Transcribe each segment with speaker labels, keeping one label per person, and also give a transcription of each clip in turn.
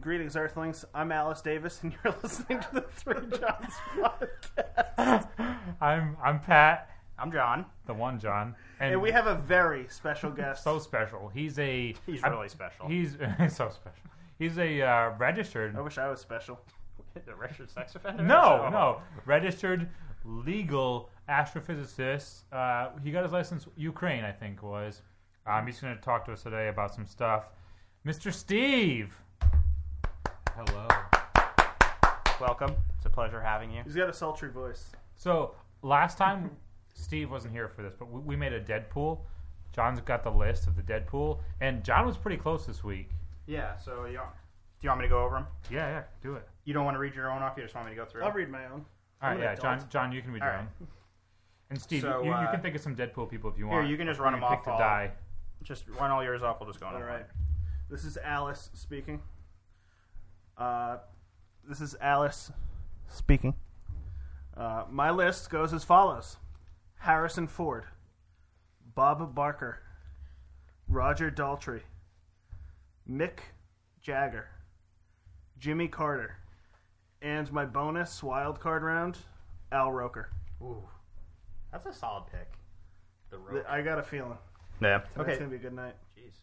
Speaker 1: Greetings, Earthlings. I'm Alice Davis, and you're listening to the Three Johns podcast.
Speaker 2: I'm I'm Pat,
Speaker 3: I'm John.
Speaker 2: the one John,
Speaker 1: And we have a very special guest.
Speaker 2: so special. He's a
Speaker 3: He's
Speaker 2: I'm-
Speaker 3: really special.
Speaker 2: he's so special. He's a uh, registered
Speaker 1: I wish I was special.
Speaker 3: the registered sex offender?
Speaker 2: no
Speaker 3: Oh.
Speaker 2: no registered legal astrophysicist. Uh, he got his license Ukraine, I think was. Um, he's going to talk to us today about some stuff. Mr. Steve,
Speaker 4: Hello.
Speaker 3: Welcome. It's a pleasure having you.
Speaker 1: He's got a sultry voice.
Speaker 2: So last time Steve wasn't here for this, but we, we made a Deadpool. John's got the list of the Deadpool, and John was pretty close this week.
Speaker 3: Yeah. So you, do you want me to go over them?
Speaker 2: Yeah, yeah, do it.
Speaker 3: You don't want to read your own off. You just want me to go through.
Speaker 1: I'll read my own. I'm
Speaker 2: All right,
Speaker 1: an
Speaker 2: yeah,
Speaker 1: adult.
Speaker 2: John, John, you can read
Speaker 3: All
Speaker 2: your
Speaker 3: right.
Speaker 2: own. And Steve,
Speaker 3: So,
Speaker 2: you, you
Speaker 3: uh,
Speaker 2: can think of some Deadpool people if you
Speaker 3: Here,
Speaker 2: want.
Speaker 3: you can just run
Speaker 2: You
Speaker 3: them off.
Speaker 2: pick the
Speaker 3: all-
Speaker 2: die.
Speaker 3: Just run all yours off. We'll just go.
Speaker 1: All right. This is Alice speaking. Uh, this is Alice speaking. Uh, my list goes as follows Harrison Ford, Bob Barker, Roger Daltrey, Mick Jagger, Jimmy Carter, and my bonus wild card round, Al Roker.
Speaker 3: Ooh, that's a solid pick. The
Speaker 1: Th-
Speaker 3: rope.
Speaker 1: I got a feeling.
Speaker 3: Yeah.
Speaker 1: It's
Speaker 3: Okay.
Speaker 1: going to be a good night.
Speaker 3: Jeez.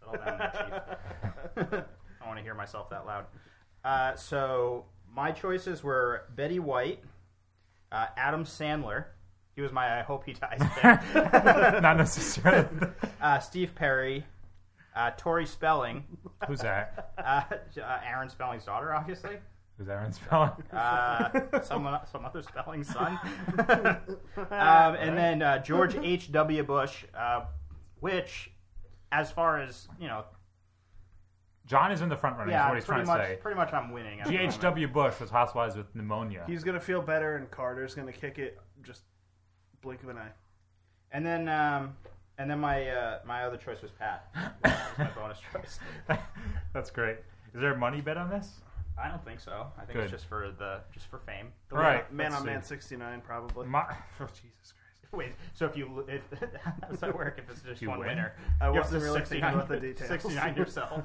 Speaker 3: Settle down, there, Chief. I want to hear myself that loud. Uh, so my choices were Betty White, uh, Adam Sandler. He was my I hope he dies. pick.
Speaker 2: Not necessarily.
Speaker 3: uh, Steve Perry, uh, Tori Spelling,
Speaker 2: Who's that?
Speaker 3: uh, uh, Aaron Spelling's daughter, obviously.
Speaker 2: Who's Aaron Spelling?
Speaker 3: Uh, some some other Spelling's son, um, and then uh, George H. W. Bush, uh, which, as far as you know,
Speaker 2: John is in the front running.
Speaker 3: yeah,
Speaker 2: is what he's
Speaker 3: pretty
Speaker 2: trying
Speaker 3: much,
Speaker 2: to say.
Speaker 3: pretty much, I'm winning. at the moment.
Speaker 2: G.H.W. Bush was hospitalized with pneumonia.
Speaker 1: He's going to feel better, and Carter's going to kick it just blink of an eye.
Speaker 3: And then, um, and then my uh, my other choice was Pat. That was my bonus choice.
Speaker 2: That's great. Is there a money bet on this?
Speaker 3: I don't think so. I think
Speaker 2: Good.
Speaker 3: it's just for the just for fame.
Speaker 2: All right,
Speaker 1: Man on
Speaker 2: let's see.
Speaker 1: Man 69, probably.
Speaker 2: My, oh, Jesus Christ.
Speaker 3: Wait, so if you if how does that work? If it's just
Speaker 2: You
Speaker 3: one
Speaker 2: win.
Speaker 3: winner, Uh,
Speaker 1: I
Speaker 3: You have
Speaker 1: wasn't
Speaker 3: to
Speaker 1: really
Speaker 3: 69
Speaker 1: thinking about the details.
Speaker 3: 69 yourself.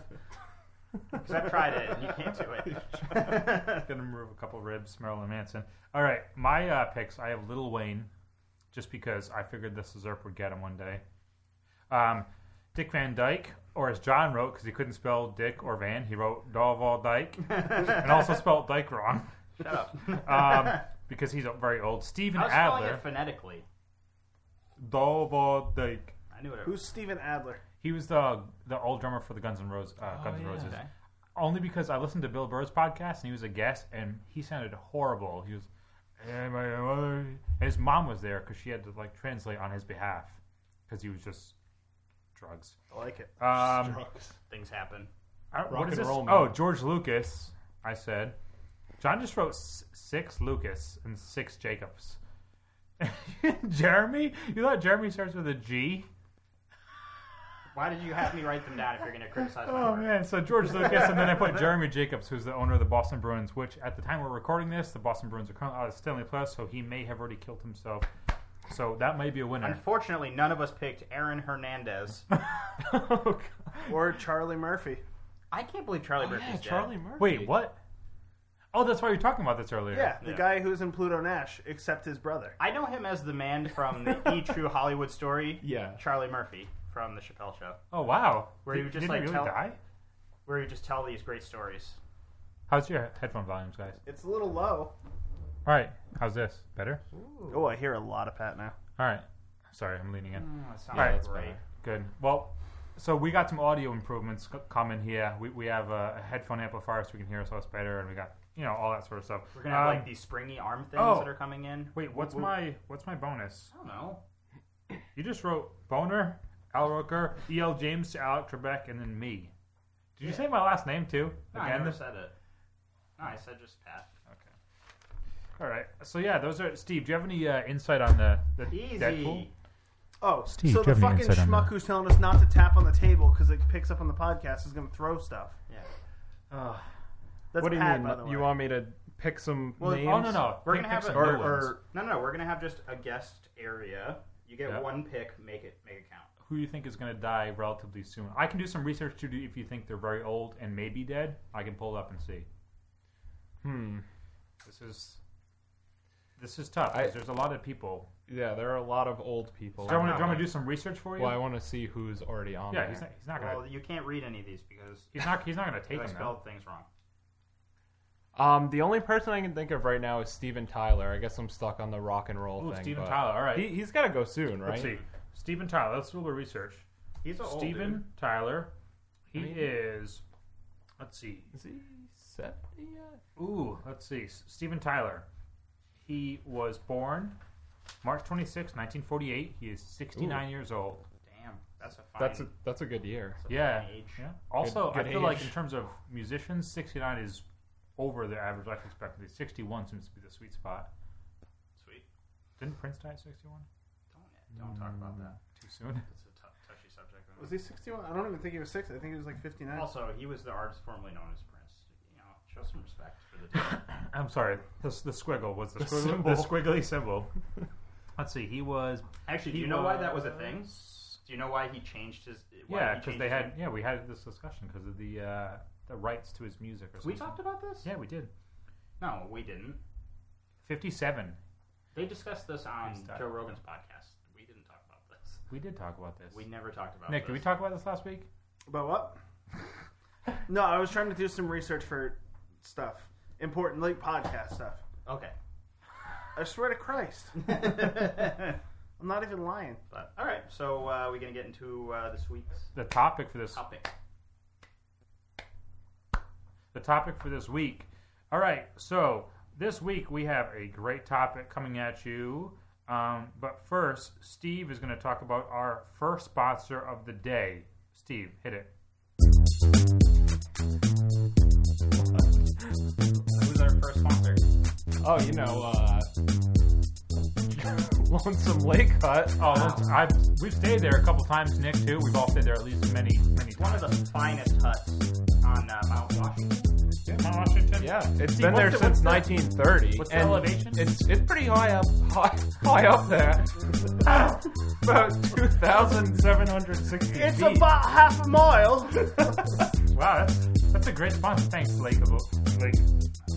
Speaker 3: Because I've tried it and you can't do it.
Speaker 2: Gonna remove a couple ribs, Marilyn Manson. All right, my uh, picks. I have Little Wayne, just because I figured this usurp would get him one day. Um, Dick Van Dyke, or as John wrote, because he couldn't spell Dick or Van, he wrote Doval Dyke, and also spelled Dyke wrong
Speaker 3: Shut up.
Speaker 2: um, because he's very old. Stephen
Speaker 3: I was spelling
Speaker 2: Adler,
Speaker 3: it phonetically.
Speaker 2: Doval Dyke.
Speaker 3: I knew it.
Speaker 1: Who's Steven Adler?
Speaker 2: He was the the old drummer for the Guns N' Roses.
Speaker 3: Oh,
Speaker 2: Uh, Guns N'
Speaker 4: yeah.
Speaker 2: Roses.
Speaker 3: Okay.
Speaker 2: Only because I listened to Bill Burr's podcast and he was a guest and he sounded horrible. He was, "Hey, my mother," and his mom was there because she had to like translate on his behalf because he was just drugs.
Speaker 1: I like it.
Speaker 2: Um,
Speaker 3: Things happen.
Speaker 2: I- what
Speaker 4: Rock
Speaker 2: is
Speaker 4: and
Speaker 2: this?
Speaker 4: roll, man.
Speaker 2: Oh, George Lucas. I said, John just wrote s- six Lucas and six Jacobs. Jeremy, you thought Jeremy starts with a G?
Speaker 3: Why did you have me write them down if you're going to criticize my
Speaker 2: Oh
Speaker 3: work?
Speaker 2: man, so George Lucas, and then I put Jeremy Jacobs, who's the owner of the Boston Bruins, which at the time we're recording this, the Boston Bruins are currently out of Stanley Plus, so he may have already killed himself. So that might be a winner.
Speaker 3: Unfortunately, none of us picked Aaron Hernandez.
Speaker 2: Oh, God.
Speaker 1: Or Charlie Murphy.
Speaker 3: I can't believe Charlie
Speaker 1: Oh,
Speaker 3: Murphy's
Speaker 4: yeah,
Speaker 3: dead.
Speaker 4: Charlie Murphy.
Speaker 2: Wait, what? Oh, that's why we were talking about this earlier.
Speaker 1: Yeah, the
Speaker 3: Yeah.
Speaker 1: guy who's in Pluto Nash, except his brother.
Speaker 3: I know him as the man from the E True Hollywood Story.
Speaker 4: Yeah.
Speaker 3: Charlie Murphy from the Chappelle Show,
Speaker 2: Oh wow.
Speaker 3: Where
Speaker 2: Did-
Speaker 3: you just,
Speaker 2: didn't
Speaker 3: like,
Speaker 2: he really
Speaker 3: tell-
Speaker 2: die?
Speaker 3: where you just tell these great stories.
Speaker 2: How's your headphone volumes, guys?
Speaker 1: It's a little low.
Speaker 2: All right. How's this? Better.
Speaker 1: Oh, I hear a lot of Pat now.
Speaker 2: All right. Sorry, I'm leaning in.
Speaker 3: Mm, that sounds
Speaker 2: All right,
Speaker 4: that's
Speaker 3: great.
Speaker 4: better.
Speaker 2: Good. Well, so we got some audio improvements c- coming here. We, we have a, a headphone amplifier so we can hear ourselves better, and we got you know all that sort of stuff.
Speaker 3: We're gonna have
Speaker 2: Um,
Speaker 3: like these springy arm things
Speaker 2: oh.
Speaker 3: that are coming in.
Speaker 2: Wait, what's my what's my bonus?
Speaker 3: I don't know.
Speaker 2: You just wrote Boner, Al Roker, E.L. James to Alec Trebek, and then me. Did you say my last name too?
Speaker 3: No, I never
Speaker 2: This-
Speaker 3: said it. No, I said just Pat.
Speaker 2: Okay. All right. So yeah, those are Steve. Do you have any uh, insight on the, the
Speaker 3: Easy.
Speaker 2: Deadpool?
Speaker 1: Oh,
Speaker 2: Steve,
Speaker 1: so
Speaker 2: do you
Speaker 1: the
Speaker 2: have any
Speaker 1: fucking
Speaker 2: insight on
Speaker 1: schmuck
Speaker 2: that?
Speaker 1: who's telling us not to tap on the table because it picks up on the podcast is going to throw stuff.
Speaker 3: Yeah.
Speaker 2: Ugh.
Speaker 1: That's
Speaker 4: What do you
Speaker 1: Pat,
Speaker 4: mean?
Speaker 1: by the way.
Speaker 4: You want me to pick some
Speaker 2: Well,
Speaker 4: names?
Speaker 2: oh no no,
Speaker 3: We're
Speaker 2: Pick-
Speaker 3: gonna
Speaker 2: pick
Speaker 3: have a,
Speaker 2: some
Speaker 3: or,
Speaker 2: new ones.
Speaker 3: or- no no no, we're gonna have just a guest area. You get
Speaker 2: Yeah.
Speaker 3: one pick, make it make it count.
Speaker 2: who you think is going to die relatively soon. I can do some research to do if you think they're very old and maybe dead. I can pull it up and see.
Speaker 4: Hmm.
Speaker 2: This is this is tough. 'cause
Speaker 4: I-
Speaker 2: there's a lot of people.
Speaker 4: Yeah, there are a lot of old people.
Speaker 2: Do you want to do some research for you?
Speaker 4: Well, I want to see who's already on
Speaker 2: yeah,
Speaker 4: there.
Speaker 2: he's not, he's not gonna
Speaker 3: Well, you can't read any of these because
Speaker 2: he's not he's not gonna take
Speaker 3: I
Speaker 2: them. though.
Speaker 3: spelled things wrong.
Speaker 4: Um, the only person I can think of right now is Steven Tyler. I guess I'm stuck on the rock and roll
Speaker 2: Ooh,
Speaker 4: thing.
Speaker 2: Steven
Speaker 4: but
Speaker 2: Tyler. All right,
Speaker 4: He, he's got to go soon, right?
Speaker 2: let's see. Steven Tyler. Let's do a little research.
Speaker 3: He's an old dude.
Speaker 2: Steven Tyler. He
Speaker 4: I mean-
Speaker 2: is. Let's see.
Speaker 4: Is he seventy yet?
Speaker 2: Ooh, let's see. S- Steven Tyler. He was born March 26, 1948. He is 69 years old.
Speaker 3: Damn, that's a fine.
Speaker 4: That's a that's a good year.
Speaker 3: that's a
Speaker 2: Yeah.
Speaker 3: fine age.
Speaker 2: yeah. Also,
Speaker 4: good
Speaker 2: I feel like
Speaker 4: age.
Speaker 2: in terms of musicians, 69 is over the average life expectancy. 61 seems to be the sweet spot.
Speaker 3: Sweet.
Speaker 2: Didn't Prince die at 61?
Speaker 3: Don't don't talk about that.
Speaker 2: Too soon.
Speaker 3: It's a tou- touchy subject.
Speaker 1: Was he 61? I don't even think he was 60. I think he was like 59.
Speaker 3: Also, he was the artist formerly known as Prince. You know, show some respect for the. dude.
Speaker 2: I'm sorry. The, the squiggle was the,
Speaker 4: The
Speaker 2: squiggle,
Speaker 4: symbol.
Speaker 2: the squiggly symbol. Let's see. He was.
Speaker 3: Actually, do
Speaker 2: he
Speaker 3: you know why that was a
Speaker 2: was-
Speaker 3: thing? Do you know why he changed his? Why
Speaker 2: Yeah,
Speaker 3: he
Speaker 2: because
Speaker 3: changed
Speaker 2: they
Speaker 3: his
Speaker 2: had.
Speaker 3: name?
Speaker 2: Yeah, we had this discussion because of the uh, the rights to his music or something.
Speaker 3: We talked about this.
Speaker 2: Yeah, we did.
Speaker 3: No, we didn't.
Speaker 2: 57.
Speaker 3: They discussed this on
Speaker 2: Please talk.
Speaker 3: Joe Rogan's podcast. We didn't talk about this.
Speaker 2: We did talk about this.
Speaker 3: We never talked about
Speaker 2: Nick,
Speaker 3: this.
Speaker 2: did we talk about this last week?
Speaker 1: But what? no, I was trying to do some research for stuff. Important, like podcast stuff.
Speaker 3: Okay.
Speaker 1: I swear to Christ. I'm not even lying.
Speaker 3: but all right, so uh, we're gonna get into uh, this week's
Speaker 2: The topic for this
Speaker 3: topic.
Speaker 2: the topic for this week. All right, so this week we have a great topic coming at you. Um, but first, Steve is going to talk about our first sponsor of the day. Steve, hit it.
Speaker 3: Who's our first sponsor?
Speaker 4: Oh, you know, uh, Lonesome Lake Hut.
Speaker 2: Oh, that's- I've, we've stayed there a couple times, Nick. Too. We've all stayed there at least many, many
Speaker 3: One
Speaker 2: times.
Speaker 3: of the finest huts on uh, Mount Washington.
Speaker 2: Washington.
Speaker 4: Yeah, it's
Speaker 2: See,
Speaker 4: been
Speaker 2: what's
Speaker 4: there
Speaker 2: the-
Speaker 4: since
Speaker 2: what's the-
Speaker 4: 1930.
Speaker 2: what's the
Speaker 4: and
Speaker 2: elevation?
Speaker 4: It's it's pretty high up, high, high up there, about 2,760 feet.
Speaker 1: It's about half a mile.
Speaker 2: Wow, that's, that's a great sponsor. Thanks, Lake of Lake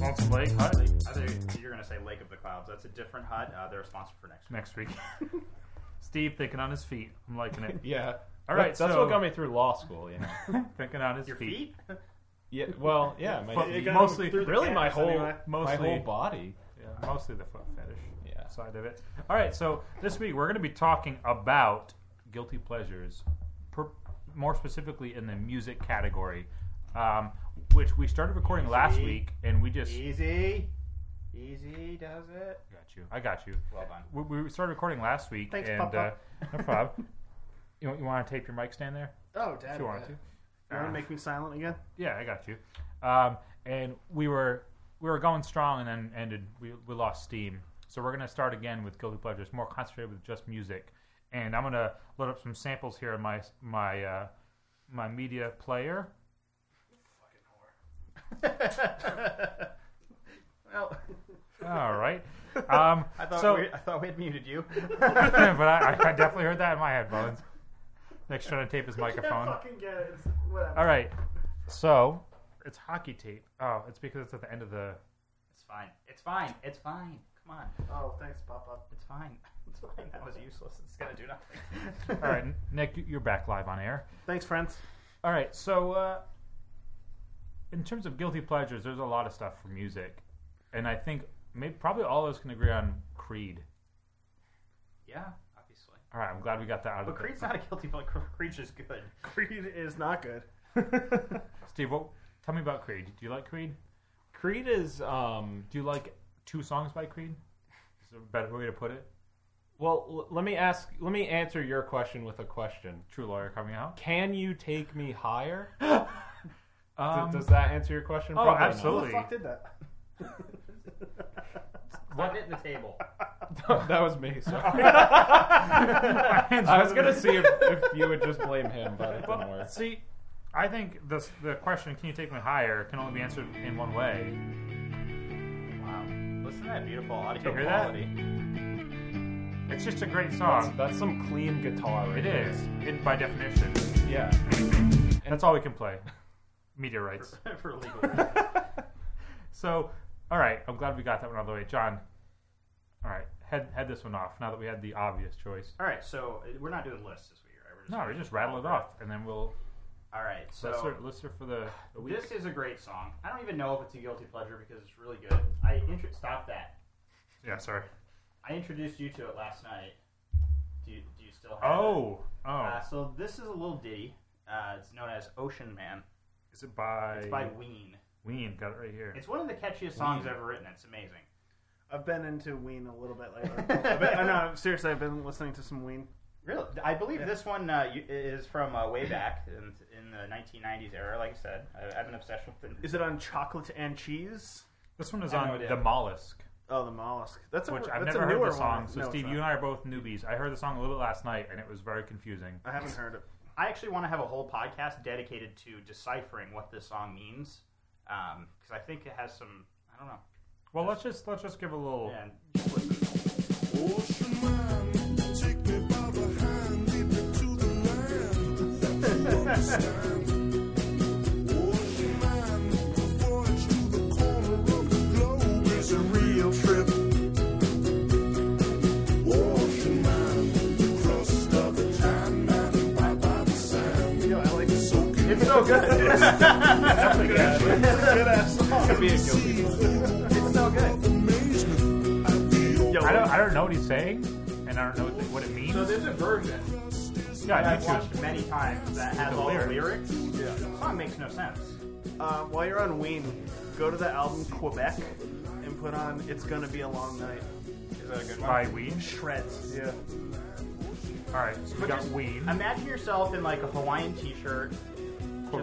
Speaker 2: Lonesome Lake Hut.
Speaker 3: I think you're gonna say Lake of the Clouds. That's a different hut. Uh, they're a sponsor for next week.
Speaker 2: Next week, Steve thinking on his feet. I'm liking it.
Speaker 4: Yeah.
Speaker 2: All
Speaker 4: All
Speaker 2: right,
Speaker 4: right, that's, that's
Speaker 2: so-
Speaker 4: what got me through law school, you know.
Speaker 2: thinking on his
Speaker 3: Your
Speaker 2: feet.
Speaker 3: feet?
Speaker 4: Yeah, well, yeah, my
Speaker 2: But
Speaker 1: It got
Speaker 2: mostly,
Speaker 1: through the
Speaker 2: really
Speaker 1: cat.
Speaker 2: my
Speaker 1: Yes,
Speaker 2: whole,
Speaker 1: anyway.
Speaker 4: my
Speaker 2: mostly,
Speaker 4: whole body.
Speaker 2: yeah, mostly the foot fetish
Speaker 4: Yeah.
Speaker 2: side of it. All right, so this week we're going to be talking about guilty pleasures, per, more specifically in the music category, um, which we started recording last
Speaker 3: Easy.
Speaker 2: week, and we just
Speaker 3: Easy, easy does it.
Speaker 2: got you. I got you.
Speaker 3: Well done.
Speaker 2: We, we started recording last week,
Speaker 1: Thanks,
Speaker 2: and
Speaker 1: Papa.
Speaker 2: Uh, no problem. you you want to tape your mic stand there
Speaker 1: Oh,
Speaker 2: if
Speaker 1: Dad.
Speaker 2: you want to?
Speaker 1: You want to make me silent again?
Speaker 2: Yeah, I got you. Um, and we were we were going strong, and then ended. We we lost steam. So we're gonna start again with guilty pleasures, more concentrated with just music. And I'm gonna load up some samples here in my my uh, my media player.
Speaker 3: Well,
Speaker 2: All right. Um,
Speaker 3: I thought
Speaker 2: so,
Speaker 3: we, I thought we had muted you.
Speaker 2: but I, I definitely heard that in my headphones. Nick's trying to tape his microphone.
Speaker 1: fucking get it. Whatever.
Speaker 2: All right. So it's hockey tape. Oh, it's because it's at the end of the.
Speaker 3: It's fine. It's fine. It's fine. Come on.
Speaker 1: Oh, thanks, Papa.
Speaker 3: It's fine. It's fine. That was useless. It's gonna do nothing.
Speaker 2: All right, Nick, you're back live on air.
Speaker 1: Thanks, friends.
Speaker 2: All right, so uh, in terms of guilty pleasures, there's a lot of stuff for music, and I think maybe probably all of us can agree on Creed.
Speaker 3: Yeah, obviously.
Speaker 2: All right, I'm glad we got that out
Speaker 3: But
Speaker 2: of the way.
Speaker 3: Creed's not a guilty pleasure. Creed's just good.
Speaker 1: Creed is not good.
Speaker 2: Steve, what, tell me about Creed. Do you like Creed?
Speaker 4: Creed is um
Speaker 2: Do you like two songs by Creed? Is there a better way to put it?
Speaker 4: well, l- let me ask let me answer your question with a question.
Speaker 2: True Lawyer coming out.
Speaker 4: Can you take me higher? Th-
Speaker 2: Um,
Speaker 4: does that answer your question?
Speaker 2: oh,
Speaker 4: Probably not.
Speaker 1: Who the
Speaker 2: absolutely.
Speaker 1: fuck did that?
Speaker 3: Stop hitting the table.
Speaker 4: that was me. Sorry.
Speaker 2: My hands
Speaker 4: I was
Speaker 2: were-
Speaker 4: gonna see if, if you would just blame him, but it didn't
Speaker 2: Well,
Speaker 4: work.
Speaker 2: see, I think this, the question, "Can you take me higher?" can only be answered in one way.
Speaker 3: Wow. Listen to that beautiful audio
Speaker 2: you hear that?
Speaker 3: quality.
Speaker 2: It's just a great song.
Speaker 4: That's some clean guitar. right
Speaker 2: It
Speaker 4: there.
Speaker 2: is, it, by definition.
Speaker 4: Yeah.
Speaker 2: That's all we can play. Meteorites.
Speaker 3: for legal.
Speaker 2: So, all right. I'm glad we got that one out of the way, John. All right, head head this one off. Now that we had the obvious choice.
Speaker 3: All right, so uh, we're not doing lists this week, right?
Speaker 2: No,
Speaker 3: We're
Speaker 2: we just rattle it off, and then we'll
Speaker 3: All right, so
Speaker 2: lesser lesser for the, the week.
Speaker 3: This is a great song. I don't even know if it's a guilty pleasure because it's really good. I intro- stop that.
Speaker 2: Yeah, sorry.
Speaker 3: I introduced you to it last night. Do you, do you still have it?
Speaker 2: Oh, oh,
Speaker 3: Uh, so this is a little ditty. Uh, it's known as Ocean Man.
Speaker 2: is it by,
Speaker 3: It's by Ween.
Speaker 2: Ween? Got it right here.
Speaker 3: It's one of the catchiest songs
Speaker 2: Ween.
Speaker 3: ever written. It's amazing.
Speaker 1: I've been into Ween a little bit lately. I've been, I know, seriously, I've been listening to some Ween.
Speaker 3: Really, I believe this one uh, you- is from uh, way back in, in the 1990s era. Like I said, I, I have an obsession with it.
Speaker 1: Is it on chocolate and cheese?
Speaker 2: this one is
Speaker 3: I have no
Speaker 2: on
Speaker 3: idea.
Speaker 2: the mollusk,
Speaker 1: Oh, the mollusk. That's a,
Speaker 2: which
Speaker 1: that's
Speaker 2: I've
Speaker 1: a
Speaker 2: never heard
Speaker 1: newer
Speaker 2: the song.
Speaker 1: one.
Speaker 2: So
Speaker 1: No, it's
Speaker 2: Steve,
Speaker 1: not.
Speaker 2: you and I are both newbies. I heard the song a little bit last night, and it was very confusing.
Speaker 1: I haven't heard it.
Speaker 3: I actually want to have a whole podcast dedicated to deciphering what this song means because I think it has some. I don't know.
Speaker 2: Well, let's just let's just give a little.
Speaker 3: And just listen.
Speaker 5: Ocean man, take me by the hand, lead me to the land that you understand. Ocean man, the voyage to the corner of the globe is a real trip. Ocean man, cross of the time, man, by by the sand.
Speaker 1: Yo, I like this.
Speaker 5: Soaking
Speaker 3: It's so good. Oh,
Speaker 5: sea, it's so good. Amazement at the
Speaker 1: Yo,
Speaker 2: I don't I don't know what he's saying, and I don't know what, what it means.
Speaker 3: So there's a version that
Speaker 2: yeah,
Speaker 3: I've
Speaker 2: you choose.
Speaker 3: watched many times that has
Speaker 2: The
Speaker 3: all the
Speaker 2: lyrics.
Speaker 3: lyrics. The song makes no sense.
Speaker 1: Uh, while you're on Ween, go to the album Quebec and put on "It's Gonna Be a Long Night."
Speaker 3: Is that a good one?
Speaker 2: by Ween.
Speaker 1: Shreds. Yeah.
Speaker 2: All right, so we
Speaker 3: But
Speaker 2: got
Speaker 3: just
Speaker 2: Ween.
Speaker 3: Imagine yourself in like a Hawaiian T-shirt, just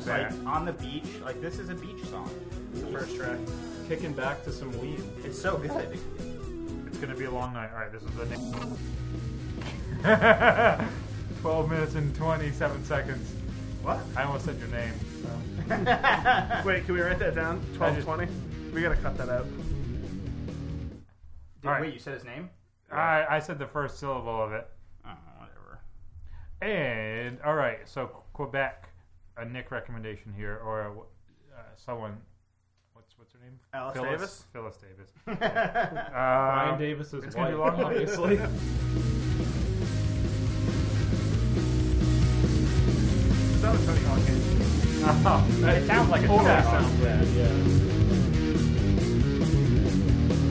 Speaker 2: Quebec.
Speaker 3: like on the beach. Like this is a beach song. It's the first track.
Speaker 4: Kicking back to some weed.
Speaker 3: It's so good.
Speaker 2: It's gonna be a long night. All right, this is the name. Twelve minutes and twenty-seven seconds.
Speaker 1: What?
Speaker 2: I almost said your name.
Speaker 1: Wait, can we write that down?
Speaker 2: I
Speaker 1: Twelve
Speaker 2: just-
Speaker 1: twenty. We gotta cut that out.
Speaker 3: Did,
Speaker 2: All right.
Speaker 3: Wait, you said his name?
Speaker 2: I, I said the first syllable of it.
Speaker 3: Oh, whatever.
Speaker 2: And all right, so Quebec, a Nick recommendation here, or uh, someone. What's what's her name?
Speaker 1: Alice
Speaker 2: Phyllis,
Speaker 1: Davis?
Speaker 2: Phyllis Davis. Um, Brian
Speaker 4: Brian Davis is
Speaker 2: Uh, it's gonna
Speaker 4: white,
Speaker 2: be a long night.
Speaker 4: obviously.
Speaker 1: Is that a Tony Hawk game?
Speaker 3: Oh,
Speaker 2: it sounds like a Tony Hawk.
Speaker 4: yeah, yeah.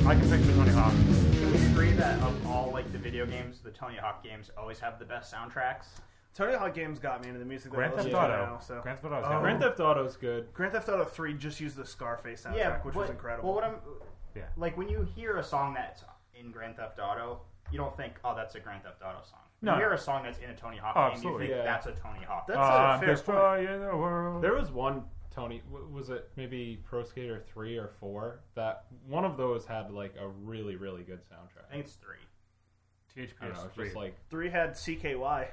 Speaker 2: I can picture Tony Hawk.
Speaker 3: Can we agree that of all like the video games, the Tony Hawk games always have the best soundtracks?
Speaker 1: Tony Hawk games got me into the music. that I
Speaker 2: Grand Theft
Speaker 1: listen to now,
Speaker 2: Auto.
Speaker 1: so.
Speaker 2: Grand Theft Auto.
Speaker 1: Oh.
Speaker 4: Grand Theft Auto's good.
Speaker 1: Grand Theft Auto 3 just used the Scarface soundtrack, which was
Speaker 3: but-
Speaker 1: incredible.
Speaker 3: Well, what I'm
Speaker 2: Yeah.
Speaker 3: like when you hear a song that's in Grand Theft Auto, you don't think, oh, that's a Grand Theft Auto song. When
Speaker 2: No.
Speaker 3: you hear a song that's in a Tony Hawk
Speaker 2: Oh,
Speaker 3: game,
Speaker 2: absolutely.
Speaker 3: you think
Speaker 4: Yeah.
Speaker 3: that's a Tony Hawk.
Speaker 1: That's
Speaker 2: Uh,
Speaker 1: a fair point.
Speaker 2: destroying the world.
Speaker 4: There was one Tony. w- Was it maybe Pro Skater three or four? That one of those had like a really really good soundtrack.
Speaker 3: I think it's three.
Speaker 4: I don't know,
Speaker 2: THPS
Speaker 4: it's just like
Speaker 1: 3 had CKY,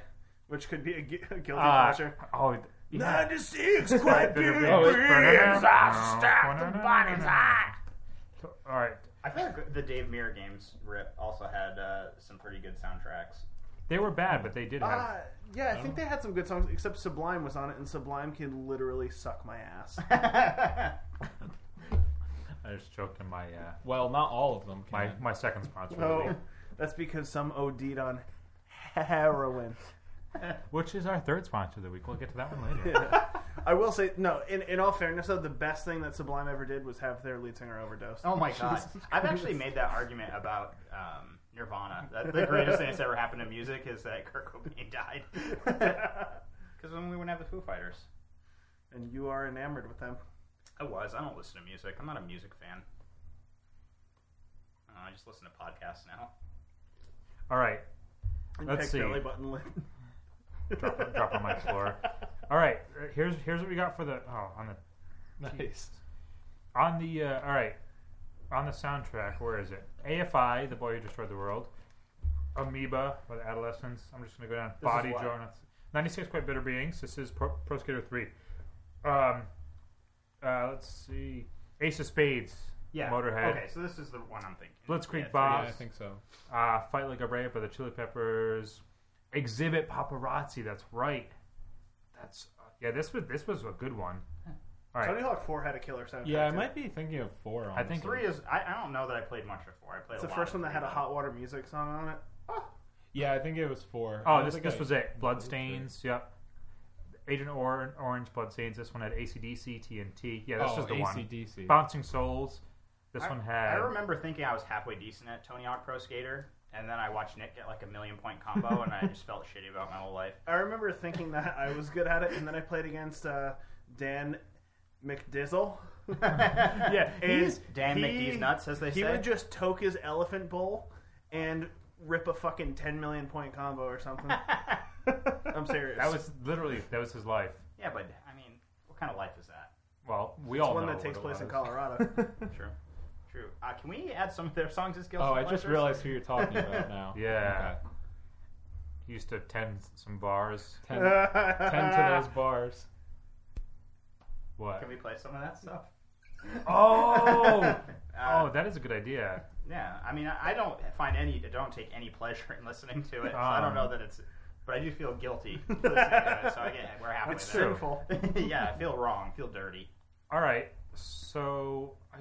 Speaker 1: which could be a, gu- a guilty
Speaker 2: Ah,
Speaker 1: pleasure.
Speaker 2: oh, th- yeah.
Speaker 1: 96, quite
Speaker 2: The big
Speaker 4: Oh, it's-
Speaker 2: beans are
Speaker 4: Oh,
Speaker 2: stacked and bodies hot. All right,
Speaker 3: I feel like the Dave Mirra games rip also had uh, some pretty good soundtracks.
Speaker 2: they were bad, but they did have.
Speaker 1: Uh, yeah, I think they had some good songs, except Sublime was on it, and Sublime can literally suck my ass.
Speaker 2: I just choked on my uh,
Speaker 4: well, not all of them. Can.
Speaker 2: my my second sponsor,
Speaker 1: no,
Speaker 2: really,
Speaker 1: that's because some OD'd on heroin.
Speaker 2: which is our third sponsor of the week. We'll get to that one later.
Speaker 1: I will say, no, in, in all fairness, though, the best thing that Sublime ever did was have their lead singer overdose.
Speaker 3: Oh my god! I've actually made that argument about um, Nirvana. That the greatest thing that's ever happened to music is that Kurt Cobain died. Because when we wouldn't have the Foo Fighters,
Speaker 1: And you are enamored with them.
Speaker 3: I was. I don't listen to music. I'm not a music fan. Uh, I just listen to podcasts now.
Speaker 2: All right,
Speaker 1: And
Speaker 2: Let's
Speaker 1: peck
Speaker 2: see.
Speaker 1: belly button lip.
Speaker 2: drop, drop on my floor. All right, here's here's what we got for the oh on the
Speaker 4: nice.
Speaker 2: on the uh, all right on the soundtrack. Where is it? AFI, the boy who destroyed the world. Amoeba by the Adolescents. I'm just gonna go down. Body
Speaker 3: why.
Speaker 2: Jonas. 96 Quite Bitter Beings. This is Pro, Pro Skater 3. Um, uh, let's see. Ace of Spades.
Speaker 3: Yeah.
Speaker 2: Motorhead.
Speaker 3: Okay, so this is the one I'm thinking.
Speaker 2: Blitzkrieg
Speaker 3: yeah,
Speaker 2: Bob.
Speaker 4: Yeah,
Speaker 2: Yes.
Speaker 4: I think so.
Speaker 2: Uh, Fight Like a Rape by the Chili Peppers. Exhibit Paparazzi. That's right. That's uh, yeah. This was this was a good one. All right.
Speaker 1: Tony Hawk 4 had a killer soundtrack.
Speaker 4: Yeah, I
Speaker 1: too.
Speaker 4: might be thinking of four.
Speaker 2: I think-
Speaker 4: honestly.
Speaker 3: Three is I, I don't know that I played much before. I played
Speaker 1: It's
Speaker 3: a
Speaker 1: the
Speaker 3: lot
Speaker 1: first one
Speaker 3: of
Speaker 1: that had a
Speaker 3: three,
Speaker 1: hot water music song on it.
Speaker 4: Yeah, I think it was four. I
Speaker 2: Oh,
Speaker 4: don't
Speaker 2: this
Speaker 4: think
Speaker 2: this
Speaker 4: I-
Speaker 2: was it. Bloodstains. Yep. Agent Or- Orange Bloodstains. This one had ACDC, TNT. Yeah, this
Speaker 4: oh,
Speaker 2: was the one.
Speaker 4: AC/DC.
Speaker 2: Bouncing Souls. This
Speaker 3: I-
Speaker 2: one had.
Speaker 3: I remember thinking I was halfway decent at Tony Hawk Pro Skater, and then I watched Nick get like a million point combo, and I just felt shitty about my whole life.
Speaker 1: I remember thinking that I was good at it, and then I played against uh, Dan McDizzle.
Speaker 2: yeah,
Speaker 1: And
Speaker 3: Dan
Speaker 1: he-
Speaker 3: McDee's nuts, as they
Speaker 1: He
Speaker 3: say.
Speaker 1: would just toke his elephant bowl and rip a fucking 10 million point combo or something. I'm serious.
Speaker 2: that was literally that was his life.
Speaker 3: yeah, but I mean, what kind of life is that?
Speaker 2: Well, we
Speaker 1: It's
Speaker 2: all
Speaker 1: one
Speaker 2: know
Speaker 1: that takes
Speaker 2: Oh, what it
Speaker 1: place in
Speaker 2: was.
Speaker 1: Colorado.
Speaker 3: True, true. Uh, can we add some of their songs as guilty
Speaker 4: Oh, I just
Speaker 3: pleasures?
Speaker 4: realized who you're talking about now.
Speaker 2: Yeah. He used to tend some bars.
Speaker 4: Okay. Ten, ten to those bars.
Speaker 2: What?
Speaker 3: Can we play some of that stuff?
Speaker 2: Oh,
Speaker 3: Uh,
Speaker 2: oh, that is a good idea.
Speaker 3: Yeah, I mean, I I don't find any, I don't take any pleasure in listening to it. So I
Speaker 2: Um.
Speaker 3: don't know that it's, but I do feel guilty listening to it. So I get, we're halfway
Speaker 1: it's
Speaker 3: there.
Speaker 1: sinful.
Speaker 3: yeah, I feel wrong, feel dirty.
Speaker 2: All right, so I,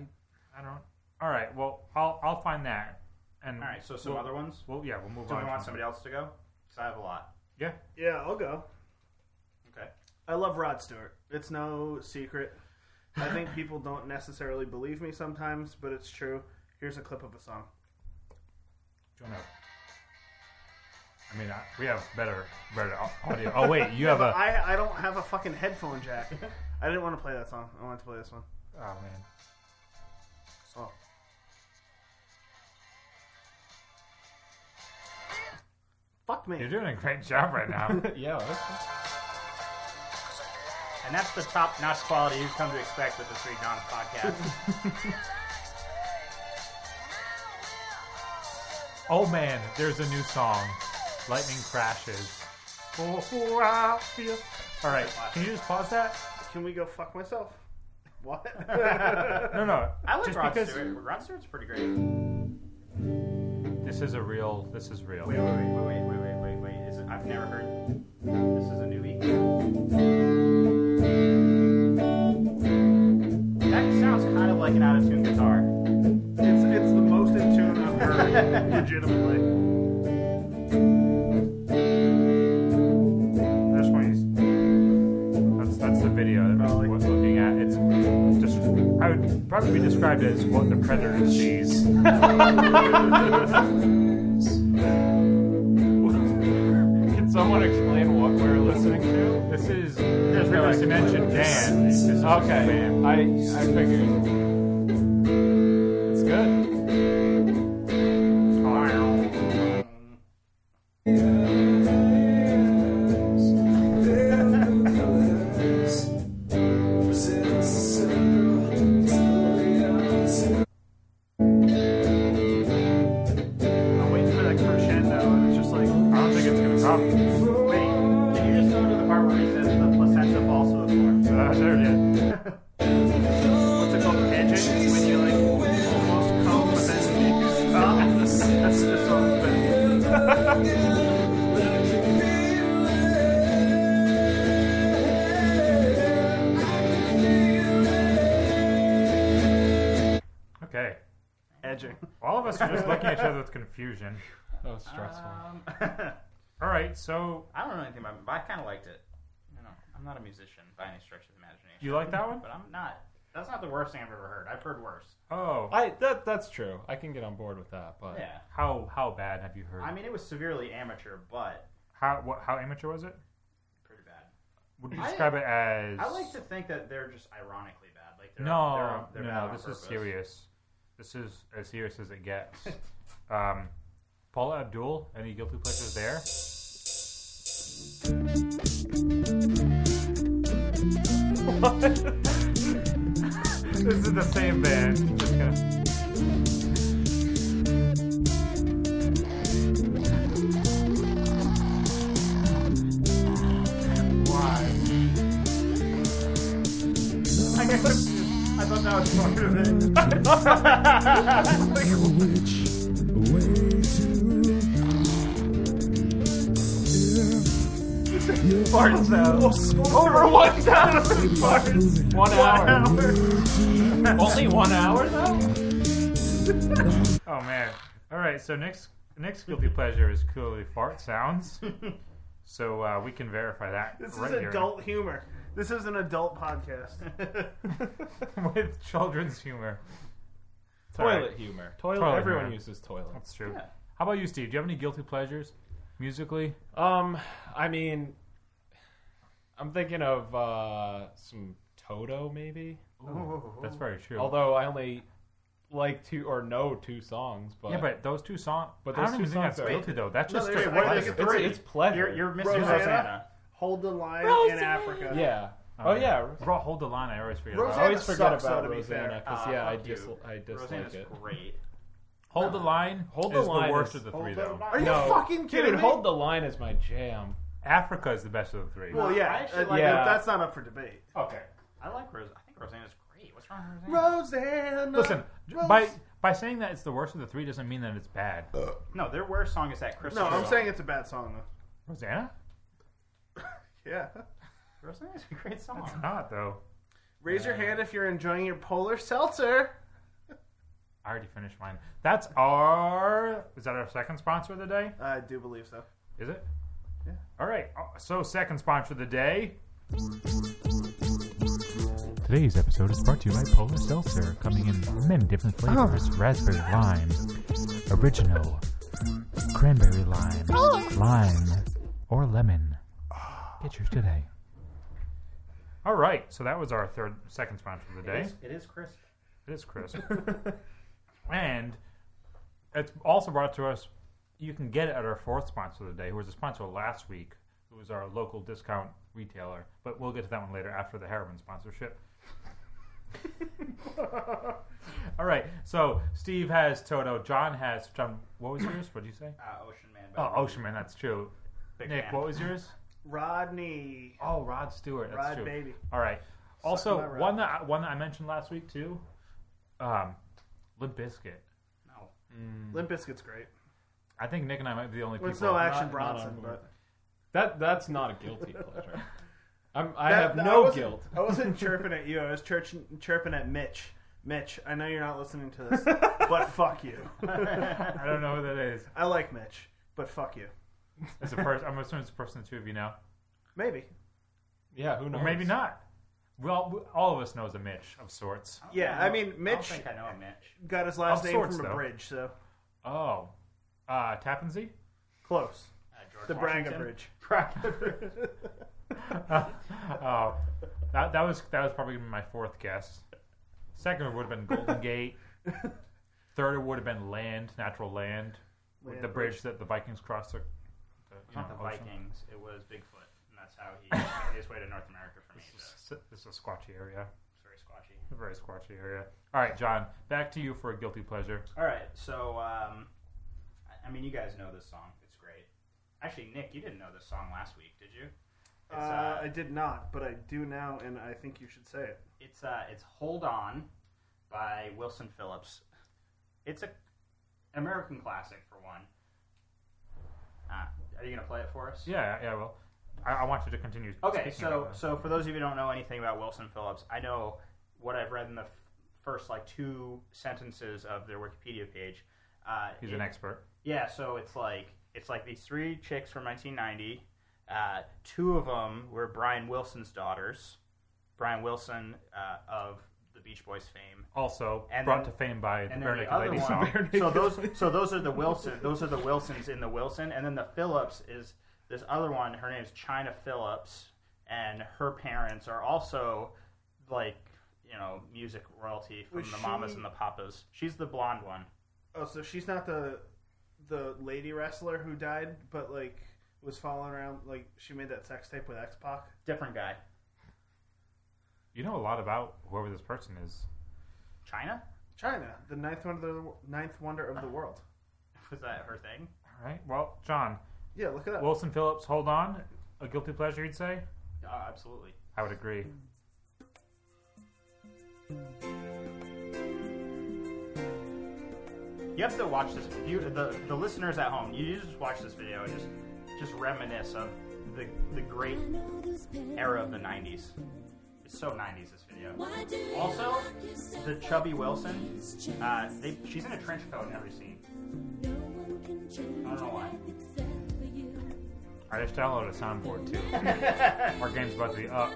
Speaker 2: I don't. All right, well, I'll I'll find that. And
Speaker 3: All right, so some
Speaker 2: we'll-
Speaker 3: other ones.
Speaker 2: Well, yeah, we'll move
Speaker 3: Do
Speaker 2: on.
Speaker 3: we
Speaker 2: from-
Speaker 3: want somebody else to go? Because I have a lot.
Speaker 2: Yeah.
Speaker 1: Yeah, I'll go.
Speaker 3: Okay.
Speaker 1: I love Rod Stewart. It's no secret. I think people don't necessarily believe me sometimes, but it's true. Here's a clip of a song.
Speaker 2: Do you wanna- I mean, I, we have better better au- audio. Oh wait, you have a.
Speaker 1: I, I don't have a fucking headphone jack. I didn't want to play that song. I wanted to play this one.
Speaker 2: Oh man.
Speaker 1: Oh. Fuck me.
Speaker 2: You're doing a great job right now.
Speaker 4: yeah. that's-
Speaker 3: And that's the top notch quality you've come to expect with the Three Johns podcast.
Speaker 2: oh man, there's a new song. Lightning crashes. Oh, oh, I feel- All right, can you just pause that?
Speaker 1: Can we go fuck myself? What?
Speaker 2: No, no.
Speaker 3: I like
Speaker 2: just
Speaker 3: Rod
Speaker 2: because
Speaker 3: Stewart. Rod Stewart's pretty great. Wait,
Speaker 2: this is a real. This is real.
Speaker 3: wait, wait, wait, wait, wait, wait, wait. Is it, I've never heard. This is a newbie. That sounds kind of like an out of tune guitar.
Speaker 1: it's, it's the most in tune I've heard, legitimately.
Speaker 2: There's one. he's- That's that's the video that
Speaker 1: Probably.
Speaker 2: we're looking at. It's just. I would probably be described as what the predator sees.
Speaker 4: Can someone explain what we're listening to?
Speaker 2: This is.
Speaker 3: There's no
Speaker 2: previously mentioned Dan. This is
Speaker 4: Okay,
Speaker 2: Dan.
Speaker 4: I I figured it's good.
Speaker 1: I'm waiting for that crescendo, and it's just like,
Speaker 2: I don't think it's gonna come.
Speaker 3: Wait, can you just go to the part where he says the placenta falls to the floor?
Speaker 2: Uh, there it is.
Speaker 1: what's it called? Edging? When you like almost come, but then you stop. That's the song. but-
Speaker 2: Okay.
Speaker 1: Edging.
Speaker 2: All of us are just looking at each other with confusion.
Speaker 4: That was stressful.
Speaker 3: Um,
Speaker 2: All right. So
Speaker 3: I don't know anything about it, but I kind of liked it. You know, I'm not a musician by any stretch of the imagination.
Speaker 2: you like that one?
Speaker 3: But I'm not. That's not the worst thing I've ever heard. I've heard worse.
Speaker 2: Oh.
Speaker 4: I that that's true. I can get on board with that, but
Speaker 3: Yeah.
Speaker 2: How how bad have you heard?
Speaker 3: I mean, it was severely amateur, but
Speaker 2: how what how amateur was it?
Speaker 3: pretty bad.
Speaker 2: Would you
Speaker 3: I-
Speaker 2: describe it as?
Speaker 3: I like to think that they're just ironically bad. Like they're,
Speaker 2: No,
Speaker 3: they're, they're bad
Speaker 2: no,
Speaker 3: on
Speaker 2: this
Speaker 3: purpose.
Speaker 2: is serious. This is as serious as it gets. um, Paula Abdul, any guilty pleasures there? this is the same band. Just gonna-
Speaker 3: Why? I,
Speaker 2: I thought that was part of it.
Speaker 5: which way to go. If you're
Speaker 1: Fart sounds. Over 1,000 farts.
Speaker 4: One hour. Only one hour,
Speaker 2: Oh man! All right, so next next guilty pleasure is clearly fart sounds. So uh, we can verify that.
Speaker 1: This
Speaker 2: right
Speaker 1: is
Speaker 2: here.
Speaker 1: adult humor. This is an adult podcast.
Speaker 2: with children's humor. It's all right.
Speaker 4: Toilet humor. Toilet.
Speaker 2: Toilet
Speaker 4: everyone
Speaker 2: humor.
Speaker 4: uses toilet.
Speaker 2: That's true. How about you, Steve? Do you have any guilty pleasures musically?
Speaker 4: Um, I mean, I'm thinking of uh, some Toto maybe. Oh.
Speaker 2: That's very true.
Speaker 4: Although I only like two or know two songs, but
Speaker 2: yeah, but those two songs.
Speaker 4: But
Speaker 2: But I
Speaker 4: those
Speaker 2: don't
Speaker 4: two
Speaker 2: even think
Speaker 4: songs
Speaker 2: that's
Speaker 4: are-
Speaker 2: guilty though. That's just
Speaker 1: wait,
Speaker 2: straight
Speaker 1: wait,
Speaker 2: pleasure.
Speaker 1: wait,
Speaker 4: it's, it's,
Speaker 3: three.
Speaker 4: it's pleasure.
Speaker 3: You're, you're missing
Speaker 1: Rosanna?
Speaker 3: Rosanna.
Speaker 1: Hold the line in Africa.
Speaker 4: yeah.
Speaker 2: Oh,
Speaker 4: Oh,
Speaker 2: yeah.
Speaker 4: yeah.
Speaker 2: What about hold the line? I always forget.
Speaker 4: I
Speaker 1: Rosanna
Speaker 2: About.
Speaker 4: always forget
Speaker 1: sucks, though,
Speaker 4: about
Speaker 1: to be
Speaker 4: Rosanna
Speaker 1: fair.
Speaker 4: because
Speaker 3: Ah,
Speaker 4: yeah, I
Speaker 3: fuck you.
Speaker 4: dis- I dislike
Speaker 3: Rosanna's
Speaker 4: it.
Speaker 3: great.
Speaker 2: Hold the line.
Speaker 4: Hold
Speaker 2: is
Speaker 4: the line
Speaker 2: The worst
Speaker 4: is-
Speaker 2: of the
Speaker 1: Hold
Speaker 2: three
Speaker 1: the
Speaker 2: though.
Speaker 1: line. Are you
Speaker 4: No.
Speaker 1: fucking kidding
Speaker 4: Dude,
Speaker 1: me?
Speaker 4: hold the line is my jam.
Speaker 2: Africa is the best of the three.
Speaker 1: Well,
Speaker 3: I
Speaker 1: yeah,
Speaker 3: actually
Speaker 1: uh,
Speaker 3: like
Speaker 4: Yeah.
Speaker 1: that's not up for debate.
Speaker 2: okay.
Speaker 3: I like Rose. I think Rosanna's great. What's wrong with Rosanna?
Speaker 1: Rosanna.
Speaker 2: Listen, j-
Speaker 1: Rose-
Speaker 2: by by saying that it's the worst of the three doesn't mean that it's bad.
Speaker 4: Uh.
Speaker 3: No, their worst song is that Christmas.
Speaker 1: No, I'm
Speaker 3: song.
Speaker 1: saying it's a bad song though.
Speaker 2: Rosanna?
Speaker 1: Yeah.
Speaker 3: Rosanna's a great song.
Speaker 2: It's not though.
Speaker 1: Raise your hand if you're enjoying your polar seltzer.
Speaker 2: I already finished mine. That's our. Is that our second sponsor of the day?
Speaker 1: I do believe so.
Speaker 2: Is it? Yeah. All right. uh, So, second sponsor of the day. Today's episode is brought to you by Polar Seltzer, coming in many different flavors:
Speaker 3: Ah.
Speaker 2: raspberry lime, original, cranberry lime,
Speaker 3: Ah.
Speaker 2: lime, or lemon. Get yours today. All right. So that was our third, second sponsor of the day.
Speaker 3: It is, it is crisp.
Speaker 2: It is crisp. and it's also brought to us, you can get it at our fourth sponsor of the day, who was a sponsor last week, who was our local discount retailer. But we'll get to that one later after the heroin sponsorship. All right. So Steve has Toto. John has John. What was yours? What did you say?
Speaker 3: Uh, Ocean Man. by
Speaker 2: Oh,
Speaker 3: Rose.
Speaker 2: Ocean Man. That's true.
Speaker 3: Big
Speaker 2: Nick,
Speaker 3: fan.
Speaker 2: what was yours?
Speaker 1: Rodney.
Speaker 2: Oh, Rod Stewart. That's
Speaker 1: Rod
Speaker 2: true.
Speaker 1: Baby.
Speaker 2: All right. Also,
Speaker 1: my Rod.
Speaker 2: one that I, one that I mentioned last week too. Um, Limp Biscuit.
Speaker 3: No.
Speaker 1: Limp Bizkit's great.
Speaker 2: I think Nick and I might be the only
Speaker 1: Well, it's
Speaker 2: Mm. people.
Speaker 1: no action
Speaker 4: not
Speaker 1: Bronson,
Speaker 4: on board.
Speaker 1: but
Speaker 4: That that's not a guilty pleasure. I'm, I
Speaker 1: That-
Speaker 4: have
Speaker 1: that-
Speaker 4: no
Speaker 1: wasn't-
Speaker 4: guilt.
Speaker 1: I wasn't chirping at you. I was chirping, chirping at Mitch. Mitch, I know you're not listening to this, but fuck you.
Speaker 2: I don't know who that is.
Speaker 1: I like Mitch, but fuck you.
Speaker 2: It's a person. I'm assuming it's a person the two of you know,
Speaker 1: Maybe.
Speaker 4: Yeah, who knows?
Speaker 2: or maybe not. Well, we- all of us knows a Mitch of sorts.
Speaker 3: I don't
Speaker 1: Yeah,
Speaker 3: think
Speaker 1: I
Speaker 3: know-
Speaker 1: mean,
Speaker 3: I don't
Speaker 1: Mitch
Speaker 3: think I know a Mitch.
Speaker 1: got his last
Speaker 2: Of
Speaker 1: name
Speaker 2: sorts,
Speaker 1: from a
Speaker 2: though.
Speaker 1: bridge, so
Speaker 2: Oh, uh, Tappan Zee.
Speaker 1: close.
Speaker 3: Uh, George
Speaker 1: The Braga
Speaker 3: Washington?
Speaker 1: Bridge.
Speaker 2: oh, that, that was that was probably gonna be my fourth guess. Second would have been Golden Gate. Third would have been land, natural land, with
Speaker 1: Land
Speaker 2: the bridge that the Vikings crossed. The, the,
Speaker 3: It was
Speaker 2: you know,
Speaker 3: not the
Speaker 2: ocean.
Speaker 3: Vikings. It was Bigfoot, and that's how he made his way to North America from Asia. It's
Speaker 2: This is- this is a squatchy area.
Speaker 3: very squashy.
Speaker 2: A very squatchy area. All right, John, back to you for a guilty pleasure.
Speaker 3: All right, so um, I- I mean, you guys know this song. It's great. Actually, Nick, you didn't know this song last week, did you? It's,
Speaker 1: Uh, I did not, but I do now, and I think you should say it.
Speaker 3: It's uh, it's "Hold On" by Wilson Phillips. It's a American classic for one. Uh, are you gonna play it for us?
Speaker 2: Yeah, yeah, well, I, I want you to continue.
Speaker 3: Okay,
Speaker 2: speaking
Speaker 3: so
Speaker 2: about this.
Speaker 3: so for those of you who don't know anything about Wilson Phillips, I know what I've read in the f- first like two sentences of their Wikipedia page. Uh,
Speaker 2: he's
Speaker 3: it-
Speaker 2: an expert.
Speaker 3: Yeah, so it's like it's like these three chicks from 1990. Uh, two of them were Brian Wilson's daughters. Brian Wilson uh, of the Beach Boys fame,
Speaker 2: Also
Speaker 3: And
Speaker 2: brought
Speaker 3: then-
Speaker 2: to fame by the
Speaker 3: and
Speaker 2: Bare
Speaker 3: then the
Speaker 2: Naked
Speaker 3: other
Speaker 2: Lady
Speaker 3: one.
Speaker 2: song.
Speaker 3: So those so those are the Wilson. Those are the Wilsons in the Wilson, and then the Phillips is this other one. Her name's China Phillips, and her parents are also like you know music royalty from
Speaker 1: Was
Speaker 3: the Mamas
Speaker 1: she-
Speaker 3: and the Papas. She's the blonde one.
Speaker 1: Oh, so she's not the the lady wrestler who died, but like was following around. Like she made that sex tape with X Pac.
Speaker 3: Different guy.
Speaker 2: You know a lot about whoever this person is.
Speaker 3: China
Speaker 1: China, the ninth wonder, of the, wo- ninth wonder of the world.
Speaker 3: was that her thing?
Speaker 2: All right, well, John,
Speaker 1: Yeah, look it up.
Speaker 2: Wilson Phillips, hold on. A guilty pleasure, you'd say?
Speaker 3: Uh, absolutely.
Speaker 2: I would agree.
Speaker 3: You have to watch this. You, the the listeners at home, you just watch this video and just just reminisce of the the great era of the '90s. It's so '90s this video. Also, the chubby Wilson, uh, they, she's in a trench coat in every scene. I don't know why.
Speaker 2: I just downloaded a soundboard too. Our game's about to be up.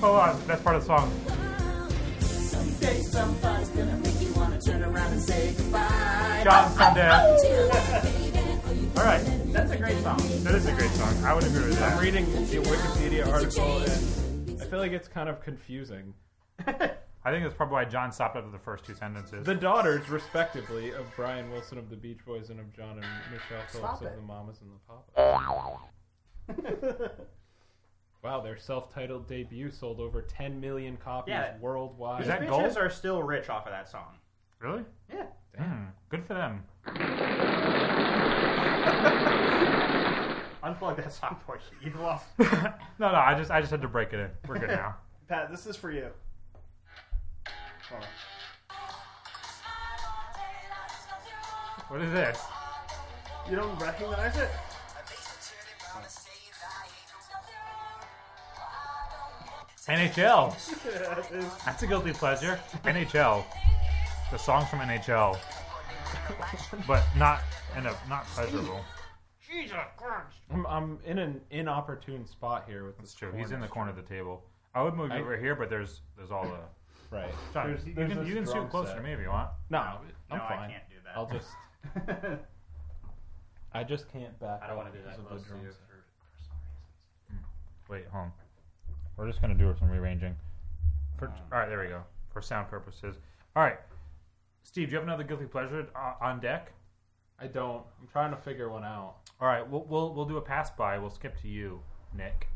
Speaker 2: Hold on, the best part of the song.
Speaker 6: Someday somebody's gonna make you wanna turn around and say goodbye.
Speaker 2: John Sunday.
Speaker 3: All right, that's a great song.
Speaker 2: That is a great song. I would agree with
Speaker 4: I'm
Speaker 2: that.
Speaker 4: reading the Wikipedia article and I feel like it's kind of confusing.
Speaker 2: I think that's probably why John stopped after the first two sentences.
Speaker 4: The daughters, respectively, of Brian Wilson of the Beach Boys and of John and Michelle Phillips
Speaker 3: Stop it.
Speaker 4: of the Mamas and the Papas. wow, their self-titled debut sold over 10 million copies
Speaker 3: Yeah.
Speaker 4: worldwide.
Speaker 2: Is that
Speaker 3: Bitches
Speaker 2: gold?
Speaker 3: are still rich off of that song.
Speaker 2: Really?
Speaker 3: Yeah.
Speaker 2: Hmm. Good for them.
Speaker 3: Unplug that song for you. You've lost.
Speaker 2: No, no. I just, I just had to break it in. We're good now.
Speaker 1: Pat, this is for you. Hold on.
Speaker 2: What is this?
Speaker 1: You don't recognize it?
Speaker 2: NHL.
Speaker 1: It is-
Speaker 2: That's a guilty pleasure. NHL. The songs from NHL. but not in a not pleasurable.
Speaker 4: I'm, I'm in an inopportune spot here with
Speaker 2: It's
Speaker 4: this.
Speaker 2: true. He's in the corner of the table. I would move you
Speaker 4: I-
Speaker 2: over here, but there's there's all the
Speaker 4: Right.
Speaker 2: John,
Speaker 4: There's-
Speaker 2: you
Speaker 4: there's
Speaker 2: can
Speaker 4: this
Speaker 2: you can
Speaker 4: drum
Speaker 2: scoot closer
Speaker 4: set.
Speaker 2: to me if you want.
Speaker 4: No,
Speaker 3: no,
Speaker 4: I'm
Speaker 3: I
Speaker 4: fine.
Speaker 3: can't do that.
Speaker 4: I'll just, I just can't back.
Speaker 3: I don't
Speaker 4: up
Speaker 3: want to do that.
Speaker 4: because of the
Speaker 3: Most of
Speaker 4: drum
Speaker 3: you
Speaker 4: set.
Speaker 3: for, for some reason.
Speaker 2: Wait, hold on. We're just gonna do some rearranging. For,
Speaker 4: Uh.
Speaker 2: all right, there we go. For sound purposes. All right, Steve, do you have another guilty pleasure uh, on deck?
Speaker 4: I don't. I'm trying to figure one out.
Speaker 2: All right, we'll we'll, we'll do a pass by. We'll skip to you, Nick.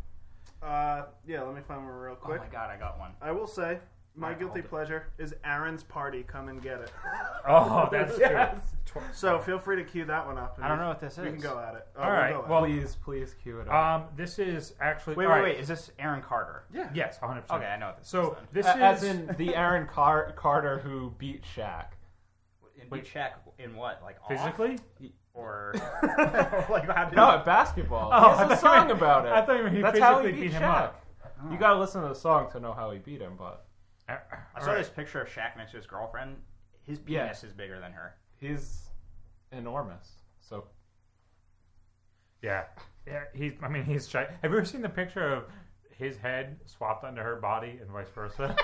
Speaker 1: uh, yeah, let me find one real
Speaker 3: Oh
Speaker 1: quick.
Speaker 3: my god, I got one.
Speaker 1: I will say, my
Speaker 3: Alright,
Speaker 1: guilty
Speaker 3: hold it.
Speaker 1: pleasure is Aaron's party. Come and get it.
Speaker 2: Oh, that's
Speaker 1: Yes.
Speaker 2: true. Tw-
Speaker 1: So feel free to cue that one up. and
Speaker 3: I don't know what this
Speaker 1: We can
Speaker 3: is.
Speaker 1: go at it. Oh,
Speaker 2: All
Speaker 1: we'll
Speaker 2: right,
Speaker 1: go at
Speaker 2: well-
Speaker 1: it.
Speaker 4: Please, please cue it up.
Speaker 3: Uh,
Speaker 2: um, this is actually
Speaker 3: Wait,
Speaker 2: all
Speaker 3: wait,
Speaker 2: right.
Speaker 3: wait. Is this Aaron Carter?
Speaker 1: yeah.
Speaker 2: Yes, 100%.
Speaker 3: Okay, I know what this is
Speaker 2: So
Speaker 3: then.
Speaker 2: this
Speaker 4: A-
Speaker 2: is
Speaker 4: As in the Aaron Car- Carter who beat Shaq.
Speaker 3: In
Speaker 2: Wait.
Speaker 3: check in what? Like off?
Speaker 2: physically.
Speaker 3: or like how did
Speaker 4: No, at basketball.
Speaker 2: Oh,
Speaker 4: he
Speaker 2: I
Speaker 4: has a
Speaker 2: thought
Speaker 4: song
Speaker 2: you-
Speaker 4: about it.
Speaker 2: I thought you meant he
Speaker 4: That's how he beat,
Speaker 2: physically beat him
Speaker 4: Shaq.
Speaker 2: up.
Speaker 4: You gotta listen to the song to know how he beat him, but
Speaker 3: I saw this picture of Shaq next to his girlfriend. His
Speaker 4: Yeah.
Speaker 3: penis is bigger than her.
Speaker 4: he's enormous. So
Speaker 2: Yeah, yeah. He's. I mean, he's shy. Have you ever seen the picture of his head swapped onto her body and vice versa?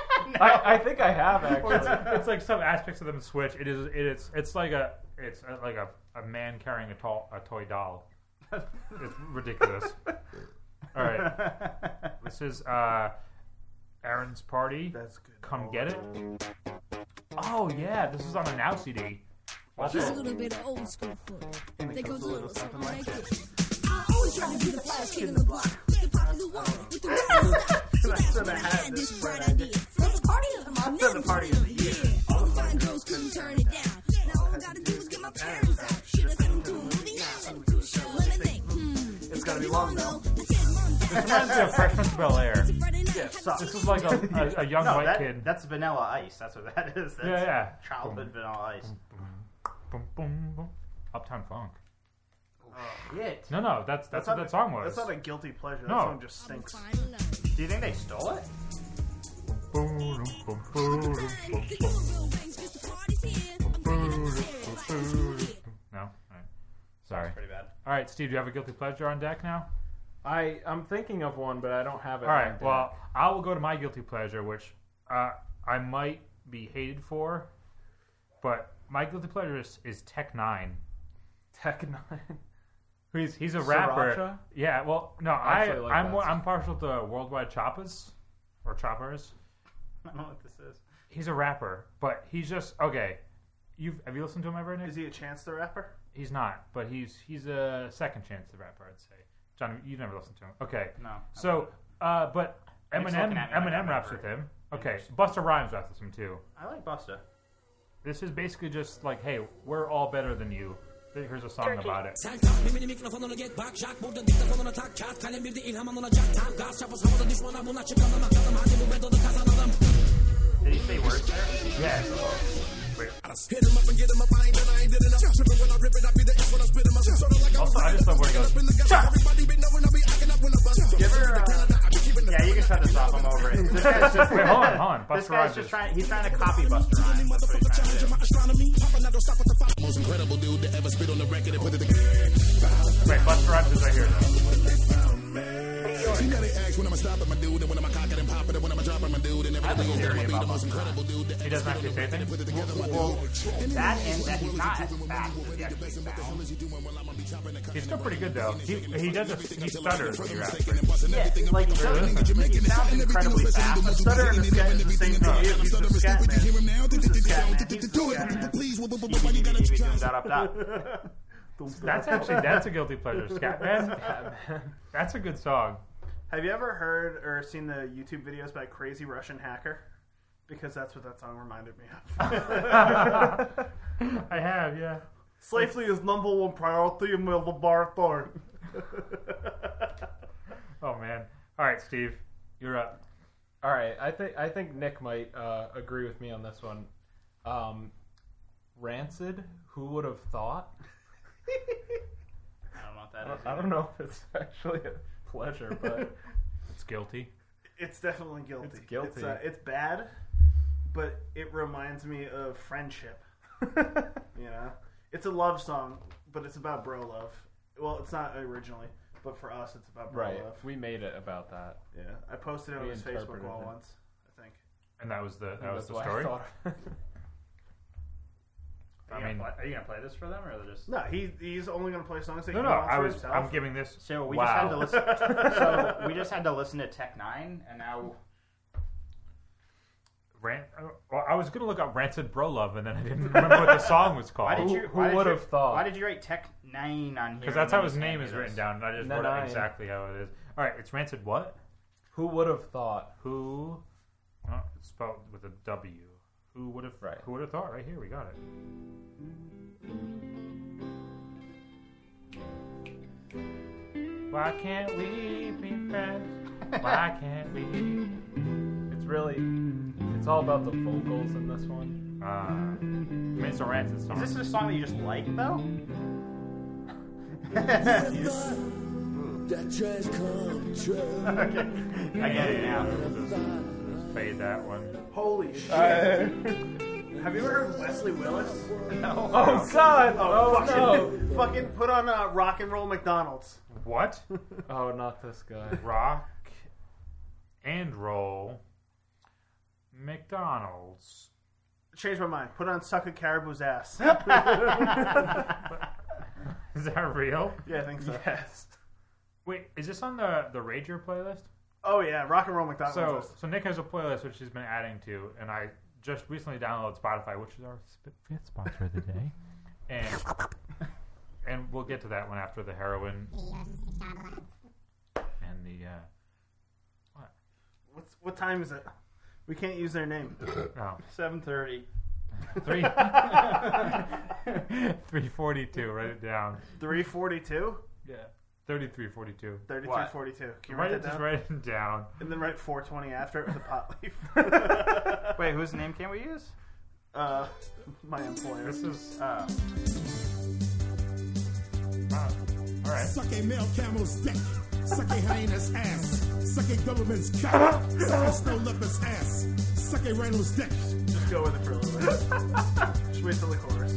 Speaker 4: I, I think I have
Speaker 2: Or it's,
Speaker 4: actually.
Speaker 2: it's like some aspects of them switch. It is. It is. It's like a. It's a, like a, a man carrying a, to- a toy doll. It's ridiculous. All right. This is uh, Aaron's party.
Speaker 1: That's good.
Speaker 2: Come get it. Oh yeah, this is on a now CD.
Speaker 7: He's a little bit of old school foot. They goes a little something like this. I always try to be the flash kid in the block. They probably the one with the real stuff. So that's when I had this bright idea. From the party of the month, then the party of the year. All the fine girls couldn't turn it down. Now all I gotta do is get my parents out. Should I send them to a movie? Now send them to a show. Let me think. Hmm. It's gotta be long though.
Speaker 2: reminds me of Fresh Prince of Bel-Air.
Speaker 7: Yeah,
Speaker 2: This is like a, a, a young
Speaker 3: No,
Speaker 2: white
Speaker 3: that,
Speaker 2: kid.
Speaker 3: that's Vanilla Ice. That's what that is. That's
Speaker 2: Yeah, yeah.
Speaker 3: Childhood Vanilla Ice.
Speaker 2: Boom, boom, boom. Uptown Funk.
Speaker 3: Oh, Shit.
Speaker 2: No, no, that's that's, what
Speaker 1: not
Speaker 2: that song was.
Speaker 1: That's not a guilty pleasure. That
Speaker 2: No.
Speaker 1: song just stinks.
Speaker 3: Do you think they stole it?
Speaker 2: Boom, boom, boom, boom, boom, boom. No, all right. sorry.
Speaker 3: Pretty bad.
Speaker 2: All right, Steve, do you have a guilty pleasure on deck now?
Speaker 4: I I'm thinking of one, but I don't have it.
Speaker 2: All right.
Speaker 4: lined up.
Speaker 2: Well, I will go to my guilty pleasure, which uh, I might be hated for, but my guilty pleasure is, is Tech Nine.
Speaker 4: Tech Nine.
Speaker 2: He's he's a rapper.
Speaker 4: Sriracha?
Speaker 2: Yeah. Well, no,
Speaker 4: I
Speaker 2: I,
Speaker 4: actually like
Speaker 2: I'm
Speaker 4: that
Speaker 2: more,
Speaker 4: song.
Speaker 2: I'm partial to Worldwide Choppers or Choppers.
Speaker 3: I don't know what this is.
Speaker 2: He's a rapper, but he's just okay. You've have you listened to him ever? Nick?
Speaker 1: Is he a Chance the Rapper?
Speaker 2: He's not, but he's he's a second chance the rapper. I'd say. John, you never listened to him. Okay.
Speaker 3: No.
Speaker 2: So, uh, but
Speaker 3: Nick's looking
Speaker 2: Eminem
Speaker 3: at me like
Speaker 2: Eminem
Speaker 3: I'm
Speaker 2: raps
Speaker 3: ever
Speaker 2: with him. Okay. Busta Rhymes raps with him too.
Speaker 3: I like Busta.
Speaker 2: This is basically just like, hey, we're all better than you. Here's a song about it.
Speaker 8: Sen tak mimini mikrofonunu get bak Jack Burada diktafonunu tak Kağıt kalem bir de ilhamın olacak Tam gaz çapası havada düşmana buna çıkalım atalım Hadi bu bedalı kazanalım
Speaker 3: Did he say words there?
Speaker 2: Yes.
Speaker 8: Hit 'em up and get 'em up I ain't done I ain't did enough Trippin' when I rip it I be the ace when I spit 'em up Sort of like I'm
Speaker 2: Also, I just love where it goes.
Speaker 8: everybody been knowing I be acting up when I bust
Speaker 3: You ever, uh, yeah, you can cut this off. I'm over it. This guy's just,
Speaker 2: Wait, hold on, hold on.
Speaker 3: this
Speaker 2: Buster
Speaker 3: guy's
Speaker 2: Rhymes.
Speaker 3: just
Speaker 2: is-
Speaker 3: trying. He's trying to copy Buster Rhymes. That's what he's trying to do.
Speaker 8: Most incredible dude to ever spit on the record and put it together
Speaker 2: Wait, Buster Rhymes is right here. though.
Speaker 8: See now they ask when I'ma stop at my dude and when I'ma cock it and pop it and when I'ma drop it my dude and
Speaker 2: I have
Speaker 8: everything
Speaker 2: a
Speaker 8: goes down
Speaker 2: theory
Speaker 8: my be
Speaker 2: about
Speaker 8: the most
Speaker 2: Buster Rhymes.
Speaker 8: incredible dude to
Speaker 2: He doesn't actually say anything.
Speaker 3: That and that he's not as fast as he actually sounds.
Speaker 2: He's still pretty good though. He, he does a, he stutters. when you're after.
Speaker 3: Yeah, like he sounds, he sounds incredibly fast.
Speaker 1: The stutter and the scat is the same thing. You use the scat man. Who's the scat man? He's the scat man.
Speaker 3: Please,
Speaker 2: That's actually that's a guilty pleasure. Scatman. That's a good song.
Speaker 1: Have you ever heard or seen the YouTube videos by Crazy Russian Hacker? Because that's what that song reminded me of.
Speaker 2: I have, yeah.
Speaker 1: Safety is number one priority in my laboratory.
Speaker 2: Oh man. All right, Steve, you're up.
Speaker 4: All right, I think I think Nick might uh, agree with me on this one. Um, Rancid, who would have thought?
Speaker 3: I don't know what that is.
Speaker 4: I don't know if it's actually a pleasure, but
Speaker 2: It's guilty.
Speaker 1: It's definitely guilty.
Speaker 4: It's guilty.
Speaker 1: It's, uh, it's bad, but it reminds me of friendship. you know, it's a love song, but it's about bro love. Well, it's not originally, but for us, it's about bro
Speaker 4: right,
Speaker 1: love.
Speaker 4: we made it about that.
Speaker 1: Yeah, I posted it on
Speaker 4: We
Speaker 1: his Facebook
Speaker 4: interpreted
Speaker 1: wall
Speaker 4: it.
Speaker 1: once. I think.
Speaker 2: And that was the that was
Speaker 4: That's
Speaker 2: the
Speaker 4: why
Speaker 2: story.
Speaker 4: I thought of it.
Speaker 3: Are you,
Speaker 2: I mean-
Speaker 3: gonna play, are you gonna play this for them or they're just?
Speaker 1: No, he he's only gonna play songs that
Speaker 2: No,
Speaker 1: he
Speaker 2: no,
Speaker 1: wants
Speaker 2: I
Speaker 1: for
Speaker 2: was
Speaker 1: himself.
Speaker 2: I'm giving this
Speaker 3: So we
Speaker 2: wow.
Speaker 3: just had to listen. so we just had to listen to Tech Nine, and now
Speaker 2: Ran- well, I was gonna look up Rancid Bro Love and then I didn't remember what the song was
Speaker 3: why did
Speaker 2: called.
Speaker 3: you?
Speaker 4: who
Speaker 3: why did
Speaker 4: would
Speaker 3: you-
Speaker 4: have thought?
Speaker 3: Why did you write Tech Nine on here?
Speaker 2: Because that's
Speaker 3: and
Speaker 2: how
Speaker 3: then
Speaker 2: his
Speaker 3: you can't
Speaker 2: name
Speaker 3: do
Speaker 2: is
Speaker 3: this?
Speaker 2: written down and I just
Speaker 4: No,
Speaker 2: wrote out
Speaker 4: nine.
Speaker 2: exactly how it is. Alright, it's Rancid what?
Speaker 4: Who would have thought?
Speaker 2: Who oh, it's spelled with a W. Who would have
Speaker 4: Right.
Speaker 2: who would have thought? Right here, we got it. Why can't we be friends? Why can't we?
Speaker 4: It's really, it's all about the vocals in this one.
Speaker 2: Uh, I mean, it's a rancid song.
Speaker 3: Is this a song that you just like though?
Speaker 5: That trash come true.
Speaker 2: I get
Speaker 3: it now.
Speaker 2: Just, just fade that one. Uh,
Speaker 1: Holy shit! Have you ever heard Wesley Willis?
Speaker 4: Oh God! Oh no!
Speaker 1: Fucking put on uh, rock and roll McDonald's.
Speaker 2: What?
Speaker 4: Oh, not this guy.
Speaker 2: Rock and roll. McDonald's.
Speaker 1: Change my mind. Put on Suck a Caribou's ass.
Speaker 2: Is that real?
Speaker 1: yeah, I think so.
Speaker 4: Yes.
Speaker 2: Wait, is this on the the Rager playlist?
Speaker 1: Oh yeah, rock and roll McDonald's.
Speaker 2: So,
Speaker 1: list.
Speaker 2: so Nick has a playlist which he's been adding to, and I just recently downloaded Spotify, which is our sp- fifth sponsor of the day, and and we'll get to that one after the heroin and the. Uh,
Speaker 1: What's, what time is it? We can't use their name.
Speaker 2: Oh,
Speaker 3: Seven thirty.
Speaker 2: three, oh, three forty-two. Write it down.
Speaker 1: 342?
Speaker 2: Yeah, thirty-three forty-two.
Speaker 1: 3242. Can you
Speaker 2: Write
Speaker 1: write that
Speaker 2: it. Just
Speaker 1: down?
Speaker 2: write it down.
Speaker 1: And then write 420 after it with a pot leaf.
Speaker 3: Wait, whose name can we use?
Speaker 1: uh, my employer.
Speaker 2: This is
Speaker 3: Uh,
Speaker 2: uh, all right.
Speaker 8: Suck a male camel's dick. Suck a hyena's ass. Suck a government's cock. Suck a snow leopard's ass. Suck a rhino's dick.
Speaker 1: Just go with it for a little bit. Just wait till the chorus.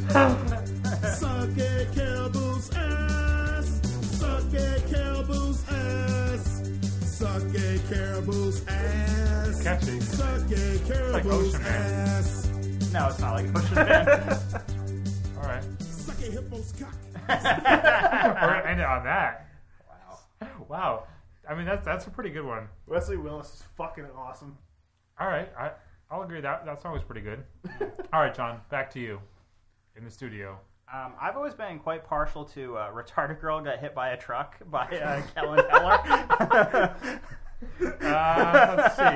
Speaker 8: Suck a caribou's ass. Suck a caribou's ass. Suck a caribou's ass.
Speaker 2: Catchy.
Speaker 8: Suck a caribou's
Speaker 2: Ocean Man.
Speaker 8: ass.
Speaker 3: no, it's not like Ocean Man.
Speaker 2: All right.
Speaker 8: Suck a hippo's cock.
Speaker 2: We're gonna end it on that. Wow. Wow. I mean, that's that's a pretty good one.
Speaker 1: Wesley Willis is fucking awesome.
Speaker 2: All right, I, I'll agree that that song was pretty good. All right, John, back to you in the studio.
Speaker 3: um, I've always been quite partial to uh, retarded girl got hit by a truck by uh, Kellen Heller.
Speaker 2: Uh, let's see.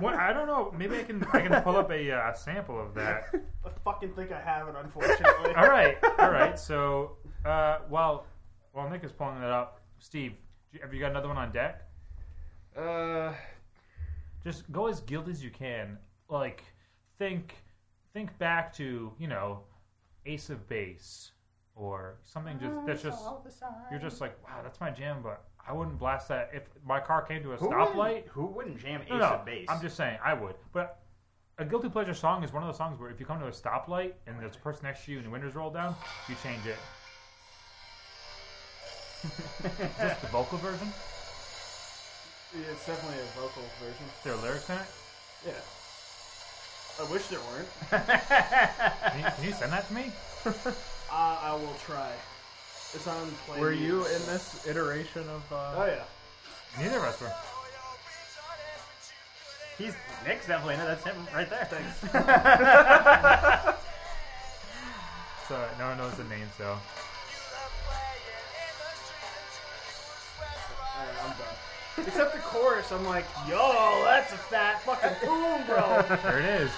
Speaker 2: What- I don't know. Maybe I can I can pull up a uh, sample of that.
Speaker 1: I fucking think I have it, unfortunately.
Speaker 2: All right, all right. So uh, while while Nick is pulling that up, Steve, do you- have you got another one on deck?
Speaker 4: Uh,
Speaker 2: Just go as guilt as you can. Like think think back to you know Ace of Base or something. Just that's just you're just like wow, that's my jam, but. I wouldn't blast that if my car came to a
Speaker 3: Who
Speaker 2: stoplight.
Speaker 3: wouldn't, who wouldn't jam Ace
Speaker 2: No, no,
Speaker 3: of Base?
Speaker 2: I'm just saying I would. But a guilty pleasure song is one of those songs where if you come to a stoplight and there's a person next to you and the windows roll down, you change it. is this the vocal version?
Speaker 1: Yeah, it's definitely a vocal version.
Speaker 2: Is there lyrics in it?
Speaker 1: Yeah. I wish there weren't.
Speaker 2: Can you, can you send that to me?
Speaker 1: Uh, I will try. It's on play.
Speaker 4: were you in this iteration of? Uh,
Speaker 1: Oh yeah.
Speaker 2: Neither of us were.
Speaker 3: He's Nick's definitely no, that's him right there.
Speaker 2: So no one knows the name, so
Speaker 1: Alright, I'm done. Except the chorus, I'm like, yo, that's a fat fucking boom, bro.
Speaker 2: there it is.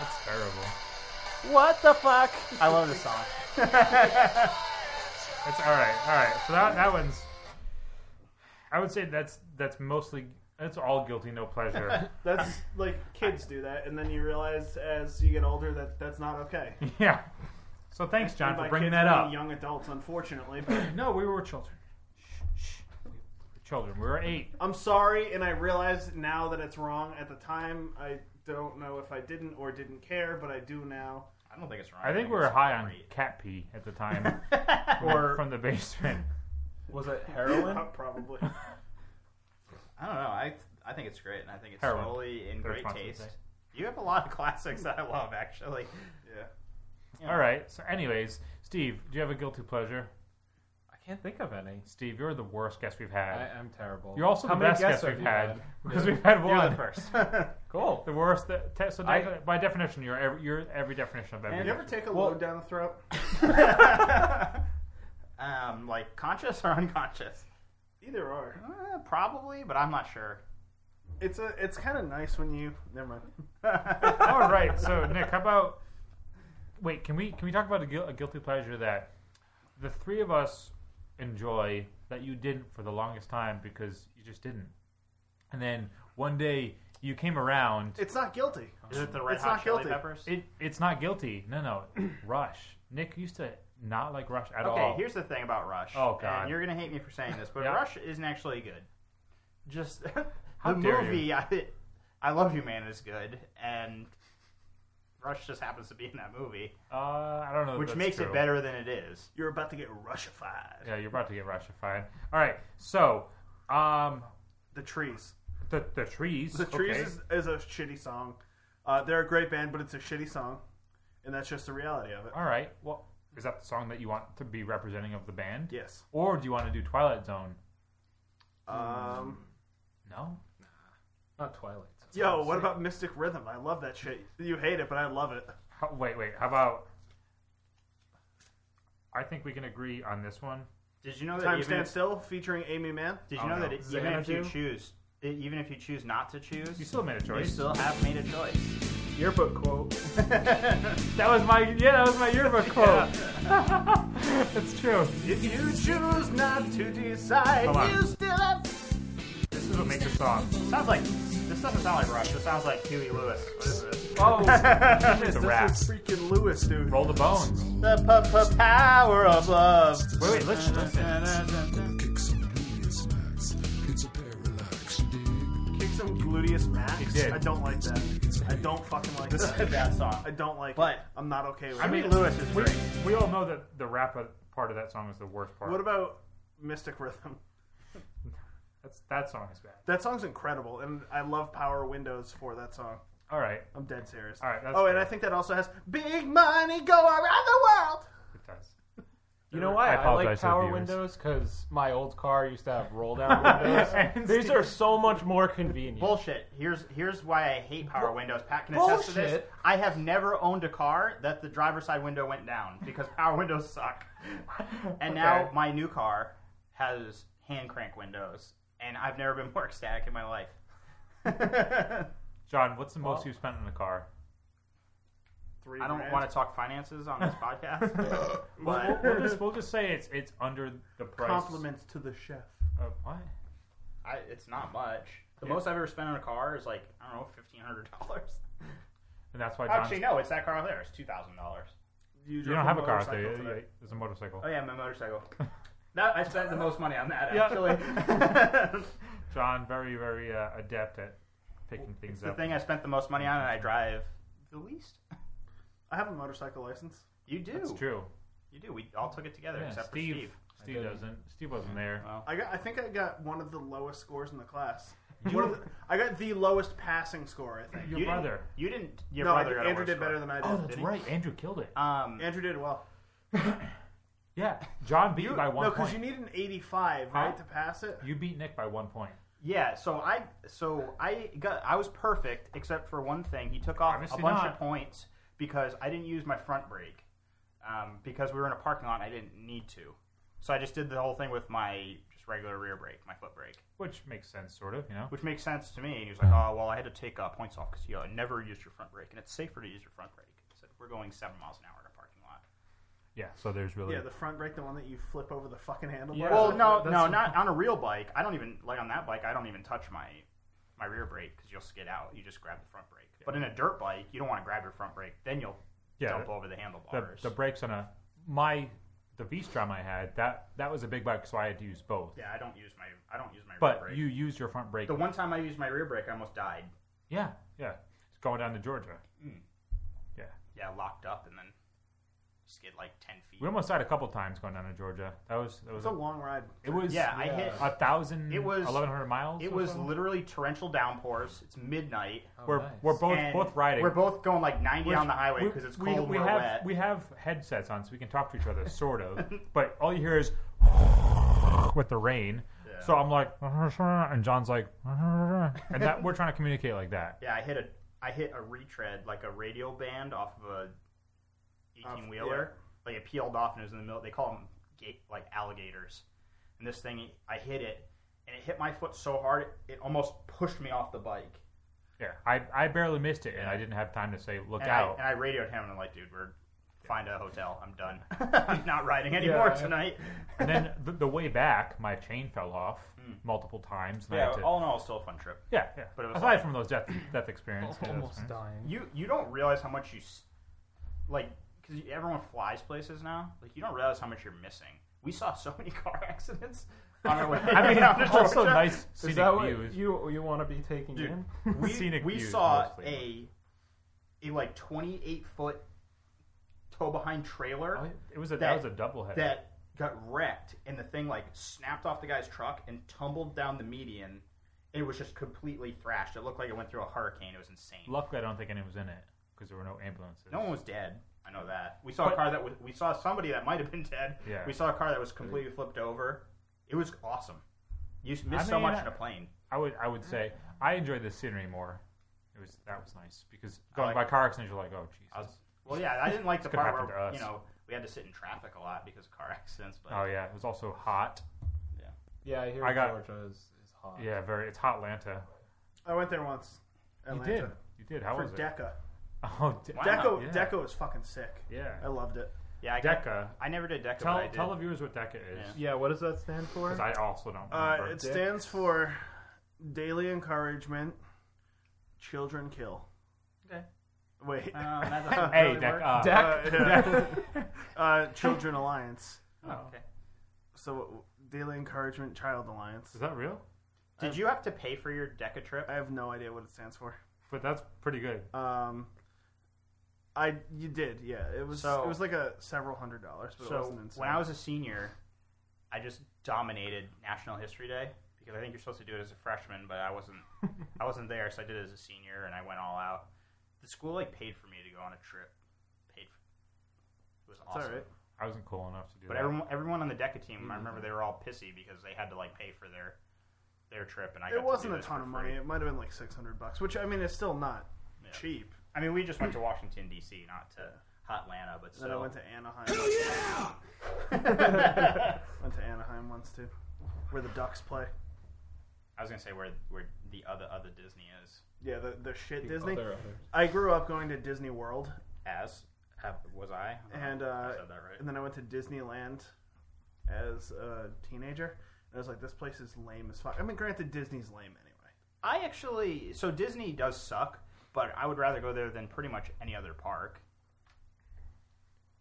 Speaker 2: That's terrible.
Speaker 3: What the fuck? I love this song.
Speaker 2: That's all right. All right. So that that one's. I would say that's that's mostly that's all guilty, no pleasure.
Speaker 1: That's like kids do that, and then you realize as you get older that that's not okay.
Speaker 2: yeah. So thanks, John,
Speaker 1: And by
Speaker 2: for bringing
Speaker 1: kids,
Speaker 2: that
Speaker 1: I mean
Speaker 2: up.
Speaker 1: Young adults, unfortunately, but
Speaker 2: No, we were children. Shh, shh. We were children. We were eight.
Speaker 1: I'm sorry, and I realize now that it's wrong. At the time, I don't know if I didn't or didn't care, but I do now.
Speaker 3: I don't think it's wrong.
Speaker 2: I think we were high on cat pee at the time, or from the basement.
Speaker 4: was it heroin?
Speaker 1: Uh, Probably.
Speaker 3: I don't know. I I think it's great, and I think it's
Speaker 2: Heroin.
Speaker 3: totally in
Speaker 2: They're
Speaker 3: great
Speaker 2: responsible
Speaker 3: taste.
Speaker 2: to say.
Speaker 3: You have a lot of classics that I love, actually.
Speaker 1: Yeah.
Speaker 2: All right. So, anyways, Steve, do you have a guilty pleasure?
Speaker 4: I can't think of any.
Speaker 2: Steve, you're the worst guest we've
Speaker 4: I,
Speaker 2: had.
Speaker 4: I'm terrible.
Speaker 2: You're also
Speaker 4: How
Speaker 2: the
Speaker 4: many
Speaker 2: best
Speaker 4: guests
Speaker 2: guest
Speaker 4: have
Speaker 2: we've
Speaker 4: you
Speaker 2: had because we've had one.
Speaker 3: You're the first.
Speaker 4: Cool.
Speaker 2: The worst. That, te- so
Speaker 4: I-
Speaker 2: de- by definition, you're every, you're every definition of
Speaker 1: And
Speaker 2: every.
Speaker 1: you ever take a
Speaker 4: Well-
Speaker 1: load down the throat?
Speaker 3: um, like conscious or unconscious?
Speaker 1: Either or.
Speaker 3: Uh, probably, but I'm not sure.
Speaker 1: It's a. It's kind of nice when you. Never mind.
Speaker 2: All right. So Nick, how about? Wait, can we can we talk about a, guil- a guilty pleasure that the three of us enjoy that you didn't for the longest time because you just didn't, and then one day you came around. It,
Speaker 1: It's not guilty.
Speaker 3: Is it the Red
Speaker 1: It's
Speaker 3: Hot
Speaker 1: not
Speaker 3: Chili
Speaker 1: guilty.
Speaker 3: Peppers?
Speaker 2: it's not guilty. No, no. Rush. Nick used to not like Rush at
Speaker 3: okay,
Speaker 2: all.
Speaker 3: here's the thing about Rush.
Speaker 2: Oh, God.
Speaker 3: And you're gonna hate me for saying this, but
Speaker 2: Yeah.
Speaker 3: Rush isn't actually good. Just
Speaker 2: How
Speaker 3: the
Speaker 2: dare
Speaker 3: movie.
Speaker 2: you.
Speaker 3: I, I love you, man, is good, and Rush just happens to be in that movie,
Speaker 2: uh, I don't know. if
Speaker 3: which
Speaker 2: that's
Speaker 3: makes
Speaker 2: true.
Speaker 3: it better than it is.
Speaker 1: You're about to get Russified.
Speaker 2: Yeah, you're about to get Rushified. All right. So, um,
Speaker 1: The trees.
Speaker 2: the the trees.
Speaker 1: The trees
Speaker 2: okay.
Speaker 1: is, is a shitty song. Uh, they're a great band, but it's a shitty song, and that's just the reality of it.
Speaker 2: All right. Well, is that the song that you want to be representing of the band?
Speaker 1: Yes.
Speaker 2: Or do you want to do Twilight Zone?
Speaker 1: Um.
Speaker 2: No.
Speaker 4: Not Twilight.
Speaker 1: Yo, what about Mystic Rhythm? I love that shit. You hate it, but I love it.
Speaker 2: How, wait, wait. How about? I think we can agree on this one.
Speaker 3: Did you know that
Speaker 1: Time
Speaker 3: even
Speaker 1: Stand
Speaker 3: if,
Speaker 1: Still featuring Amy Mann.
Speaker 3: did
Speaker 2: Oh,
Speaker 3: you know
Speaker 2: no.
Speaker 3: that it- even if you
Speaker 4: Xanadu?
Speaker 3: choose it- even if you choose not to choose,
Speaker 2: You still made a
Speaker 3: you
Speaker 2: choice.
Speaker 3: still have made a choice.
Speaker 1: Yearbook quote.
Speaker 2: That was my yeah. That was my yearbook quote. That's true.
Speaker 1: If you choose not to decide,
Speaker 2: Come on.
Speaker 1: you still have.
Speaker 2: This is what makes a song.
Speaker 3: Sounds like this doesn't sound like Rush. This sounds like Huey Lewis. What is this?
Speaker 2: Oh, it's a rap.
Speaker 1: This is freaking Lewis, dude.
Speaker 2: Roll the bones.
Speaker 3: The p- p- power of love.
Speaker 2: Wait, wait. Let's listen.
Speaker 5: Kick some gluteus max. It's a parallax, you dig?
Speaker 1: Kick some gluteus max.
Speaker 2: He did.
Speaker 1: I don't like that. I don't fucking like
Speaker 3: This is a
Speaker 1: that.
Speaker 3: bad song.
Speaker 1: I don't like
Speaker 3: But-
Speaker 1: it. I'm not okay with
Speaker 2: I
Speaker 1: it.
Speaker 2: mean,
Speaker 3: Lewis is
Speaker 2: we,
Speaker 3: great.
Speaker 2: we all know that the rap part of that song is the worst part.
Speaker 1: what about Mystic Rhythm?
Speaker 2: That's that song is bad.
Speaker 1: That song's incredible, and I love Power Windows for that song.
Speaker 2: All right.
Speaker 1: I'm dead serious.
Speaker 2: All right, that's
Speaker 1: oh, and
Speaker 2: fair.
Speaker 1: I think that also has big money go around the world.
Speaker 2: It does.
Speaker 4: You know why
Speaker 2: I
Speaker 4: I,
Speaker 2: apologize
Speaker 4: like
Speaker 2: to the
Speaker 4: power
Speaker 2: viewers.
Speaker 4: windows? Because my old car used to have roll down windows. These are so much more convenient.
Speaker 3: Bullshit. Here's here's why I hate power windows. Pat can attest to this.
Speaker 4: Bullshit.
Speaker 3: I have never owned a car that the driver's side window went down because power windows suck. And now
Speaker 2: Okay.
Speaker 3: my new car has hand crank windows, and I've never been more ecstatic in my life.
Speaker 2: John, what's the most you've spent in a car?
Speaker 1: Three
Speaker 3: I don't
Speaker 1: grand.
Speaker 3: want to talk finances on this podcast,
Speaker 2: We'll,
Speaker 3: but
Speaker 2: we'll just, we'll just say it's it's under the price.
Speaker 1: compliments to the chef.
Speaker 2: of what?
Speaker 3: I, it's not much. The most I've ever spent on a car is like I don't know, fifteen hundred dollars.
Speaker 2: And that's why John's,
Speaker 3: Actually, no, it's that car over there. It's two thousand dollars.
Speaker 2: you don't have a car out there.
Speaker 1: motorcycle
Speaker 2: you-
Speaker 1: today.
Speaker 2: you- There's a motorcycle.
Speaker 3: Oh yeah, my motorcycle. that I spent the most money on that
Speaker 2: Yeah.
Speaker 3: actually.
Speaker 2: John, very very uh, adept at picking things
Speaker 3: it's the
Speaker 2: up.
Speaker 3: thing I spent the most money on, and I drive the least.
Speaker 1: I have a motorcycle license.
Speaker 3: You do.
Speaker 2: It's true.
Speaker 3: You do. We all took it together
Speaker 2: Yeah,
Speaker 3: except
Speaker 2: Steve.
Speaker 3: for Steve.
Speaker 2: Steve doesn't. Steve wasn't there.
Speaker 3: Well,
Speaker 1: I got. I think I got one of the lowest scores in the class. One of the, I got the lowest passing score. I think.
Speaker 2: Your
Speaker 3: you
Speaker 2: brother.
Speaker 3: Didn't, you didn't. Your
Speaker 1: no, I
Speaker 3: brother.
Speaker 1: did,
Speaker 3: got a
Speaker 1: Andrew
Speaker 3: worse
Speaker 1: did
Speaker 3: score.
Speaker 1: better than I did.
Speaker 2: Oh, that's
Speaker 1: did he?
Speaker 2: right. Andrew killed it.
Speaker 3: Um,
Speaker 1: Andrew did well.
Speaker 2: yeah, John beat
Speaker 1: You,
Speaker 2: you by one
Speaker 1: no, because
Speaker 2: point.
Speaker 1: you need an 85, right,
Speaker 2: Huh?
Speaker 1: to pass it.
Speaker 2: You beat Nick by one point.
Speaker 3: yeah. So I. So I got. I was perfect except for one thing. He took off
Speaker 2: Obviously
Speaker 3: a bunch
Speaker 2: not.
Speaker 3: of points because I didn't use my front brake. Um, because we were in a parking lot, and I didn't need to. So I just did the whole thing with my just regular rear brake, my foot brake,
Speaker 2: Which makes sense, sort of, you know.
Speaker 3: which makes sense to me. And he was like,
Speaker 2: Hmm.
Speaker 3: "Oh, well, I had to take uh, points off because you uh, never used your front brake, and it's safer to use your front brake." I said, "We're going seven miles an hour in a parking lot."
Speaker 2: Yeah, so there's really
Speaker 1: Yeah, the front brake, the one that you flip over the fucking handlebars.
Speaker 4: Yeah.
Speaker 3: Well,
Speaker 4: That's-
Speaker 3: no,
Speaker 4: that's-
Speaker 3: no, not on a real bike. I don't even like on that bike. I don't even touch my my rear brake because you'll skid out. You just grab the front brake. But in a dirt bike, you don't want to grab your front brake. Then you'll
Speaker 2: Yeah,
Speaker 3: jump
Speaker 2: the-
Speaker 3: over the
Speaker 2: the,
Speaker 3: handlebars.
Speaker 2: the brakes on a my the beast drum I had that that was a big bike, so I had to use both.
Speaker 3: yeah, I don't use my I don't use my
Speaker 2: But
Speaker 3: rear brake.
Speaker 2: you use your front brake.
Speaker 3: the one time I used my rear brake, I almost died.
Speaker 2: yeah, yeah, it's going down to Georgia.
Speaker 3: Hmm.
Speaker 2: Yeah,
Speaker 3: Yeah, locked up and then skid like ten feet.
Speaker 2: we almost died a couple times going down to Georgia. That was that was
Speaker 1: It's a long ride.
Speaker 2: it was
Speaker 3: yeah, I hit.
Speaker 2: a thousand.
Speaker 3: It was-
Speaker 2: eleven hundred miles.
Speaker 3: It
Speaker 2: or
Speaker 3: was
Speaker 2: something?
Speaker 3: literally torrential downpours. It's midnight.
Speaker 2: we're
Speaker 4: Oh, nice.
Speaker 2: we're both
Speaker 3: and
Speaker 2: both riding.
Speaker 3: We're both going like 90
Speaker 2: We're-
Speaker 3: on the highway
Speaker 2: we-
Speaker 3: because it's
Speaker 2: we-
Speaker 3: cold. and
Speaker 2: We,
Speaker 3: we're
Speaker 2: have
Speaker 3: wet.
Speaker 2: we have headsets on, so we can talk to each other, sort of. but all you hear is with the rain. So I'm like, and John's like, and that we're trying to communicate like that.
Speaker 3: Yeah, I hit a I hit a retread like a radial band off of a
Speaker 1: Off-
Speaker 3: eighteen wheeler. Like it peeled off and it was in the middle. They call them gate like alligators. And this thing, I hit it, and it hit my foot so hard it almost pushed me off the bike.
Speaker 2: Yeah, I, I barely missed it, and I didn't have time to say, look
Speaker 3: And, I,
Speaker 2: out.
Speaker 3: and I radioed him and I'm like, dude, we're find a hotel. I'm done. I'm not riding anymore
Speaker 4: Yeah.
Speaker 3: tonight.
Speaker 2: and then the, the way back, my chain fell off multiple times. and I
Speaker 3: Hmm. yeah,
Speaker 2: had to-
Speaker 3: all in all, it's still a fun trip.
Speaker 2: yeah, yeah.
Speaker 3: but it was
Speaker 2: Aside
Speaker 3: like-
Speaker 2: from those death death experiences, yeah, that's
Speaker 4: Almost
Speaker 2: fine.
Speaker 4: dying.
Speaker 3: You you don't realize how much you s- like because everyone flies places now. Like you don't realize how much you're missing. We saw so many car accidents on our way.
Speaker 2: I mean,
Speaker 3: down to
Speaker 2: also
Speaker 3: Georgia.
Speaker 2: nice
Speaker 4: Is
Speaker 2: scenic
Speaker 4: that what
Speaker 2: views.
Speaker 4: you you want to be taking
Speaker 3: Dude,
Speaker 4: in?
Speaker 3: We,
Speaker 2: scenic
Speaker 3: we
Speaker 2: views
Speaker 3: saw
Speaker 2: mostly.
Speaker 3: a a like 28 foot tow behind trailer
Speaker 2: It was a that,
Speaker 3: that-
Speaker 2: was a double header.
Speaker 3: that got wrecked, and the thing like snapped off the guy's truck and tumbled down the median. It was just completely thrashed. It looked like it went through a hurricane. It was insane.
Speaker 2: Luckily, I don't think anyone was in it because there were no ambulances.
Speaker 3: No one was dead. I know that. We saw a
Speaker 2: But-
Speaker 3: car that was, we saw somebody that might have been dead.
Speaker 2: Yeah.
Speaker 3: We saw a car that was completely flipped over. It was awesome. You miss
Speaker 2: I
Speaker 3: so
Speaker 2: mean,
Speaker 3: much
Speaker 2: I-
Speaker 3: in a plane.
Speaker 2: I would I would say I enjoyed the scenery more. It was that was nice because going
Speaker 3: like-
Speaker 2: by car accidents, you're like, oh Jesus,
Speaker 3: Well, yeah, I didn't like the
Speaker 2: This could
Speaker 3: part
Speaker 2: happen to
Speaker 3: where
Speaker 2: us.
Speaker 3: you know we had to sit in traffic a lot because of car accidents. But
Speaker 2: oh yeah. It was also hot.
Speaker 4: Yeah, I hear
Speaker 2: I got-
Speaker 4: Georgia is, is hot.
Speaker 2: Yeah, very. It's hot, Atlanta.
Speaker 1: I went there once. Atlanta.
Speaker 2: You did. You did. How
Speaker 1: For
Speaker 2: was it?
Speaker 1: DECA.
Speaker 2: oh, de-
Speaker 3: Why not?
Speaker 1: DECA,
Speaker 2: Yeah.
Speaker 1: DECA was fucking sick.
Speaker 2: Yeah.
Speaker 1: I loved it.
Speaker 3: yeah, I got-
Speaker 2: DECA.
Speaker 3: I never did DECA. but I
Speaker 2: Tell
Speaker 3: did.
Speaker 2: tell the viewers what DECA is.
Speaker 3: Yeah.
Speaker 4: Yeah, what does that stand for?
Speaker 2: 'cause I also don't
Speaker 1: Uh,
Speaker 2: remember.
Speaker 1: it stands for Daily Encouragement, Children Kill.
Speaker 3: Okay.
Speaker 1: Wait.
Speaker 3: Uh, that doesn't
Speaker 2: hey,
Speaker 3: really work.
Speaker 2: DECA.
Speaker 1: Uh, yeah. Uh, Children Alliance.
Speaker 3: Oh, okay.
Speaker 1: So, Daily Encouragement Child Alliance.
Speaker 2: Is that real?
Speaker 3: Did you have to pay for your DECA trip?
Speaker 1: I have no idea what it stands for.
Speaker 2: But that's pretty good.
Speaker 3: Uh,
Speaker 1: Um, I you did, yeah. It was
Speaker 3: So-
Speaker 1: it was like a several hundred dollars, but it
Speaker 3: So
Speaker 1: wasn't insane.
Speaker 3: when I was a senior, I just dominated National History Day because I think you're supposed to do it as a freshman, but I wasn't. I wasn't there, so I did it as a senior, and I went all out. The school like paid for me to go on a trip. Paid. For, it was
Speaker 1: it's
Speaker 3: awesome.
Speaker 1: all right. Mm-hmm.
Speaker 2: I wasn't cool enough to do
Speaker 3: But
Speaker 2: that.
Speaker 3: everyone, everyone on the DECA team, I remember they were all pissy because they had to like pay for their their trip, and I. got
Speaker 1: It
Speaker 3: to
Speaker 1: wasn't a
Speaker 3: do this
Speaker 1: ton
Speaker 3: for
Speaker 1: of money.
Speaker 3: free.
Speaker 1: It might have been like six hundred bucks, which I mean, it's still not
Speaker 3: Yeah.
Speaker 1: cheap.
Speaker 3: I mean, we just went to Washington D.C., not to Hotlanta, but
Speaker 1: Then I
Speaker 3: still.
Speaker 1: went to Anaheim. went to Anaheim once too. where the Ducks play.
Speaker 3: I was gonna say where where the other other Disney is.
Speaker 1: Yeah, the, the shit Disney.
Speaker 4: Other, other.
Speaker 1: I grew up going to Disney World,
Speaker 3: As have, was I? I don't
Speaker 2: Uh-huh.
Speaker 3: know
Speaker 1: and
Speaker 3: if
Speaker 1: uh,
Speaker 3: I said that right.
Speaker 1: and then I went to Disneyland as a teenager. And I was like, this place is lame as fuck. I mean, granted, Disney's lame anyway.
Speaker 3: I actually so Disney does suck, but I would rather go there than pretty much any other park.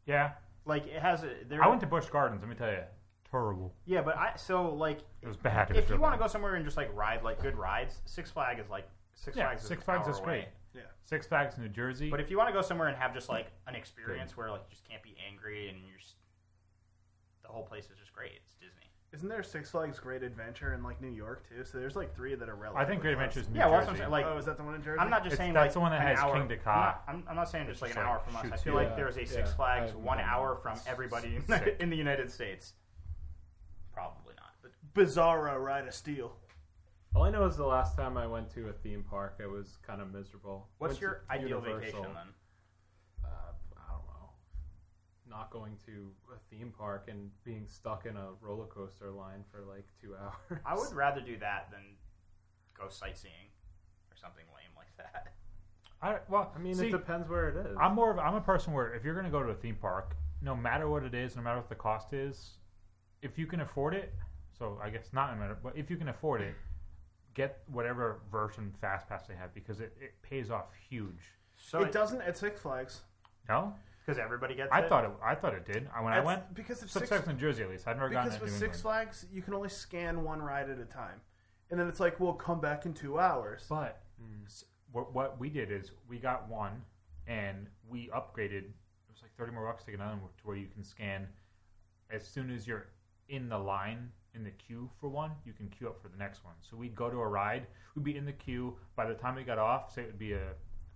Speaker 2: Yeah,
Speaker 3: Like it has a there.
Speaker 2: I went to Busch Gardens. Let me tell you, terrible.
Speaker 3: yeah, but I so like
Speaker 2: It was bad. It was
Speaker 3: if you
Speaker 2: real
Speaker 3: want to
Speaker 2: bad.
Speaker 3: go somewhere and just like ride like good rides, Six Flag is like Six
Speaker 2: yeah,
Speaker 3: Flags. Is
Speaker 2: Six
Speaker 3: an
Speaker 2: Flags
Speaker 3: hour
Speaker 2: is great.
Speaker 3: away.
Speaker 1: Yeah.
Speaker 2: Six Flags, New Jersey.
Speaker 3: But if you want to go somewhere and have just like an experience where like you just can't be angry and you're just the whole place is just great. It's Disney.
Speaker 1: Isn't there Six Flags Great Adventure in like New York too? So there's like three that are relevant.
Speaker 2: I think Great Adventure is New
Speaker 3: yeah, well, that's
Speaker 2: Jersey.
Speaker 3: what I'm saying. Like,
Speaker 1: oh, is that the one in Jersey?
Speaker 3: I'm not just
Speaker 2: It's-
Speaker 3: saying
Speaker 2: that's
Speaker 3: like
Speaker 2: the one that
Speaker 3: an
Speaker 2: has
Speaker 3: hour,
Speaker 2: King to
Speaker 3: I'm
Speaker 2: Ka.
Speaker 3: not- I'm, I'm not saying just like
Speaker 2: just
Speaker 3: an
Speaker 2: like
Speaker 3: hour from us. I
Speaker 2: shoots
Speaker 3: feel
Speaker 2: you.
Speaker 3: like
Speaker 4: Yeah,
Speaker 3: there is a Six
Speaker 4: yeah,
Speaker 3: Flags
Speaker 4: I-
Speaker 3: one hour from everybody in the,
Speaker 2: sick.
Speaker 3: in the United States. Probably not, but
Speaker 1: Bizarro Ride of Steel.
Speaker 4: All I know is the last time I went to a theme park, it was kind of miserable.
Speaker 3: What's
Speaker 4: Went
Speaker 3: your
Speaker 4: to
Speaker 3: ideal
Speaker 4: Universal.
Speaker 3: vacation then?
Speaker 4: Uh, I don't know. Not going to a theme park and being stuck in a roller coaster line for like two hours.
Speaker 3: I would rather do that than go sightseeing or something lame like that.
Speaker 2: I, well,
Speaker 4: I mean,
Speaker 2: see,
Speaker 4: it depends where it is.
Speaker 2: I'm more of I'm a person where if you're going to go to a theme park, no matter what it is, no matter what the cost is, if you can afford it, so I guess not no matter, but if you can afford it, get whatever version Fast Pass they have because it, it pays off huge.
Speaker 3: So
Speaker 1: it doesn't at Six Flags.
Speaker 2: No,
Speaker 3: because everybody gets.
Speaker 2: I
Speaker 3: it?
Speaker 2: thought it I thought it did. I, when I
Speaker 1: That's-
Speaker 2: went
Speaker 1: because it's
Speaker 2: Six
Speaker 1: Six-
Speaker 2: Flags in Jersey at least I've never gotten
Speaker 1: Because
Speaker 2: it.
Speaker 1: with
Speaker 2: in New
Speaker 1: Six
Speaker 2: England.
Speaker 1: Flags, you can only scan one ride at a time, and then it's like, we'll come back in two hours.
Speaker 2: But s- what, what we did is we got one and we upgraded. It was like 30 more bucks to get another one to where you can scan as soon as you're in the line in the queue for one, you can queue up for the next one. So we'd go to a ride, we'd be in the queue. By the time we got off, say it would be a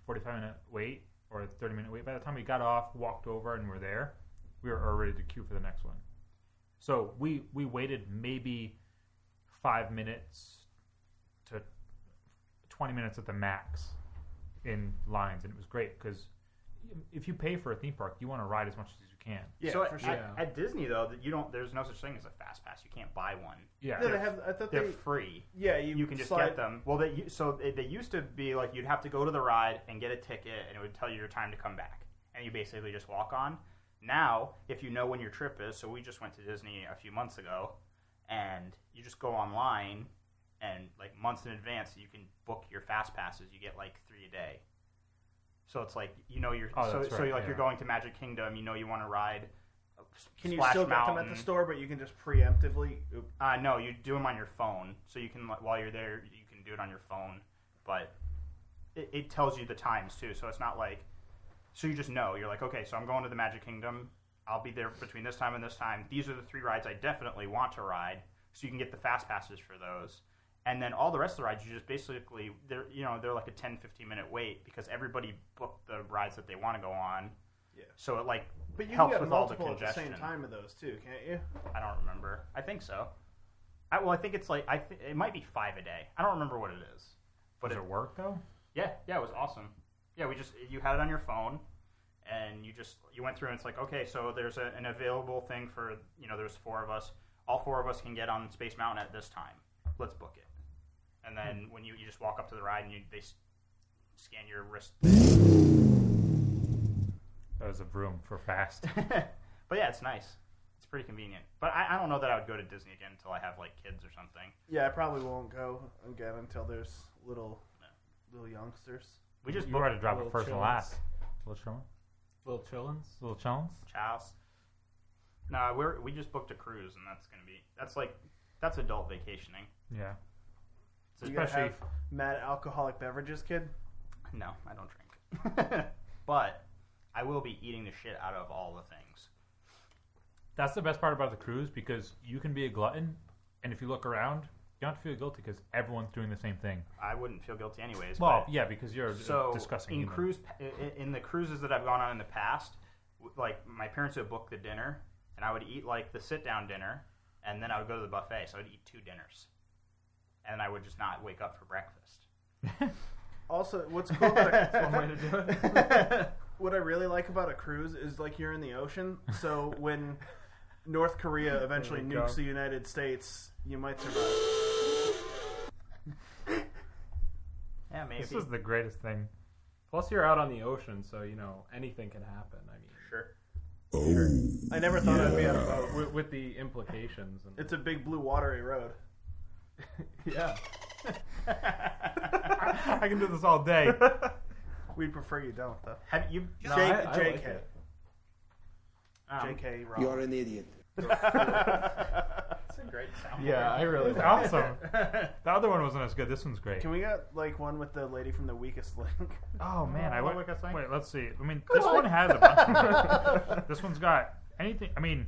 Speaker 2: 45 minute wait or a 30 minute wait. By the time we got off, walked over, and were there, we were already to queue for the next one. So we we waited maybe five minutes to 20 minutes at the max in lines, and it was great because if you pay for a theme park, you want to ride as much as you can.
Speaker 1: Yeah,
Speaker 3: so
Speaker 1: for
Speaker 3: at,
Speaker 1: sure.
Speaker 3: at, at Disney though, that you don't. There's no such thing as a fast pass. You can't buy one.
Speaker 2: Yeah,
Speaker 1: No, they have. I thought
Speaker 3: They're
Speaker 1: they.
Speaker 3: free.
Speaker 1: Yeah, you,
Speaker 3: You, can just
Speaker 1: slide-
Speaker 3: get them. Well, they u- so they, they used to be like you'd have to go to the ride and get a ticket, and it would tell you your time to come back, and you basically just walk on. Now, if you know when your trip is, so we just went to Disney a few months ago, and you just go online, and like months in advance, you can book your fast passes. You get like three a day. So it's like you know you're
Speaker 2: Oh,
Speaker 3: so,
Speaker 2: that's
Speaker 3: so
Speaker 2: right,
Speaker 3: like
Speaker 2: yeah.
Speaker 3: you're going to Magic Kingdom. You know you want to ride. uh,
Speaker 1: Can you
Speaker 3: Splash
Speaker 1: still
Speaker 3: Mountain.
Speaker 1: get them at the store, but you can just preemptively. Oop,
Speaker 3: Uh, no, you do them on your phone, so you can like, while you're there, you can do it on your phone. But it, it tells you the times too, so it's not like so you just know you're like, okay, so I'm going to the Magic Kingdom. I'll be there between this time and this time. These are the three rides I definitely want to ride, so you can get the fast passes for those. And then all the rest of the rides, you just basically they're you know they're like a 10, 15 minute wait because everybody booked the rides that they want to go on.
Speaker 1: Yeah.
Speaker 3: So it like
Speaker 1: But you
Speaker 3: helps
Speaker 1: can get
Speaker 3: with all the
Speaker 1: multiple at
Speaker 3: congestion.
Speaker 1: the same time of those too, can't you?
Speaker 3: I don't remember. I think so. I, well, I think it's like I th- it might be five a day. I don't remember what it is. But
Speaker 2: Does it work though?
Speaker 3: Yeah, yeah, it was awesome. Yeah, we just you had it on your phone, and you just you went through and it's like okay, so there's a, an available thing for you know there's four of us. All four of us can get on Space Mountain at this time. Let's book it. And then
Speaker 2: Hmm.
Speaker 3: when you you just walk up to the ride and you they s- scan your wrist.
Speaker 2: That was a broom for fast.
Speaker 3: but yeah, it's nice. It's pretty convenient. But I, I don't know that I would go to Disney again until I have like kids or something.
Speaker 1: Yeah, I probably won't go again until there's little little youngsters.
Speaker 3: We just
Speaker 2: you
Speaker 3: booked
Speaker 2: had to drop
Speaker 4: Little
Speaker 2: it first and
Speaker 4: chillins.
Speaker 2: last. Little chillin,
Speaker 4: Little chillins.
Speaker 2: little chillins.
Speaker 3: Chouse. No, we're we just booked a cruise, and that's gonna be that's like that's adult vacationing.
Speaker 2: Yeah,
Speaker 3: So
Speaker 1: You gotta
Speaker 2: especially
Speaker 1: have mad alcoholic beverages, kid.
Speaker 3: No, I don't drink, but I will be eating the shit out of all the things.
Speaker 2: that's the best part about the cruise because you can be a glutton, and if you look around, you don't have to feel guilty because everyone's doing the same thing.
Speaker 3: I wouldn't feel guilty anyways.
Speaker 2: Well,
Speaker 3: but-
Speaker 2: yeah, because you're a-
Speaker 3: so
Speaker 2: a disgusting.
Speaker 3: in
Speaker 2: human.
Speaker 3: cruise pa- i- in the cruises that I've gone on in the past, w- like my parents would book the dinner, and I would eat like the sit down dinner, and then I would go to the buffet, so I'd eat two dinners, and I would just not wake up for breakfast.
Speaker 1: Also, what's cool about a,
Speaker 4: One way to do it.
Speaker 1: what I really like about a cruise is like you're in the ocean, so when North Korea eventually
Speaker 2: There we
Speaker 1: nukes
Speaker 2: go.
Speaker 1: the United States, you might survive.
Speaker 3: Yeah, maybe.
Speaker 2: This is the greatest thing.
Speaker 4: Plus, you're out on the ocean, so you know anything can happen. I mean,
Speaker 3: Sure.
Speaker 1: I never thought I'd be on a boat.
Speaker 4: with, with the implications. And,
Speaker 1: It's a big blue watery road.
Speaker 4: yeah,
Speaker 2: I can do this all day.
Speaker 1: We'd prefer you don't, though.
Speaker 3: Have you? No,
Speaker 1: Jake,
Speaker 4: I- I like
Speaker 1: JK.
Speaker 4: it.
Speaker 3: um,
Speaker 1: JK Rowling.
Speaker 9: You're an idiot.
Speaker 3: That's a great sound.
Speaker 4: yeah, I really.
Speaker 2: It's awesome. The other one wasn't as good. This one's great.
Speaker 1: Can we get like one with the lady from the weakest link?
Speaker 2: Oh man, I
Speaker 3: what
Speaker 2: went.
Speaker 3: we got saying?
Speaker 2: Wait, let's see. I mean, this one has a bunch. this one's got anything. I mean,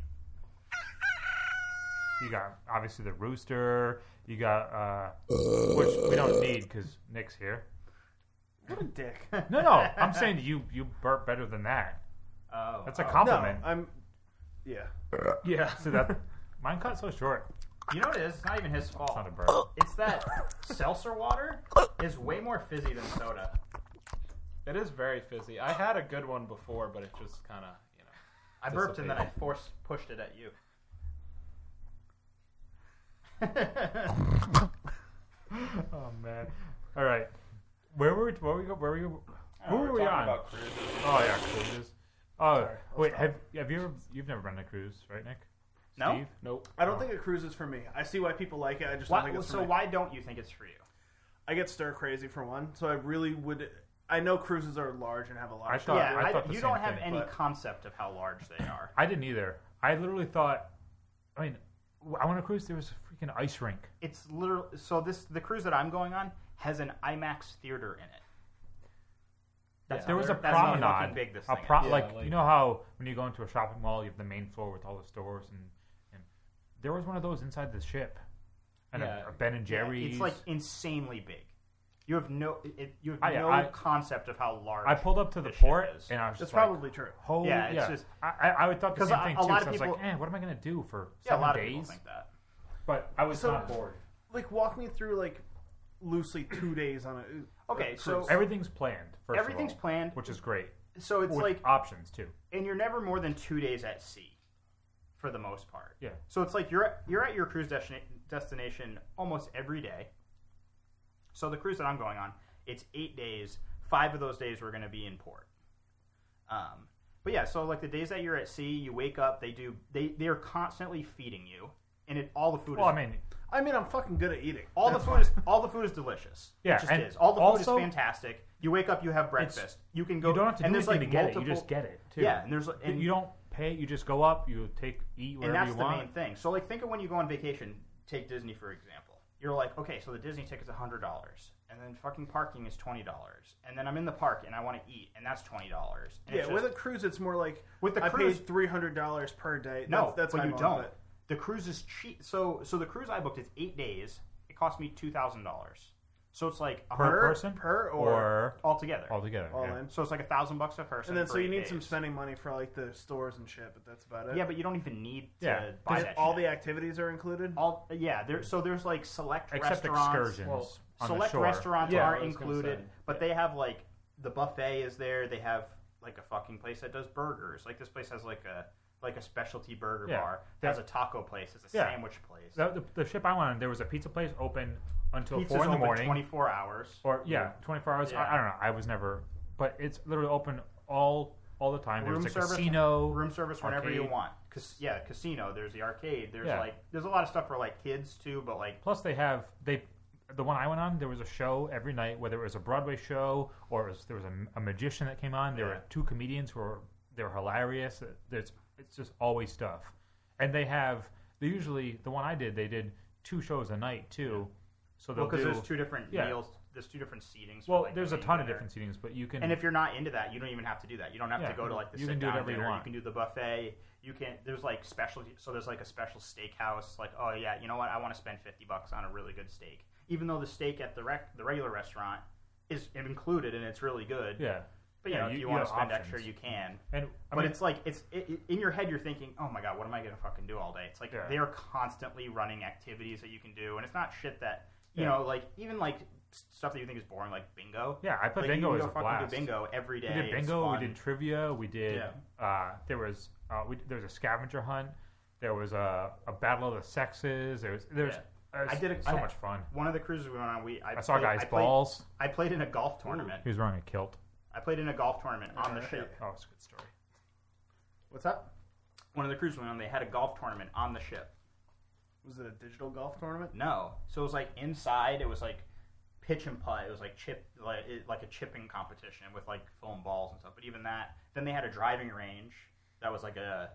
Speaker 2: you got obviously the rooster. You got uh, which we don't need because Nick's here.
Speaker 1: what a dick.
Speaker 2: No, no, I'm saying you you burp better than that.
Speaker 3: Oh,
Speaker 2: That's a
Speaker 1: No,
Speaker 2: compliment.
Speaker 1: I'm. Yeah.
Speaker 2: yeah. See that? Mine cut so short.
Speaker 3: you know what it is? It's not even his fault.
Speaker 2: It's not a burp. Oh,
Speaker 3: It's that seltzer water is way more fizzy than soda.
Speaker 4: It is very fizzy. I had a good one before, but it just kind of, you know.
Speaker 3: I burped and then I
Speaker 4: Dissipated.
Speaker 3: forced pushed it at you.
Speaker 2: Oh man. All right. Where were we? Where were we? go- Where were you? Who
Speaker 3: Uh, We're
Speaker 2: were we
Speaker 3: talking
Speaker 2: on?
Speaker 3: about cruises.
Speaker 2: Oh yeah, cruises. Oh wait, have have you ever, you've never been on a cruise, right, Nick?
Speaker 3: No?
Speaker 2: Steve?
Speaker 4: Nope.
Speaker 1: I don't think a cruise is for me. I see why people like it. I just don't
Speaker 3: Why,
Speaker 1: think it's for
Speaker 3: so
Speaker 1: me.
Speaker 3: why don't you think it's for you?
Speaker 1: I get stir crazy for one, so I really would. I know cruises are large and have a lot.
Speaker 2: I
Speaker 1: of shit.
Speaker 2: thought
Speaker 3: yeah,
Speaker 2: I
Speaker 3: I-
Speaker 2: thought the
Speaker 3: you
Speaker 2: same
Speaker 3: don't have
Speaker 2: thing,
Speaker 3: any
Speaker 2: but-
Speaker 3: concept of how large they are.
Speaker 2: I didn't either. I literally thought. I mean, I went on a cruise. There was a freaking ice rink.
Speaker 3: It's literally so this the cruise that I'm going on has an IMAX theater in it. That's
Speaker 2: there
Speaker 3: how
Speaker 2: was a
Speaker 3: they're- that's how
Speaker 2: promenade.
Speaker 3: fucking big this
Speaker 2: a
Speaker 3: thing
Speaker 2: pro-
Speaker 3: is.
Speaker 4: Yeah,
Speaker 2: like,
Speaker 4: like-
Speaker 2: you know how when you go into a shopping mall, you have the main floor with all the stores, and, and there was one of those inside the ship, and
Speaker 4: Yeah.
Speaker 2: a, a Ben and
Speaker 3: Yeah,
Speaker 2: Jerry's.
Speaker 3: It's like insanely big. You have no it, you have
Speaker 2: I-
Speaker 3: no
Speaker 2: I-
Speaker 3: concept of how large.
Speaker 2: I pulled up to the
Speaker 3: this shit
Speaker 2: port,
Speaker 3: is.
Speaker 2: and I was
Speaker 1: That's
Speaker 2: just like,
Speaker 1: probably true.
Speaker 2: Holy,
Speaker 3: Yeah, it's just-
Speaker 2: I, I, I would thought the
Speaker 3: 'Cause
Speaker 2: same
Speaker 3: a-
Speaker 2: thing
Speaker 3: a
Speaker 2: too.
Speaker 3: lot
Speaker 2: so
Speaker 3: of
Speaker 2: I was like,
Speaker 3: people-
Speaker 2: eh, what am I gonna do for
Speaker 3: yeah, a
Speaker 2: seven
Speaker 3: lot of people
Speaker 2: days?
Speaker 3: think that.
Speaker 2: But I was
Speaker 1: So-
Speaker 2: not bored.
Speaker 1: Like, walk me through like loosely two days on a.
Speaker 3: Okay,
Speaker 1: a
Speaker 3: so-
Speaker 1: cruise.
Speaker 2: Everything's planned. First of
Speaker 3: Everything's
Speaker 2: all,
Speaker 3: planned.
Speaker 2: which is great.
Speaker 3: So it's
Speaker 2: With
Speaker 3: like
Speaker 2: options too.
Speaker 3: and you're never more than two days at sea, for the most part.
Speaker 2: Yeah.
Speaker 3: So it's like you're at, you're at your cruise destina- destination almost every day. So the cruise that I'm going on, it's eight days. Five of those days we're going to be in port. Um, but yeah, so like the days that you're at sea, you wake up. They do they they are constantly feeding you, and it all the food.
Speaker 2: Well,
Speaker 3: is,
Speaker 2: I mean,
Speaker 1: I mean, I'm fucking good at eating.
Speaker 3: all the food is all the food is delicious.
Speaker 2: Yeah,
Speaker 3: it just
Speaker 2: and
Speaker 3: is. All the
Speaker 2: also-
Speaker 3: food is fantastic. You wake up, you have breakfast. You can go.
Speaker 2: you don't have to do
Speaker 3: and there's
Speaker 2: anything
Speaker 3: like
Speaker 2: to get
Speaker 3: multiple,
Speaker 2: it. You just get it too.
Speaker 3: Yeah, and there's and
Speaker 2: you don't pay. You just go up. You take eat
Speaker 3: and
Speaker 2: wherever
Speaker 3: that's
Speaker 2: you
Speaker 3: the
Speaker 2: want.
Speaker 3: main thing. So like, think of when you go on vacation. Take Disney for example. You're like, okay, so the Disney ticket's hundred dollars, and then fucking parking is twenty dollars, and then I'm in the park and I want to eat, and that's twenty dollars.
Speaker 1: yeah, with a cruise, it's more like
Speaker 3: With the
Speaker 1: I
Speaker 3: cruise-
Speaker 1: paid three hundred dollars per day.
Speaker 3: no,
Speaker 1: that's, that's
Speaker 3: but
Speaker 1: my
Speaker 3: you
Speaker 1: mom,
Speaker 3: don't.
Speaker 1: but-
Speaker 3: The cruise is cheap. So so the cruise I booked is eight days. It cost me two thousand dollars. So it's like a
Speaker 2: per
Speaker 3: hundred
Speaker 2: person,
Speaker 1: per or
Speaker 2: or
Speaker 3: altogether.
Speaker 2: altogether.
Speaker 1: all
Speaker 2: yeah.
Speaker 1: in.
Speaker 3: So it's like a thousand bucks a person.
Speaker 1: And then
Speaker 3: for
Speaker 1: so you
Speaker 3: eight
Speaker 1: need
Speaker 3: days.
Speaker 1: some spending money for like the stores and shit, but that's about it.
Speaker 3: Yeah, but you don't even need to
Speaker 2: Yeah.
Speaker 3: buy
Speaker 1: And
Speaker 3: that.
Speaker 1: all
Speaker 3: shit.
Speaker 1: the activities are included.
Speaker 3: all yeah. There so there's like select
Speaker 2: Except
Speaker 3: restaurants.
Speaker 2: excursions
Speaker 4: well,
Speaker 2: on
Speaker 3: select
Speaker 2: the shore.
Speaker 3: restaurants
Speaker 4: Yeah,
Speaker 3: are
Speaker 4: I was gonna
Speaker 3: included,
Speaker 4: say.
Speaker 3: but they have like the buffet is there. They have like a fucking place that does burgers. Like this place has like a like a specialty burger
Speaker 2: Yeah.
Speaker 3: bar.
Speaker 2: They-
Speaker 3: has a taco place. Has a
Speaker 2: Yeah.
Speaker 3: sandwich place.
Speaker 2: The, the, the ship I went on, there was a pizza place open until
Speaker 3: Pizza's
Speaker 2: four in the
Speaker 3: open
Speaker 2: morning,
Speaker 3: 24 hours.
Speaker 2: or yeah, twenty four hours.
Speaker 3: Yeah.
Speaker 2: I, I don't know. I was never, but it's literally open all all the time.
Speaker 3: room
Speaker 2: There's a
Speaker 3: service,
Speaker 2: casino,
Speaker 3: room service whenever you
Speaker 2: arcade.
Speaker 3: want. Cause yeah, casino. There's the arcade. There's
Speaker 2: Yeah.
Speaker 3: like there's a lot of stuff for like kids too. But like
Speaker 2: Plus, they have they the one I went on. There was a show every night, whether it was a Broadway show or it was, there was a, a magician that came on. There
Speaker 3: Yeah.
Speaker 2: were two comedians who were they were hilarious. There's it's just always stuff, and they have they usually the one I did they did two shows a night too, so they'll
Speaker 3: because
Speaker 2: do.
Speaker 3: there's two different
Speaker 2: yeah.
Speaker 3: meals. There's two different seatings. for,
Speaker 2: well,
Speaker 3: like,
Speaker 2: there's a
Speaker 3: main
Speaker 2: ton of
Speaker 3: dinner.
Speaker 2: different seatings, but you can
Speaker 3: And if you're not into that, you don't even have to do that. You don't have
Speaker 2: Yeah,
Speaker 3: to go to like the
Speaker 2: you
Speaker 3: sit
Speaker 2: can do
Speaker 3: down
Speaker 2: whatever you
Speaker 3: dinner.
Speaker 2: want.
Speaker 3: can do the buffet. You can there's like specialty. So there's like a special steakhouse. Like oh yeah, you know what? I want to spend fifty bucks on a really good steak, even though the steak at the rec- the regular restaurant is included and it's really good.
Speaker 2: yeah,
Speaker 3: But you
Speaker 2: yeah,
Speaker 3: know, if you,
Speaker 2: you
Speaker 3: want
Speaker 2: have
Speaker 3: to spend
Speaker 2: options.
Speaker 3: extra, you can.
Speaker 2: and I
Speaker 3: but
Speaker 2: mean,
Speaker 3: it's like it's it, it- in your head. You're thinking, "Oh my god, what am I going to fucking do all day?" It's like
Speaker 2: Yeah.
Speaker 3: they are constantly running activities that you can do, and it's not shit that you
Speaker 2: Yeah.
Speaker 3: know, like even like s- stuff that you think is boring, like bingo.
Speaker 2: Yeah, I played
Speaker 3: Like,
Speaker 2: bingo
Speaker 3: You
Speaker 2: as
Speaker 3: can
Speaker 2: a
Speaker 3: go fucking
Speaker 2: blast.
Speaker 3: do bingo every day.
Speaker 2: We did
Speaker 3: It's
Speaker 2: bingo.
Speaker 3: fun.
Speaker 2: We did trivia. We did.
Speaker 3: Yeah.
Speaker 2: Uh, there was uh, we, there was a scavenger hunt. There was a, a battle of the sexes. There was there's.
Speaker 3: I did it-
Speaker 2: so
Speaker 3: I-
Speaker 2: much fun.
Speaker 3: One of the cruises we went on, we I,
Speaker 2: I saw
Speaker 3: played-
Speaker 2: guys
Speaker 3: I played-
Speaker 2: balls.
Speaker 3: I played in a golf tournament.
Speaker 2: He was wearing a kilt.
Speaker 3: I played in a golf tournament on the ship.
Speaker 2: Oh, it's a good story.
Speaker 3: What's up? One of the cruises we went on, they had a golf tournament on the ship.
Speaker 1: Was it a digital golf tournament?
Speaker 3: No, so it was like inside. It was like pitch and putt. It was like chip, like it, like a chipping competition with like foam balls and stuff. But even that, then they had a driving range that was like a,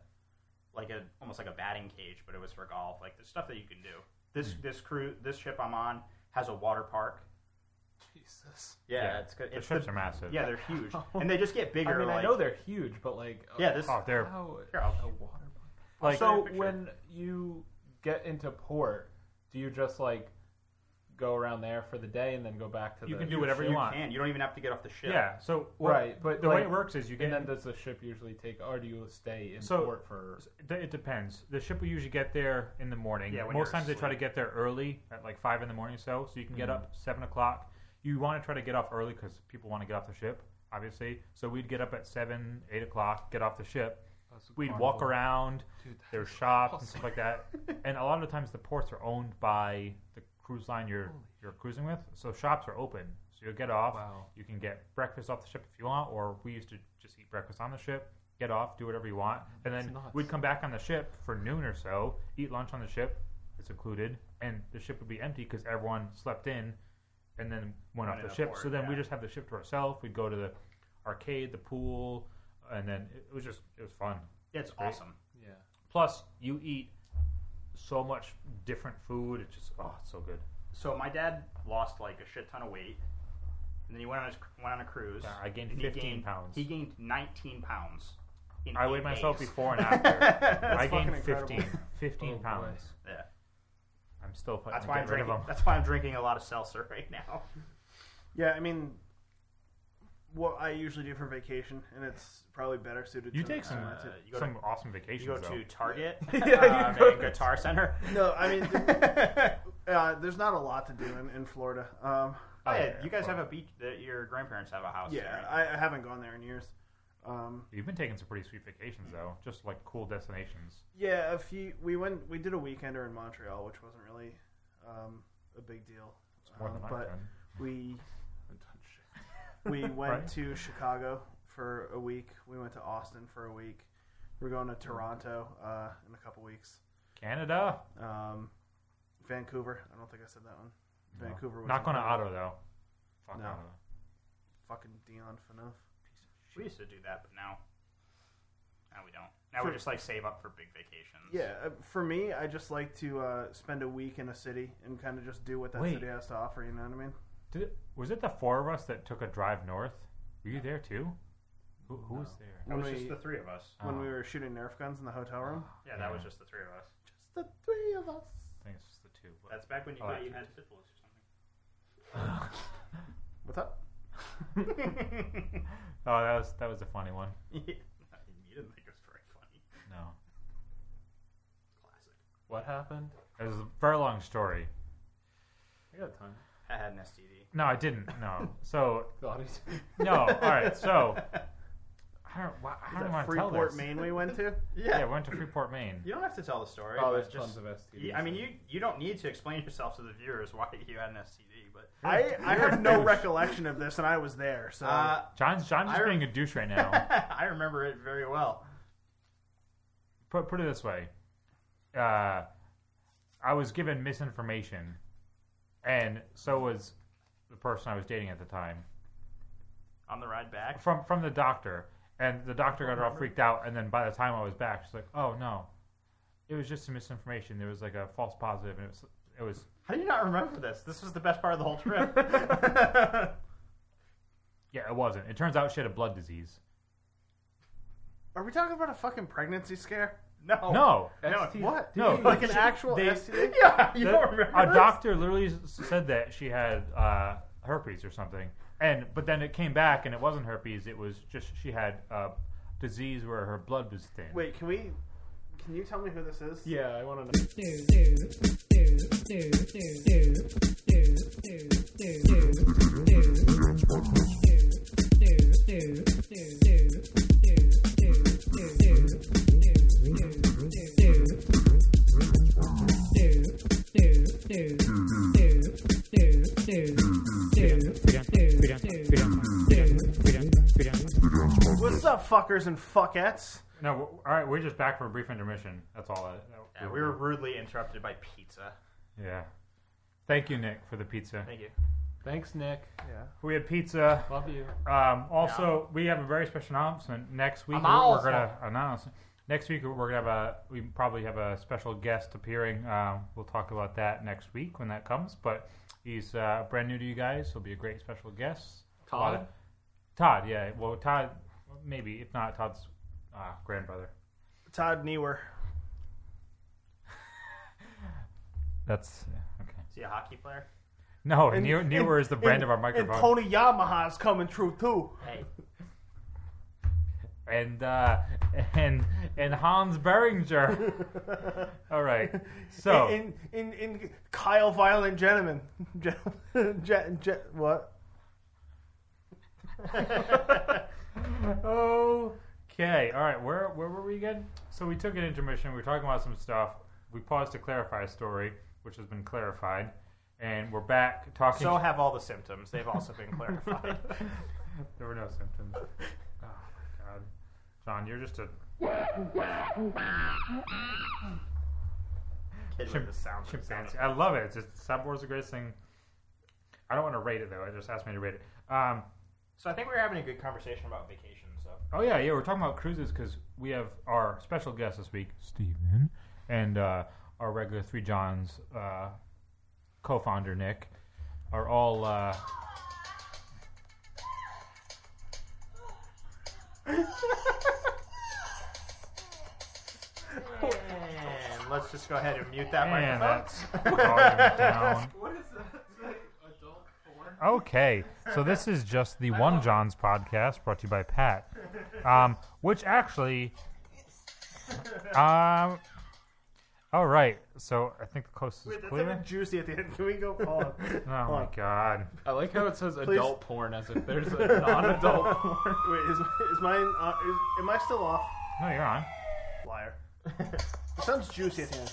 Speaker 3: like a almost like a batting cage, but it was for golf. Like the stuff that you can do.
Speaker 2: Hmm.
Speaker 3: This this crew, this ship I'm on has a water park.
Speaker 4: Jesus.
Speaker 3: Yeah,
Speaker 2: Yeah,
Speaker 3: it's good.
Speaker 2: The
Speaker 3: it's
Speaker 2: ships are massive.
Speaker 3: Yeah, they're huge, and they just get bigger.
Speaker 4: I mean,
Speaker 3: like,
Speaker 4: I know they're huge, but like,
Speaker 3: Yeah, this.
Speaker 2: Oh, they're
Speaker 4: how
Speaker 3: Here, I'll-
Speaker 4: a water park.
Speaker 2: like
Speaker 3: show you a
Speaker 4: So
Speaker 3: picture.
Speaker 4: when you get into port, do you just like go around there for the day and then go back to
Speaker 2: you
Speaker 4: the?
Speaker 2: can do whatever you, want.
Speaker 3: can. You don't even have to get off the ship.
Speaker 2: Yeah. So well,
Speaker 4: Right, but
Speaker 2: the way
Speaker 4: like-
Speaker 2: it works is you get
Speaker 4: And then does the ship usually take, or do you stay in
Speaker 2: So-
Speaker 4: port for?
Speaker 2: It- It depends. The ship will usually get there in the morning.
Speaker 3: Yeah, when
Speaker 2: Most
Speaker 3: you're
Speaker 2: times they try to
Speaker 3: asleep. Hmm.
Speaker 2: get there early at like five in the morning or so, so you can get up seven o'clock. You want to try to get off early because people want to get off the ship, obviously. So we'd get up at seven, eight o'clock, get off the ship. We'd walk around.
Speaker 4: Dude, that
Speaker 2: There's
Speaker 4: is
Speaker 2: shops
Speaker 4: awesome.
Speaker 2: and stuff like that. and a lot of the times the ports are owned by the cruise line you're you're cruising with, so shops are open. So you'll get off.
Speaker 4: Wow.
Speaker 2: You can get breakfast off the ship if you want, or we used to just eat breakfast on the ship. Get off, do whatever you want, and
Speaker 4: That's
Speaker 2: then
Speaker 4: nuts.
Speaker 2: we'd come back on the ship for noon or so, eat lunch on the ship. It's included, and the ship would be empty because everyone slept in, and then went,
Speaker 3: Went
Speaker 2: off
Speaker 3: in
Speaker 2: the
Speaker 3: a
Speaker 2: ship.
Speaker 3: port,
Speaker 2: so then we
Speaker 3: yeah.
Speaker 2: just have the ship to ourselves. We'd go to the arcade, the pool, and then it it was just it was fun.
Speaker 3: it's
Speaker 2: Great.
Speaker 3: awesome.
Speaker 4: Yeah.
Speaker 2: Plus, you eat so much different food. It's just oh, it's so good.
Speaker 3: So my dad lost like a shit ton of weight, and then he went on his went on a cruise.
Speaker 2: Yeah, I gained
Speaker 3: and he
Speaker 2: 15 pounds.
Speaker 3: He gained 19 pounds. In
Speaker 2: I
Speaker 3: eight
Speaker 2: weighed myself
Speaker 3: days.
Speaker 2: before and after. I gained
Speaker 1: fucking
Speaker 2: 15,
Speaker 1: incredible.
Speaker 2: 15
Speaker 4: Oh, boy.
Speaker 2: pounds.
Speaker 3: Yeah,
Speaker 2: I'm still fighting
Speaker 3: that's
Speaker 2: to
Speaker 3: why
Speaker 2: get
Speaker 3: I'm
Speaker 2: rid
Speaker 3: drinking.
Speaker 2: of them.
Speaker 3: That's why I'm drinking a lot of seltzer right now.
Speaker 1: Yeah, I mean, what I usually do for vacation, and it's probably better suited.
Speaker 2: You
Speaker 1: to
Speaker 2: take some
Speaker 1: uh, to-
Speaker 3: you go
Speaker 2: some awesome vacations
Speaker 3: You go
Speaker 2: though.
Speaker 3: to Target
Speaker 1: you
Speaker 3: um,
Speaker 1: go
Speaker 3: and Guitar Center.
Speaker 1: No, I mean, uh, there's not a lot to do in, in Florida. Um,
Speaker 3: Oh, yeah,
Speaker 2: yeah,
Speaker 3: you guys
Speaker 2: well.
Speaker 3: have a beach. That your grandparents have a
Speaker 2: Oh,
Speaker 3: house.
Speaker 1: yeah,
Speaker 3: there.
Speaker 1: I, I haven't gone there in years. Um,
Speaker 2: You've been taking some pretty sweet vacations though, just like cool destinations.
Speaker 1: yeah, a few. We went. We did a weekender in Montreal, which wasn't really um, a big deal.
Speaker 2: More
Speaker 1: Um,
Speaker 2: than I've
Speaker 1: but
Speaker 2: done.
Speaker 1: we
Speaker 4: I've done shit.
Speaker 1: we went
Speaker 2: Right.
Speaker 1: to Chicago for a week. We went to Austin for a week. We're going to Toronto uh, in a couple weeks.
Speaker 2: Canada,
Speaker 1: Um, Vancouver. I don't think I said that one.
Speaker 2: No.
Speaker 1: Vancouver. Was
Speaker 2: not going to
Speaker 1: incredible.
Speaker 2: auto though. Fuck
Speaker 1: No.
Speaker 2: auto.
Speaker 1: Fucking Dion Phaneuf.
Speaker 3: we used to do that, but now, now we don't. Now
Speaker 1: For-
Speaker 3: we just like save up for big vacations.
Speaker 1: Yeah, uh, for me, I just like to uh, spend a week in a city and kind of just do what that
Speaker 2: Wait.
Speaker 1: city has to offer. You know what I mean?
Speaker 2: Did, was it the four of us that took a drive north? Were you there too? Who, who was there?
Speaker 3: it was
Speaker 1: When
Speaker 3: just
Speaker 1: we-
Speaker 3: the three of us.
Speaker 1: When
Speaker 2: Oh.
Speaker 1: we were shooting Nerf guns in the hotel room,
Speaker 3: Yeah, that was
Speaker 2: Yeah.
Speaker 3: just the three of us.
Speaker 1: just the three of us.
Speaker 2: I think it's just the two. but-
Speaker 3: That's back when you
Speaker 2: Oh,
Speaker 3: thought
Speaker 2: that's
Speaker 3: you
Speaker 2: right.
Speaker 3: had syphilis or something.
Speaker 1: What's up?
Speaker 2: Oh, that was that was a funny one.
Speaker 3: you didn't think it was very funny.
Speaker 2: No,
Speaker 3: Classic.
Speaker 4: What happened?
Speaker 2: it was a very long story.
Speaker 4: I got time.
Speaker 3: I had an STD.
Speaker 2: No, I didn't. No, so
Speaker 4: Thought he's-
Speaker 2: no. All right, so I don't. Why, I
Speaker 1: Is
Speaker 2: don't
Speaker 1: that
Speaker 2: want to tell
Speaker 1: Freeport,
Speaker 2: this.
Speaker 1: Maine. We went to.
Speaker 2: Yeah, we went to Freeport, Maine.
Speaker 3: You don't have to tell the story.
Speaker 4: Oh,
Speaker 3: but
Speaker 4: there's
Speaker 3: just,
Speaker 4: tons of STDs.
Speaker 3: you- I mean, you you don't need to explain yourself to the viewers why you had an STD, but
Speaker 1: I, I have no recollection of this, and I was there. So
Speaker 3: uh,
Speaker 2: John's John's just
Speaker 3: I rem-
Speaker 2: being a douche right now.
Speaker 3: I remember it very well.
Speaker 2: put put it this way. Uh, I was given misinformation, and so was the person I was dating at the time.
Speaker 3: On the ride back,
Speaker 2: from from the doctor, and the doctor got all freaked out. And then by the time I was back, she's like, "Oh no, it was just some misinformation. There was like a false positive, and it was it was
Speaker 3: how do you not remember this? This was the best part of the whole trip.
Speaker 2: yeah, it wasn't. It turns out she had a blood disease.
Speaker 1: are we talking about a fucking pregnancy scare?
Speaker 3: no,
Speaker 2: No,
Speaker 3: no.
Speaker 4: STD.
Speaker 1: What?
Speaker 2: No.
Speaker 1: like an actual
Speaker 2: They-
Speaker 1: STD?
Speaker 3: Yeah, you
Speaker 2: The-
Speaker 3: don't remember.
Speaker 2: a
Speaker 3: this?
Speaker 2: doctor literally s- said that she had uh, herpes or something, and but then it came back and it wasn't herpes. It was just she had a disease where her blood was thin.
Speaker 1: Wait, can we? Can you tell me who this is?
Speaker 4: Yeah, I want to know.
Speaker 9: Thank
Speaker 1: What's up, fuckers and fuckettes?
Speaker 2: No, w- all right, we're just back from a brief intermission. That's all. That,
Speaker 3: Yeah, we were rudely interrupted by pizza.
Speaker 2: Yeah. Thank you, Nick, for the pizza.
Speaker 3: Thank you.
Speaker 4: Thanks, Nick.
Speaker 2: We had pizza.
Speaker 4: Love you.
Speaker 2: Um, also, we have a very special announcement next week. We're,
Speaker 4: Announcement.
Speaker 2: gonna announce next week. We're gonna have a we probably have a special guest appearing. Um, we'll talk about that next week when that comes. But he's uh, brand new to you guys. He'll be a great special guest. A lot of-
Speaker 4: Todd?
Speaker 2: Todd, yeah. Well, Todd, maybe if not Todd's uh, grandbrother.
Speaker 1: Todd Newer.
Speaker 2: That's uh, okay.
Speaker 3: Is he a hockey player?
Speaker 2: No,
Speaker 1: And-
Speaker 2: Newer, Newer
Speaker 1: and-
Speaker 2: is the brand
Speaker 1: and-
Speaker 2: of our microphone.
Speaker 1: And Tony Yamaha's coming through too.
Speaker 3: Hey,
Speaker 2: and uh, and and Hans Beringer. All right, so
Speaker 1: in in, in, in Kyle Violent gentleman, Gen- gen- gen- what?
Speaker 2: okay, all right, where where were we again? So we took an intermission. We were talking about some stuff. We paused to clarify a story, which has been clarified, and we're back talking.
Speaker 3: so have all the symptoms. They've also been clarified.
Speaker 2: there were no symptoms. Oh my god, John, you're just a
Speaker 3: Kid with the sound.
Speaker 2: chimpanzee. I love it. It's just Subwar's the greatest thing. I don't want to rate it though. It just asked me to rate it. Um,
Speaker 3: So I think we were having a good conversation about vacation. So
Speaker 2: Oh yeah, yeah. We're talking about cruises because we have our special guest this week, Steven, and uh, our regular three Johns uh, co-founder Nick are all. Uh,
Speaker 3: and let's just go ahead and mute that
Speaker 2: man, that's
Speaker 3: microphone.
Speaker 2: volume down.
Speaker 4: What is that? Is that adult porn?
Speaker 2: Okay, so this is just the One Johns podcast brought to you by Pat, um, which actually, um, all right. So I think the coast is
Speaker 1: Wait, that's
Speaker 2: clear.
Speaker 1: even juicy at the end. Can we go on?
Speaker 2: Oh my god.
Speaker 4: I like how it says adult porn as if there's a non-adult.
Speaker 1: Wait, is, is mine? Uh, is, am I still off?
Speaker 2: No, you're on.
Speaker 1: Liar. It sounds juicy at the end.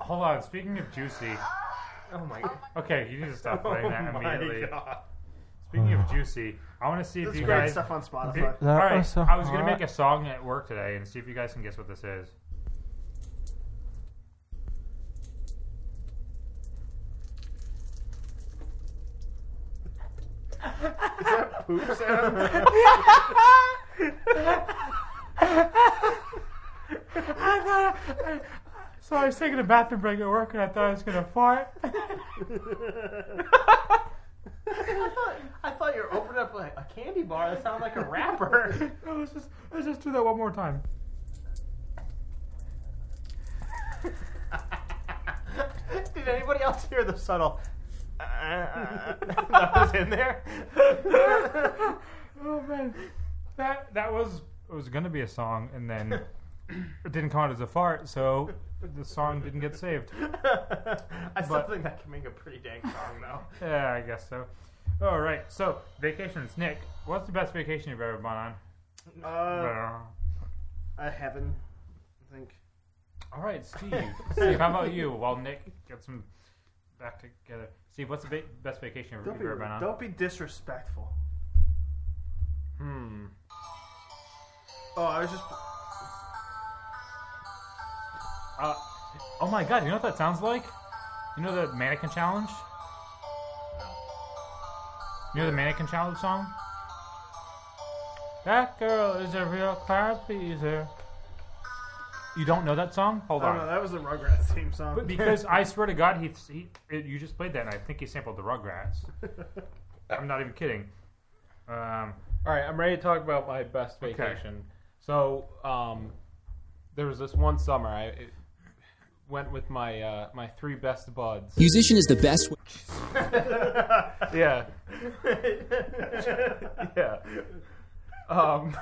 Speaker 2: Hold on. Speaking of juicy.
Speaker 3: Oh my god.
Speaker 2: Okay, you need to stop playing that
Speaker 1: Oh
Speaker 2: immediately.
Speaker 3: My god.
Speaker 2: Speaking of juicy, I want to see if
Speaker 1: That's
Speaker 2: you
Speaker 1: great
Speaker 2: guys.
Speaker 1: stuff on
Speaker 2: All
Speaker 1: Spotify.
Speaker 2: right, I was gonna make a song at work today and see if you guys can guess what this is.
Speaker 1: Poop sound.
Speaker 2: So I was taking a bathroom break at work and I thought I was gonna fart.
Speaker 3: I thought you were opening up like a candy bar. That sounded like a rapper.
Speaker 2: No, let's just let's just do that one more time.
Speaker 3: Did anybody else hear the subtle? uh, uh, uh, that was in there.
Speaker 2: Oh man, that that was it was gonna be a song and then it didn't come out as a fart, so the song didn't get saved.
Speaker 3: I still
Speaker 2: But-
Speaker 3: think that can make a pretty dang song though.
Speaker 2: Yeah, I guess so. All right, so vacations, Nick. What's the best vacation you've ever been
Speaker 1: Uh,
Speaker 2: on? Well,
Speaker 1: I haven't. I think.
Speaker 2: All right, Steve. Steve, how about you? While Nick gets him back together. Steve, what's the va- best vacation you've
Speaker 1: Don't be,
Speaker 2: ever been on?
Speaker 1: don't be disrespectful.
Speaker 4: Hmm.
Speaker 1: Oh, I was just.
Speaker 2: Uh, oh my God! You know what that sounds like? You know the mannequin challenge? You know the mannequin challenge song? That girl is a real crowd pleaser. You don't know that song? Hold
Speaker 3: Oh,
Speaker 1: I don't know.
Speaker 2: on.
Speaker 1: That was the Rugrats theme song.
Speaker 2: But because I swear to God, he, he it, you just played that, and I think he sampled the Rugrats. I'm not even kidding. Um,
Speaker 4: All right, I'm ready to talk about my best
Speaker 2: Okay.
Speaker 4: vacation. So, um, there was this one summer I it, went with my uh, my three best buds.
Speaker 9: Musician is the best.
Speaker 4: Yeah, yeah. Um, to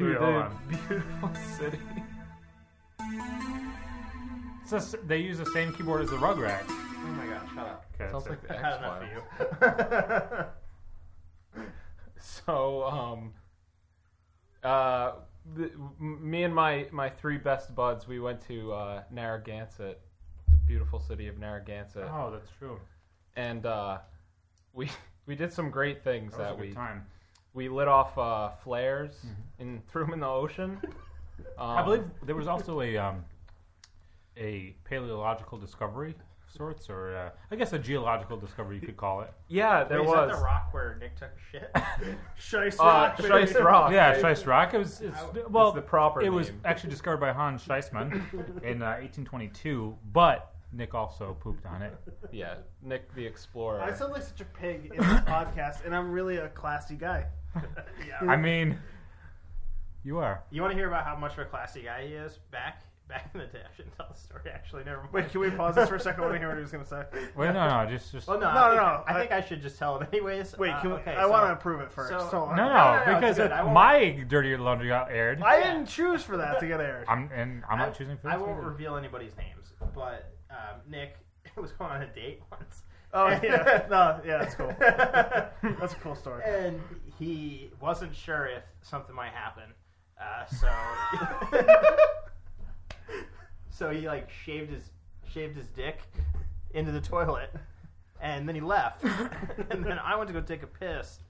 Speaker 2: Wait, hold
Speaker 4: the
Speaker 2: on.
Speaker 4: beautiful city.
Speaker 2: it's just, they use the same keyboard as the Rugrats.
Speaker 3: Oh my god, shut up.
Speaker 2: Okay,
Speaker 4: Sounds
Speaker 2: so-
Speaker 4: like the
Speaker 3: I
Speaker 4: X
Speaker 3: had enough
Speaker 4: Files.
Speaker 3: of you.
Speaker 4: So, um, uh, the, m- me and my, my three best buds, we went to uh, Narragansett, beautiful city of Narragansett,
Speaker 2: Oh, that's true.
Speaker 4: and uh, we we did some great things
Speaker 2: That was
Speaker 4: that,
Speaker 2: a good
Speaker 4: week.
Speaker 2: time. Mm-hmm.
Speaker 4: We lit off uh, flares and threw them in the ocean. Um,
Speaker 2: I believe there was also a um, a paleological discovery of sorts, or uh, I guess a geological discovery you could call it.
Speaker 4: Yeah, there
Speaker 3: Wait, is
Speaker 4: was.
Speaker 3: that the rock where Nick took a shit?
Speaker 1: Shice
Speaker 4: uh,
Speaker 1: Rock.
Speaker 4: Shice Rock.
Speaker 2: Yeah,
Speaker 4: right?
Speaker 2: Scheiss Rock. It was it's, well,
Speaker 4: It's the proper
Speaker 2: it was
Speaker 4: name.
Speaker 2: actually discovered by Hans Scheisman in uh, 1822, but Nick also pooped on it.
Speaker 4: Yeah, Nick the Explorer.
Speaker 1: I sound like such a pig in this podcast, and I'm really a classy guy.
Speaker 2: I mean, you are.
Speaker 3: you want to hear about how much of a classy guy he is? Back back in the day, I shouldn't tell the story. Actually, never mind.
Speaker 1: Wait, can we pause this for a second? I want to hear what he was going to say.
Speaker 2: Well, no, no, just just
Speaker 3: Well, no,
Speaker 1: No,
Speaker 3: I think,
Speaker 1: no, no.
Speaker 3: I, think I should just tell it anyways.
Speaker 1: Wait,
Speaker 3: Uh,
Speaker 1: can we,
Speaker 3: okay,
Speaker 1: I
Speaker 3: so-
Speaker 1: want to approve it first.
Speaker 3: so-
Speaker 1: So,
Speaker 2: no, no,
Speaker 3: no, no, it's
Speaker 2: because
Speaker 3: good. I won't-
Speaker 2: my dirty laundry got aired.
Speaker 1: I didn't choose for that to get aired.
Speaker 2: I'm and I'm
Speaker 3: I-
Speaker 2: not choosing for
Speaker 3: I
Speaker 2: this.
Speaker 3: won't
Speaker 2: either.
Speaker 3: reveal anybody's names, but um, Nick was going on a date once.
Speaker 1: Oh yeah, no, yeah, that's cool. That's a cool story.
Speaker 3: and he wasn't sure if something might happen. Uh, so so he like shaved his shaved his dick into the toilet, and then he left. and then I went to go take a piss,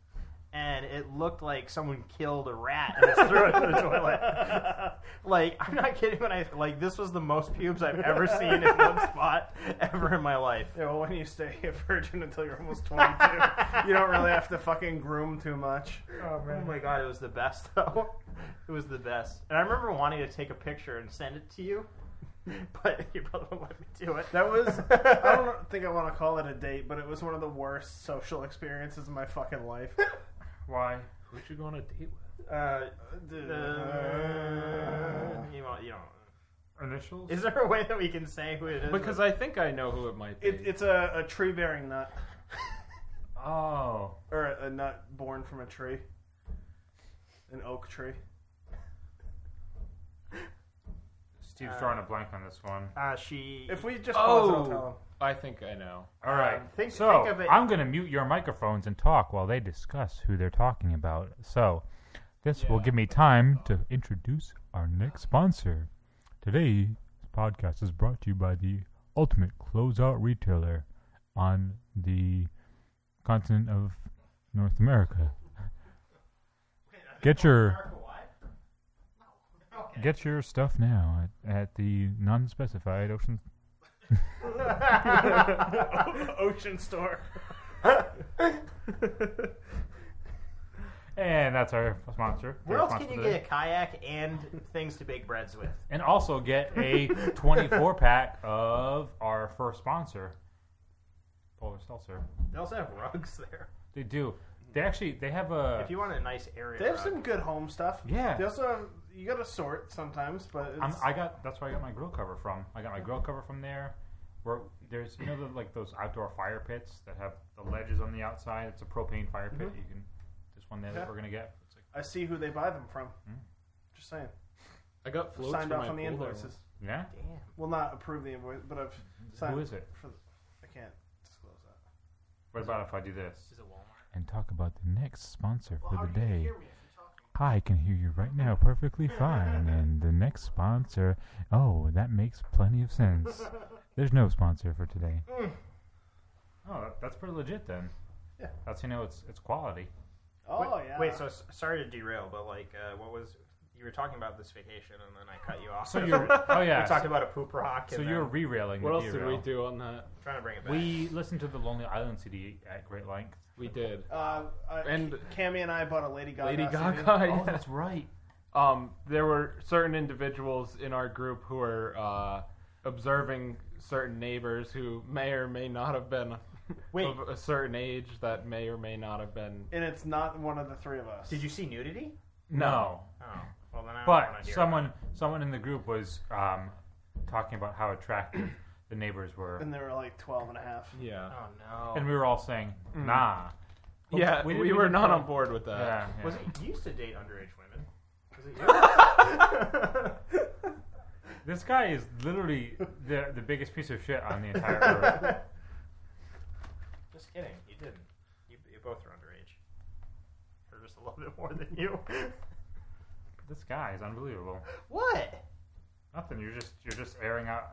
Speaker 3: and it looked like someone killed a rat and just threw it in the toilet. like I'm not kidding when I like this was the most pubes I've ever seen in one spot ever in my life.
Speaker 1: Yeah, well, when you stay a virgin until you're almost 22, you don't really have to fucking groom too much.
Speaker 2: Oh,
Speaker 3: Oh my god, it was the best though. It was the best. And I remember wanting to take a picture and send it to you, but your brother wouldn't let me do it.
Speaker 1: That was, I don't think I want to call it a date, but it was one of the worst social experiences of my fucking life.
Speaker 2: Why?
Speaker 4: Who'd you go on a date with?
Speaker 1: Uh,
Speaker 3: Uh, you don't, you don't.
Speaker 2: Initials?
Speaker 3: Is there a way that we can say who it is?
Speaker 4: Because I think I know who it might be.
Speaker 1: it, it's a, a tree bearing nut,
Speaker 2: oh,
Speaker 1: or a, a nut born from a tree, an oak tree.
Speaker 2: Steve's
Speaker 3: Uh,
Speaker 2: drawing a blank on this one.
Speaker 3: uh, she.
Speaker 1: If we just pause, I'll tell
Speaker 4: oh,
Speaker 1: him.
Speaker 4: I think I know.
Speaker 2: All right.
Speaker 3: um, think-
Speaker 2: so
Speaker 3: think of it-
Speaker 2: I'm going to mute your microphones and talk while they discuss who they're talking about. So this will give me time to introduce our next sponsor. Today's podcast is brought to you by the ultimate closeout retailer on the continent of North America. Get your get your stuff now at, at the non-specified Ocean
Speaker 1: Ocean store.
Speaker 2: And that's our sponsor.
Speaker 3: where
Speaker 2: Our
Speaker 3: else
Speaker 2: sponsor
Speaker 3: can you
Speaker 2: today.
Speaker 3: get a kayak and things to bake breads with?
Speaker 2: And also get a 24 pack of our first sponsor, Polar Seltzer.
Speaker 3: They also have rugs there.
Speaker 2: They do. They actually they have a.
Speaker 3: If you want a nice area,
Speaker 1: They have
Speaker 3: rug.
Speaker 1: some good home stuff.
Speaker 2: Yeah.
Speaker 1: They also have, you gotta sort sometimes, but
Speaker 2: I'm,
Speaker 1: it's,
Speaker 2: I got that's where I got my grill cover from. I got my grill cover from there. Where there's you know the, like those outdoor fire pits that have the ledges on the outside. It's a propane fire
Speaker 3: Mm-hmm.
Speaker 2: pit. You can this one there that
Speaker 1: Yeah.
Speaker 2: we're gonna get. It's like,
Speaker 1: I see who they buy them from. Just saying.
Speaker 4: I got floats
Speaker 1: Signed
Speaker 4: for
Speaker 1: off
Speaker 4: my
Speaker 1: on the
Speaker 4: pool there
Speaker 1: invoices.
Speaker 2: yeah.
Speaker 3: Damn.
Speaker 1: Well, not approve the invoice, but I've signed.
Speaker 2: Who is it?
Speaker 1: For the, I can't disclose that.
Speaker 2: What about if I do this?
Speaker 3: Is it Walmart?
Speaker 2: And talk about the next sponsor for the
Speaker 3: Hear me
Speaker 2: day.
Speaker 3: if you're talking.
Speaker 2: I can hear you right now perfectly fine. And the next sponsor, oh, that makes plenty of sense. There's no sponsor for today.
Speaker 3: Mm.
Speaker 2: Oh, that, that's pretty legit then.
Speaker 1: Yeah.
Speaker 2: That's you know it's it's quality.
Speaker 1: Oh
Speaker 3: uh, wait,
Speaker 1: yeah.
Speaker 3: Wait, so s- sorry to derail, but like, uh, what was you were talking about this vacation, and then I cut you off.
Speaker 2: So you're oh yeah.
Speaker 3: we talked about a poop rock.
Speaker 2: so,
Speaker 3: and
Speaker 2: you're
Speaker 3: then
Speaker 2: re-railing.
Speaker 4: What
Speaker 2: the
Speaker 4: else did we
Speaker 2: derail.
Speaker 4: do on that?
Speaker 3: trying to bring it back.
Speaker 2: We listened to the Lonely Island CD at great length.
Speaker 4: We did.
Speaker 1: Uh, uh,
Speaker 4: And-
Speaker 1: Cammy and I bought a Lady Gaga.
Speaker 4: Lady
Speaker 1: CD.
Speaker 4: Gaga. yeah.
Speaker 2: right.
Speaker 4: Um, there were certain individuals in our group who were uh, observing certain neighbors who may or may not have been
Speaker 3: Wait.
Speaker 4: of a certain age that may or may not have been.
Speaker 1: and it's not one of the three of us.
Speaker 3: Did you see nudity?
Speaker 2: No.
Speaker 3: Oh, well then I don't wanna
Speaker 2: But
Speaker 3: hear
Speaker 2: someone someone in the group was um, talking about how attractive the neighbors were.
Speaker 1: And they were like 12 and a half.
Speaker 4: Yeah.
Speaker 3: It. Oh no.
Speaker 2: And we were all saying, nah.
Speaker 4: Yeah,
Speaker 2: We
Speaker 4: we,
Speaker 2: didn't- we
Speaker 4: were
Speaker 2: didn't
Speaker 4: not
Speaker 2: go-
Speaker 4: on board with that.
Speaker 2: Yeah, yeah.
Speaker 3: was it you used to date underage women? Was it
Speaker 2: This guy is literally the the biggest piece of shit on the entire earth.
Speaker 3: you? just kidding. You didn't. You, you both were underage. Or just a little bit more than you.
Speaker 2: This guy is unbelievable.
Speaker 3: what?
Speaker 2: Nothing. You're just you're just airing out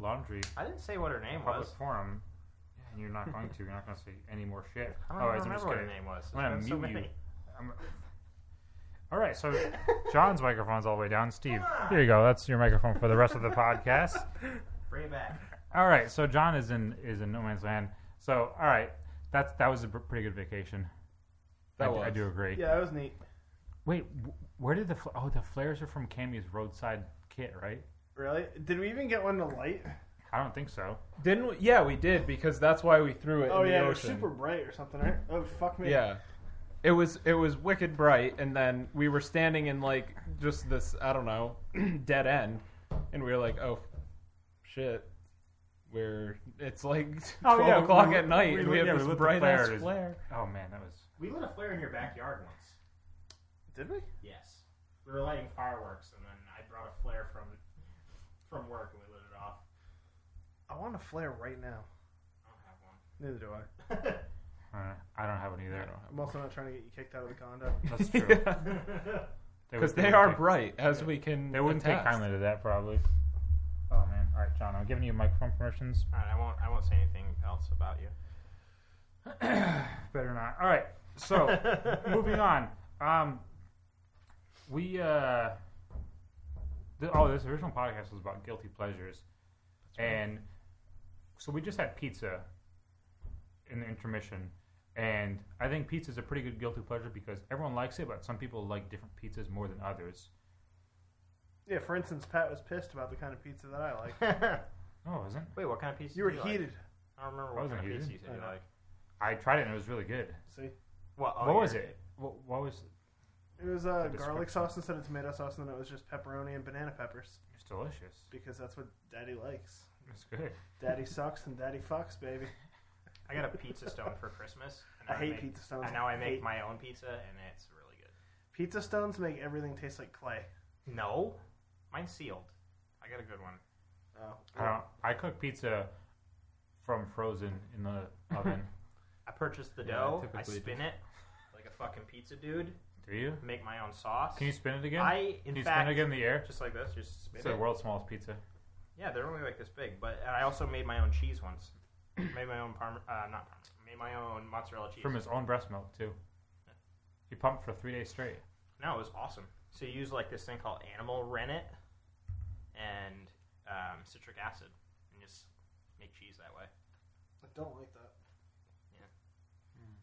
Speaker 2: laundry
Speaker 3: I didn't say what her name
Speaker 2: public
Speaker 3: was.
Speaker 2: forum, and you're not going to. You're not going to say any more shit.
Speaker 3: I don't
Speaker 2: Otherwise,
Speaker 3: remember
Speaker 2: I'm just
Speaker 3: what
Speaker 2: gonna,
Speaker 3: her name was.
Speaker 2: I'm gonna
Speaker 3: There's been so
Speaker 2: mute you.
Speaker 3: many.
Speaker 2: I'm, all right, so John's microphone's all the way down. Steve, here you go. That's your microphone for the rest of the podcast.
Speaker 3: Bring it back.
Speaker 2: All right, so John is in is in no man's land. So all right, that's that was a pr- pretty good vacation.
Speaker 4: That
Speaker 2: I, d- I
Speaker 4: was.
Speaker 2: do agree.
Speaker 1: Yeah, that was neat.
Speaker 2: Wait, wh- where did the fl- oh the flares are from Cammy's roadside kit, right?
Speaker 1: Really? Did we even get one to light?
Speaker 2: I don't think so.
Speaker 4: Didn't we? Yeah, we did because that's why we threw it
Speaker 1: Oh
Speaker 4: in
Speaker 1: yeah,
Speaker 4: the
Speaker 1: it was
Speaker 4: ocean.
Speaker 1: super bright or something, right? Oh fuck me.
Speaker 4: yeah. It was it was wicked bright and then we were standing in like just this, I don't know, dead end and we were like, "Oh shit. We're it's like 12
Speaker 2: Oh, yeah,
Speaker 4: o'clock
Speaker 2: we-
Speaker 4: at night
Speaker 2: we
Speaker 4: and
Speaker 2: lit-
Speaker 4: we have
Speaker 2: yeah, we
Speaker 4: this
Speaker 2: lit the
Speaker 4: bright ass
Speaker 2: flares.
Speaker 4: flare."
Speaker 2: Oh man, that was
Speaker 3: We lit a flare in your backyard once.
Speaker 1: Did we?
Speaker 3: Yes. We were lighting fireworks, and then I brought a flare from from work, and we lit it off.
Speaker 1: I want a flare right now.
Speaker 3: I don't
Speaker 1: Neither
Speaker 3: have one.
Speaker 1: do I.
Speaker 2: uh, I don't have it either.
Speaker 1: I'm also not trying to get you kicked out of the condo.
Speaker 2: That's true. would-
Speaker 4: Because they
Speaker 2: would
Speaker 4: are
Speaker 2: take-
Speaker 4: bright, as we can.
Speaker 2: They wouldn't take
Speaker 4: attest.
Speaker 2: kindly to that, probably. Oh man! All right, John, I'm giving you microphone permissions.
Speaker 3: All right, I won't. I won't say anything else about you.
Speaker 2: Better not. All right. So, moving on. Um, we uh, th- oh, this original podcast was about guilty pleasures, and so we just had pizza in the intermission, and I think pizza is a pretty good guilty pleasure because everyone likes it, but some people like different pizzas more than others.
Speaker 1: Yeah, for instance, Pat was pissed about the kind of pizza that I like.
Speaker 2: No, it wasn't.
Speaker 3: Wait, what kind of pizza?
Speaker 1: You were
Speaker 3: did like?
Speaker 1: heated.
Speaker 3: I don't remember
Speaker 2: I
Speaker 3: what
Speaker 2: wasn't
Speaker 3: kind of pizza you
Speaker 2: heated.
Speaker 3: said you like.
Speaker 2: I tried it and it was really good.
Speaker 1: See,
Speaker 3: What, oh,
Speaker 2: what
Speaker 3: yeah.
Speaker 2: was it? What, what was?
Speaker 1: it was uh,
Speaker 2: The
Speaker 1: garlic
Speaker 2: description.
Speaker 1: sauce instead of tomato sauce, and then it was just pepperoni and banana peppers
Speaker 2: It's delicious.
Speaker 1: because that's what Daddy likes.
Speaker 2: It's good.
Speaker 1: Daddy sucks and Daddy fucks, baby.
Speaker 3: I got a pizza stone for Christmas. and
Speaker 1: I
Speaker 3: now
Speaker 1: hate
Speaker 3: make-
Speaker 1: pizza stones.
Speaker 3: And now I make
Speaker 1: Hate-
Speaker 3: my own pizza, and it's really good.
Speaker 1: Pizza stones make everything taste like clay.
Speaker 3: No, mine's sealed. I got a good one.
Speaker 1: Oh,
Speaker 2: I don't. Um, I cook pizza from frozen in the oven.
Speaker 3: I purchased the
Speaker 4: Yeah,
Speaker 3: dough. I
Speaker 4: typically-
Speaker 3: spin it like a fucking pizza dude.
Speaker 2: Do you?
Speaker 3: Make my own sauce.
Speaker 2: Can you spin it again?
Speaker 3: I
Speaker 2: Can
Speaker 3: in
Speaker 2: you
Speaker 3: fact
Speaker 2: spin it again in the air?
Speaker 3: just like this. Just spin
Speaker 2: It's the
Speaker 3: it.
Speaker 2: world's smallest pizza.
Speaker 3: Yeah, they're only like this big. But and I also made my own cheese once. made my own parm, uh, not parm, made my own mozzarella cheese.
Speaker 2: From his own breast milk too. He pumped for three days straight.
Speaker 3: no, it was awesome. So you use like this thing called animal rennet and um, citric acid, and just make cheese that way.
Speaker 1: I don't like that.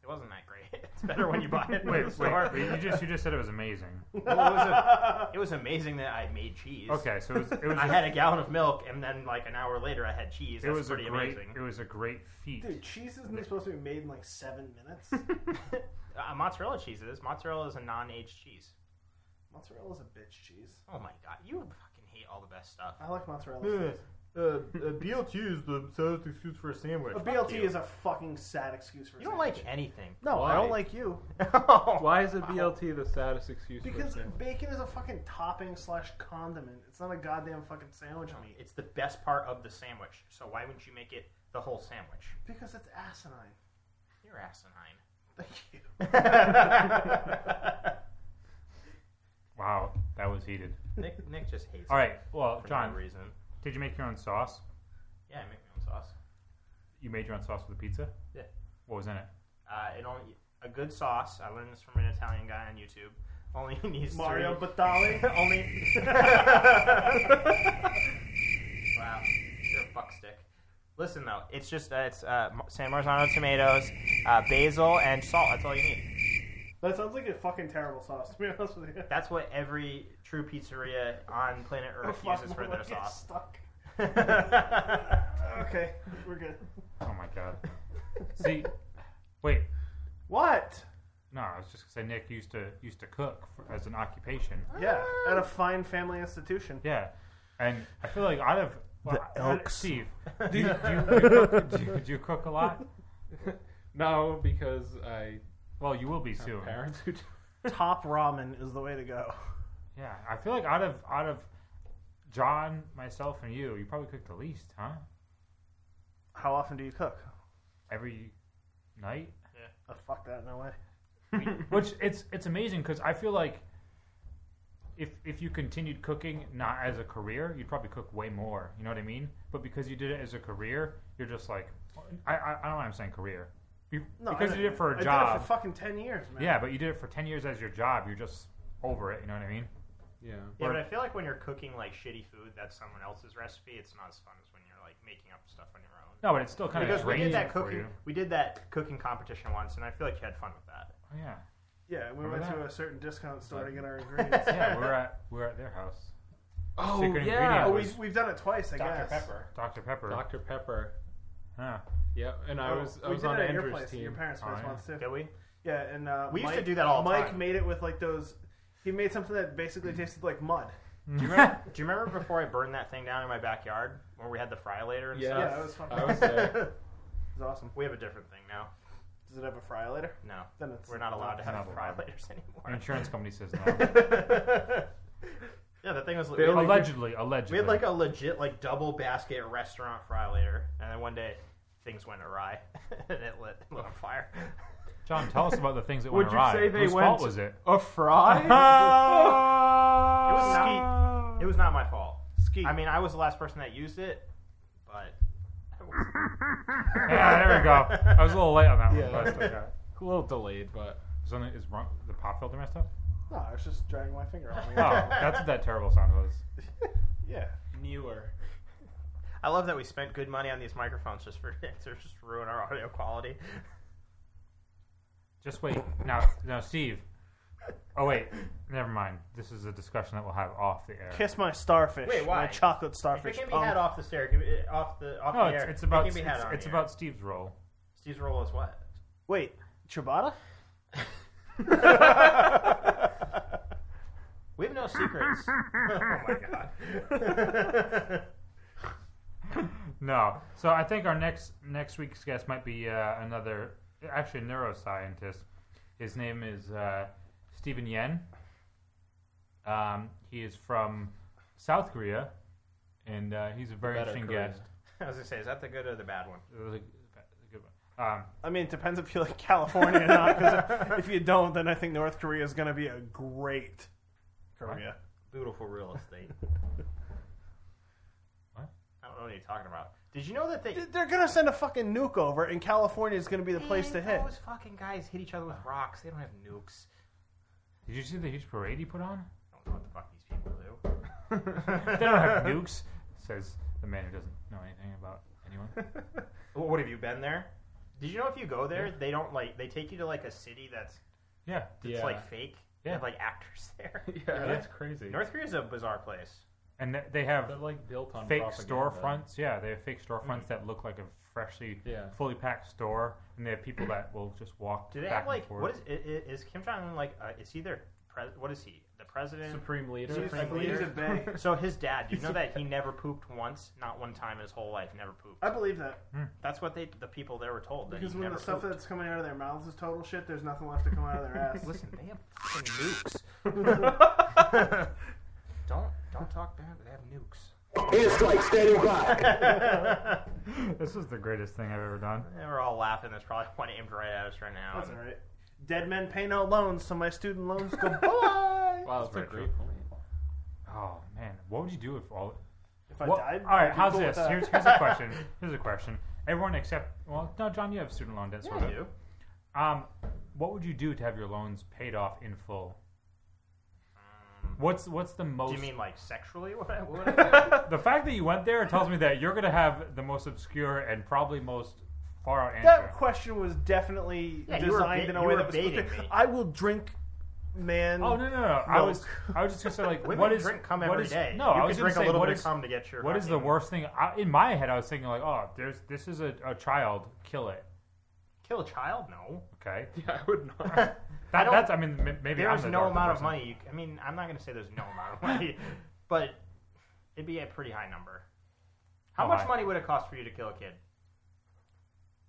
Speaker 3: It wasn't that great. it's better when you buy
Speaker 2: Wait,
Speaker 3: it. in the
Speaker 2: wait.
Speaker 3: store.
Speaker 2: but You just you just said it was amazing.
Speaker 3: Well, it, was a, it was amazing that I made cheese.
Speaker 2: Okay, so it was it was
Speaker 3: I
Speaker 2: a-
Speaker 3: had a gallon of milk, and then like an hour later, I had cheese.
Speaker 2: it
Speaker 3: That's
Speaker 2: was a
Speaker 3: pretty
Speaker 2: great
Speaker 3: amazing.
Speaker 2: it was a great feat.
Speaker 1: Dude, cheese isn't supposed to be made in like seven minutes.
Speaker 3: Uh, mozzarella cheese is mozzarella is a non-aged cheese.
Speaker 1: Mozzarella's a bitch cheese.
Speaker 3: Oh my god, you fucking hate all the best stuff.
Speaker 1: I like mozzarella. cheese.
Speaker 3: uh, uh, BLT is the saddest excuse for a sandwich.
Speaker 1: A BLT is a fucking sad excuse for.
Speaker 3: You don't
Speaker 1: sandwich.
Speaker 3: like anything.
Speaker 1: No, I don't
Speaker 4: Why?
Speaker 1: like you
Speaker 4: Why is a BLT the saddest excuse?
Speaker 1: because
Speaker 4: for a sandwich?
Speaker 1: bacon is a fucking topping slash condiment. It's not a goddamn fucking sandwich meat.
Speaker 3: It's the best part of the sandwich, so why wouldn't you make it the whole sandwich?
Speaker 1: Because it's asinine.
Speaker 3: You're asinine.
Speaker 1: Thank you.
Speaker 2: Wow, that was heated.
Speaker 3: Nick, Nick just hates
Speaker 2: All
Speaker 3: it
Speaker 2: right, well,
Speaker 3: for
Speaker 2: John,
Speaker 3: no reason.
Speaker 2: did you make your own sauce?
Speaker 3: Yeah, I make my own sauce.
Speaker 2: You made your own sauce for the pizza.
Speaker 3: Yeah.
Speaker 2: What was in it?
Speaker 3: Uh, it only a good sauce. I learned this from an Italian guy on YouTube. Only needs
Speaker 1: Mario
Speaker 3: three.
Speaker 1: Batali.
Speaker 3: only. wow, you're a fuck stick. Listen though, it's just uh, it's uh, Mar- San Marzano tomatoes, uh, basil, and salt. That's all you need.
Speaker 1: That sounds like a fucking terrible sauce. To be honest with you.
Speaker 3: That's what every true pizzeria on planet Earth
Speaker 1: Fuck,
Speaker 3: uses for
Speaker 1: my
Speaker 3: their
Speaker 1: leg is
Speaker 3: sauce.
Speaker 1: Stuck. Okay, we're good.
Speaker 2: Oh my god. See, wait.
Speaker 1: What?
Speaker 2: No, I was just gonna say Nick used to used to cook for, as an occupation.
Speaker 1: Yeah, at a fine family institution.
Speaker 2: Yeah, and I feel like out of well, I- I-
Speaker 1: Elks.
Speaker 2: Steve, do you, do, you, do, you cook, do, you, do you cook a lot?
Speaker 4: no, because I
Speaker 2: Well, you will be soon.
Speaker 4: have parents who do.
Speaker 1: Top ramen is the way to go.
Speaker 2: Yeah, I feel like out of out of John, myself, and you, you probably cook the least, huh?
Speaker 1: How often do you cook?
Speaker 2: Every night,
Speaker 1: Oh, fuck that, no way.
Speaker 2: which it's it's amazing because I feel like if if you continued cooking not as a career, you'd probably cook way more. You know what I mean? But because you did it as a career, you're just like, I I, I don't know why I'm saying career. You, because you did it for a
Speaker 1: I
Speaker 2: job.
Speaker 1: Did it for fucking ten years, man.
Speaker 2: yeah, but you did it for ten years as your job. You're just over it. You know what I mean?
Speaker 4: Yeah.
Speaker 3: Yeah, but I feel like when you're cooking like shitty food that's someone else's recipe, it's not as fun as when you're like making up stuff on your own.
Speaker 2: No, but it's still kind
Speaker 3: because
Speaker 2: of
Speaker 3: we did
Speaker 2: draining
Speaker 3: that
Speaker 2: for
Speaker 3: cooking,
Speaker 2: you.
Speaker 3: we did that cooking competition once, and I feel like you had fun with that.
Speaker 2: Yeah,
Speaker 1: Yeah, we
Speaker 2: Remember
Speaker 1: went to
Speaker 2: that?
Speaker 1: a certain discount store to get our ingredients.
Speaker 2: yeah. We're at we're at their house.
Speaker 4: Oh
Speaker 2: Secret
Speaker 4: yeah.
Speaker 1: oh,
Speaker 4: Oh,
Speaker 2: ingredient.
Speaker 1: we've, we've done it twice, I guess.
Speaker 2: Dr Pepper.
Speaker 4: Dr. Pepper.
Speaker 2: Huh.
Speaker 4: Yep. And I
Speaker 1: Oh,
Speaker 4: was I
Speaker 1: we
Speaker 4: was
Speaker 1: did
Speaker 4: on
Speaker 1: it at your
Speaker 4: Andrew's
Speaker 1: place, at
Speaker 4: team.
Speaker 1: your parents' place
Speaker 2: Oh, yeah.
Speaker 1: once too.
Speaker 3: Did we?
Speaker 1: Yeah, and uh,
Speaker 3: We used to
Speaker 1: Mike-
Speaker 3: do that all the
Speaker 1: Mike
Speaker 3: time.
Speaker 1: made it with like those. He made something that basically tasted like mud.
Speaker 3: Do you remember? do you remember before I burned that thing down in my backyard when we had the fry later and
Speaker 4: Yeah.
Speaker 1: Yeah,
Speaker 3: stuff?
Speaker 1: that was fun.
Speaker 4: I was there.
Speaker 1: It's awesome.
Speaker 3: We have a different thing now.
Speaker 1: Does it have a fry later?
Speaker 3: No,
Speaker 1: Then it's
Speaker 3: we're not allowed to have
Speaker 2: not
Speaker 3: fry
Speaker 2: allowed.
Speaker 3: laters
Speaker 2: An
Speaker 3: anymore.
Speaker 2: insurance company says no.
Speaker 3: yeah, that thing was.
Speaker 4: Barely-
Speaker 2: allegedly, allegedly.
Speaker 3: We had like a legit like double basket restaurant fry later, and then one day things went awry and it lit, lit on fire.
Speaker 2: John, tell us about the things that
Speaker 4: Would
Speaker 2: went
Speaker 4: you
Speaker 2: awry.
Speaker 4: say they
Speaker 2: Whose
Speaker 4: went
Speaker 2: fault was it?
Speaker 4: a fry?
Speaker 3: It was, not,
Speaker 2: Uh,
Speaker 3: it was not my fault.
Speaker 1: Ski.
Speaker 3: I mean, I was the last person that used it, but I wasn't.
Speaker 2: yeah, there we go. I was a little late on that one.
Speaker 4: Yeah.
Speaker 2: But it's okay.
Speaker 4: a little delayed, but
Speaker 2: Something is wrong. The pop filter messed up.
Speaker 1: no, I was just dragging my finger on.
Speaker 2: Oh, that's what that terrible sound was.
Speaker 1: yeah.
Speaker 4: newer.
Speaker 3: I love that we spent good money on these microphones just for to just ruin our audio quality.
Speaker 2: Just wait. Now, now, Steve. Oh wait, never mind. This is a discussion that we'll have off the air.
Speaker 1: Kiss my starfish.
Speaker 3: Wait, why?
Speaker 1: My chocolate
Speaker 3: If it
Speaker 1: starfish.
Speaker 3: can be
Speaker 1: pump.
Speaker 3: had off the stair, it can be- off the off
Speaker 2: No,
Speaker 3: the
Speaker 2: it's,
Speaker 3: air.
Speaker 2: it's
Speaker 3: It
Speaker 2: about
Speaker 3: can be had
Speaker 2: it's,
Speaker 3: on
Speaker 2: it's
Speaker 3: the air.
Speaker 2: about Steve's role.
Speaker 3: Steve's role is what?
Speaker 1: Wait, ciabatta?
Speaker 3: We have no secrets. oh my god.
Speaker 2: No. So I think our next next week's guest might be uh, another, actually a neuroscientist. His name is uh, Stephen Yen. Um, he is from South Korea, and uh, he's a very
Speaker 4: Better
Speaker 2: interesting
Speaker 4: Korea.
Speaker 2: guest.
Speaker 3: I was gonna say, is that the good or the bad one?
Speaker 2: It was a, a good one. Um,
Speaker 1: I mean, it depends if you like California or not. Because if you don't, then I think North Korea is going to be a great Korea.
Speaker 3: Beautiful real estate.
Speaker 2: What?
Speaker 3: I don't know what you're talking about. Did you know that they
Speaker 1: They're going to send a fucking nuke over, and California is going to be the place to
Speaker 3: Man,
Speaker 1: hit.
Speaker 3: Those fucking guys hit each other with rocks. They don't have nukes.
Speaker 2: did you see the huge parade he put on?
Speaker 3: I don't know what the fuck these people do.
Speaker 2: They don't have nukes, says the man who doesn't know anything about anyone.
Speaker 3: Well, what have you been there? Did you know if you go there, they don't like they take you to like a city that's
Speaker 2: Yeah,
Speaker 3: that's
Speaker 4: Yeah.
Speaker 3: like fake. They
Speaker 2: Yeah.
Speaker 3: have like actors there.
Speaker 4: Yeah, that's crazy.
Speaker 3: North Korea's a bizarre place.
Speaker 2: and th- they have
Speaker 4: They're like built on
Speaker 2: fake
Speaker 4: propaganda. Mm-hmm.
Speaker 2: storefronts. Yeah, they have fake storefronts that look like a freshly,
Speaker 4: Yeah.
Speaker 2: fully packed store, and they have people that will just walk.
Speaker 3: Do they
Speaker 2: back
Speaker 3: have like
Speaker 2: and forth.
Speaker 3: what is i- i- is Kim Jong Un like? Uh, is he their pres? What is he? The president?
Speaker 4: Supreme leader.
Speaker 1: He's- I believe he's a bay.
Speaker 3: So his dad. Do you know that he never pooped once? Not one time in his whole life. Never pooped.
Speaker 1: I believe that.
Speaker 3: That's what they the people there were told. That
Speaker 1: Because
Speaker 3: he
Speaker 1: when
Speaker 3: never
Speaker 1: the stuff
Speaker 3: pooped.
Speaker 1: that's coming out of their mouths is total shit, there's nothing left to come out of their ass.
Speaker 3: Listen, they have fucking nukes. don't don't talk bad. They have nukes.
Speaker 2: This is the greatest thing I've ever done.
Speaker 3: And we're all laughing. There's probably one aimed right at us right now.
Speaker 1: That's all right. Dead men pay no loans, so my student loans go bye.
Speaker 4: Wow, that's,
Speaker 2: That's very
Speaker 4: a great
Speaker 2: true.
Speaker 4: point.
Speaker 2: Oh man, what would you do if all?
Speaker 1: If I
Speaker 2: Well,
Speaker 1: died,
Speaker 2: all right,
Speaker 1: I'd be
Speaker 2: how's
Speaker 1: cool with
Speaker 2: this?
Speaker 1: that.
Speaker 2: Here's, here's a question. Here's a question. Everyone except well, no, John, you have student loan debt. sort
Speaker 3: Yeah,
Speaker 2: of.
Speaker 3: you.
Speaker 2: Um, what would you do to have your loans paid off in full? What's what's the most?
Speaker 3: Do you mean like sexually? What? I- what I-
Speaker 2: the fact that you went there tells me that you're gonna have the most obscure and probably most far out answer.
Speaker 1: That question was definitely
Speaker 3: Yeah, you were
Speaker 1: designed
Speaker 3: ba-
Speaker 1: in a
Speaker 3: you
Speaker 1: way
Speaker 3: were
Speaker 1: that was supposed to-
Speaker 3: baiting me.
Speaker 1: I will drink, man.
Speaker 2: Oh no no no! I was
Speaker 1: Milk.
Speaker 2: I was just gonna say like
Speaker 3: Women
Speaker 2: what is
Speaker 3: drink cum
Speaker 2: what
Speaker 3: every
Speaker 2: is-
Speaker 3: day.
Speaker 2: No, I
Speaker 3: you could
Speaker 2: was gonna
Speaker 3: drink
Speaker 2: say
Speaker 3: a little
Speaker 2: what
Speaker 3: bit of
Speaker 2: is-
Speaker 3: cum to get your.
Speaker 2: What is the
Speaker 3: fucking-
Speaker 2: worst thing? I, in my head, I was thinking like, oh, there's this is a, a child, kill it.
Speaker 3: Kill a child? No.
Speaker 2: Okay,
Speaker 4: Yeah, I would not.
Speaker 2: that,
Speaker 3: don't-
Speaker 2: that's I mean m- maybe
Speaker 3: There's
Speaker 2: I'm the
Speaker 3: no
Speaker 2: darker
Speaker 3: amount of
Speaker 2: person.
Speaker 3: money. You, c- I mean, I'm not going to say there's no amount of money, but it'd be a pretty high number. How
Speaker 2: How
Speaker 3: much
Speaker 2: high?
Speaker 3: money would it cost for you to kill a kid?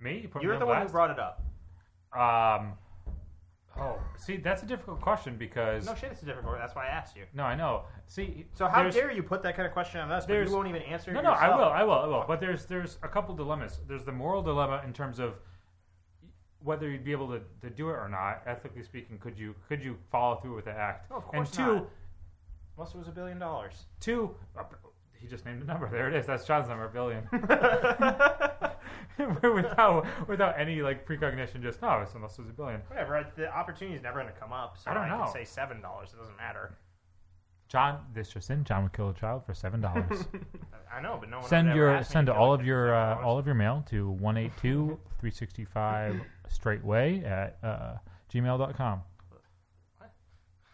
Speaker 2: Me? You put
Speaker 3: You're
Speaker 2: me
Speaker 3: the
Speaker 2: on
Speaker 3: one who
Speaker 2: blast?
Speaker 3: brought it up.
Speaker 2: Um, oh, see, that's a difficult question because
Speaker 3: No shit, it's a difficult. That's why I asked you.
Speaker 2: no, I know. See,
Speaker 3: So how
Speaker 2: there's-
Speaker 3: dare you put that kind of question on us? But
Speaker 2: there's-
Speaker 3: you won't even answer.
Speaker 2: No,
Speaker 3: it
Speaker 2: no, I
Speaker 3: yourself.
Speaker 2: will, I will, I will. But there's there's a couple dilemmas. There's the moral dilemma in terms of whether you'd be able to, to do it or not. Ethically speaking, could you could you follow through with the act?
Speaker 3: No, of
Speaker 2: and
Speaker 3: course
Speaker 2: two,
Speaker 3: not. Unless it was a billion dollars.
Speaker 2: Two. uh, He just named a number. There it is. That's John's number, a billion. without without any like precognition, just "Oh, no. It's unless it's a billion.
Speaker 3: Whatever. I- The opportunity's never going to come up. So
Speaker 2: I don't
Speaker 3: can
Speaker 2: know.
Speaker 3: say seven dollars. It doesn't matter.
Speaker 2: John, this just in. John would kill a child for seven dollars.
Speaker 3: I- I know, but no one.
Speaker 2: send
Speaker 3: ever
Speaker 2: your
Speaker 3: asked me
Speaker 2: send
Speaker 3: to do
Speaker 2: all
Speaker 3: it.
Speaker 2: of your uh,
Speaker 3: $7.
Speaker 2: all of your mail to 182 365 straightway at uh, gmail.com.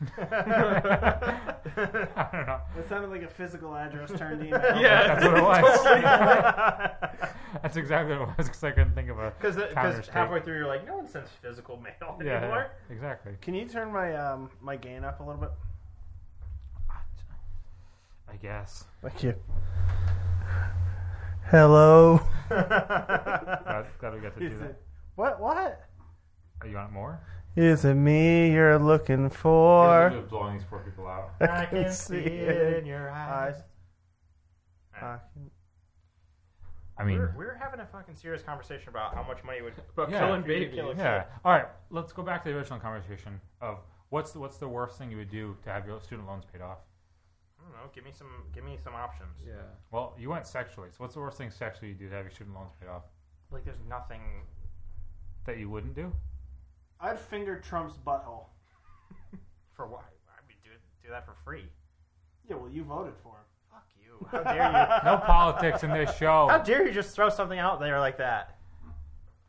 Speaker 2: I don't know.
Speaker 1: That sounded like a physical address turned email.
Speaker 2: That's what it was. That's exactly what it was because I couldn't think of a
Speaker 3: Because
Speaker 2: counter
Speaker 3: because
Speaker 2: state.
Speaker 3: halfway through you're like, no one sends physical mail
Speaker 2: yeah, yeah,
Speaker 3: anymore.
Speaker 2: exactly.
Speaker 1: Can you turn my um my gain up a little bit?
Speaker 2: I guess
Speaker 1: Thank you. Hello.
Speaker 2: glad, glad we got to do
Speaker 1: Is
Speaker 2: that.
Speaker 1: it- what what?
Speaker 2: Oh, you want more?
Speaker 1: Is it me you're looking for?
Speaker 2: blowing these poor people out.
Speaker 3: I can see it in your eyes.
Speaker 1: I can-
Speaker 2: I mean,
Speaker 3: We're, we're having a fucking serious conversation about how much money it would
Speaker 4: About
Speaker 2: Yeah.
Speaker 4: killing
Speaker 2: If
Speaker 3: you could kill
Speaker 4: babies.
Speaker 3: a-
Speaker 2: Yeah. All right. Let's go back to the original conversation of what's the, what's the worst thing you would do to have your student loans paid off?
Speaker 3: I don't know. Give me some. Give me some options.
Speaker 4: Yeah.
Speaker 2: Well, you went sexually. So what's the worst thing sexually you do to have your student loans paid off?
Speaker 3: Like there's nothing.
Speaker 2: That you wouldn't do?
Speaker 1: I'd finger Trump's butthole.
Speaker 3: For what? I would do do that for free.
Speaker 1: Yeah, well, you voted for him.
Speaker 3: Fuck you. How dare you?
Speaker 2: No politics in this show.
Speaker 3: How dare you just throw something out there like that?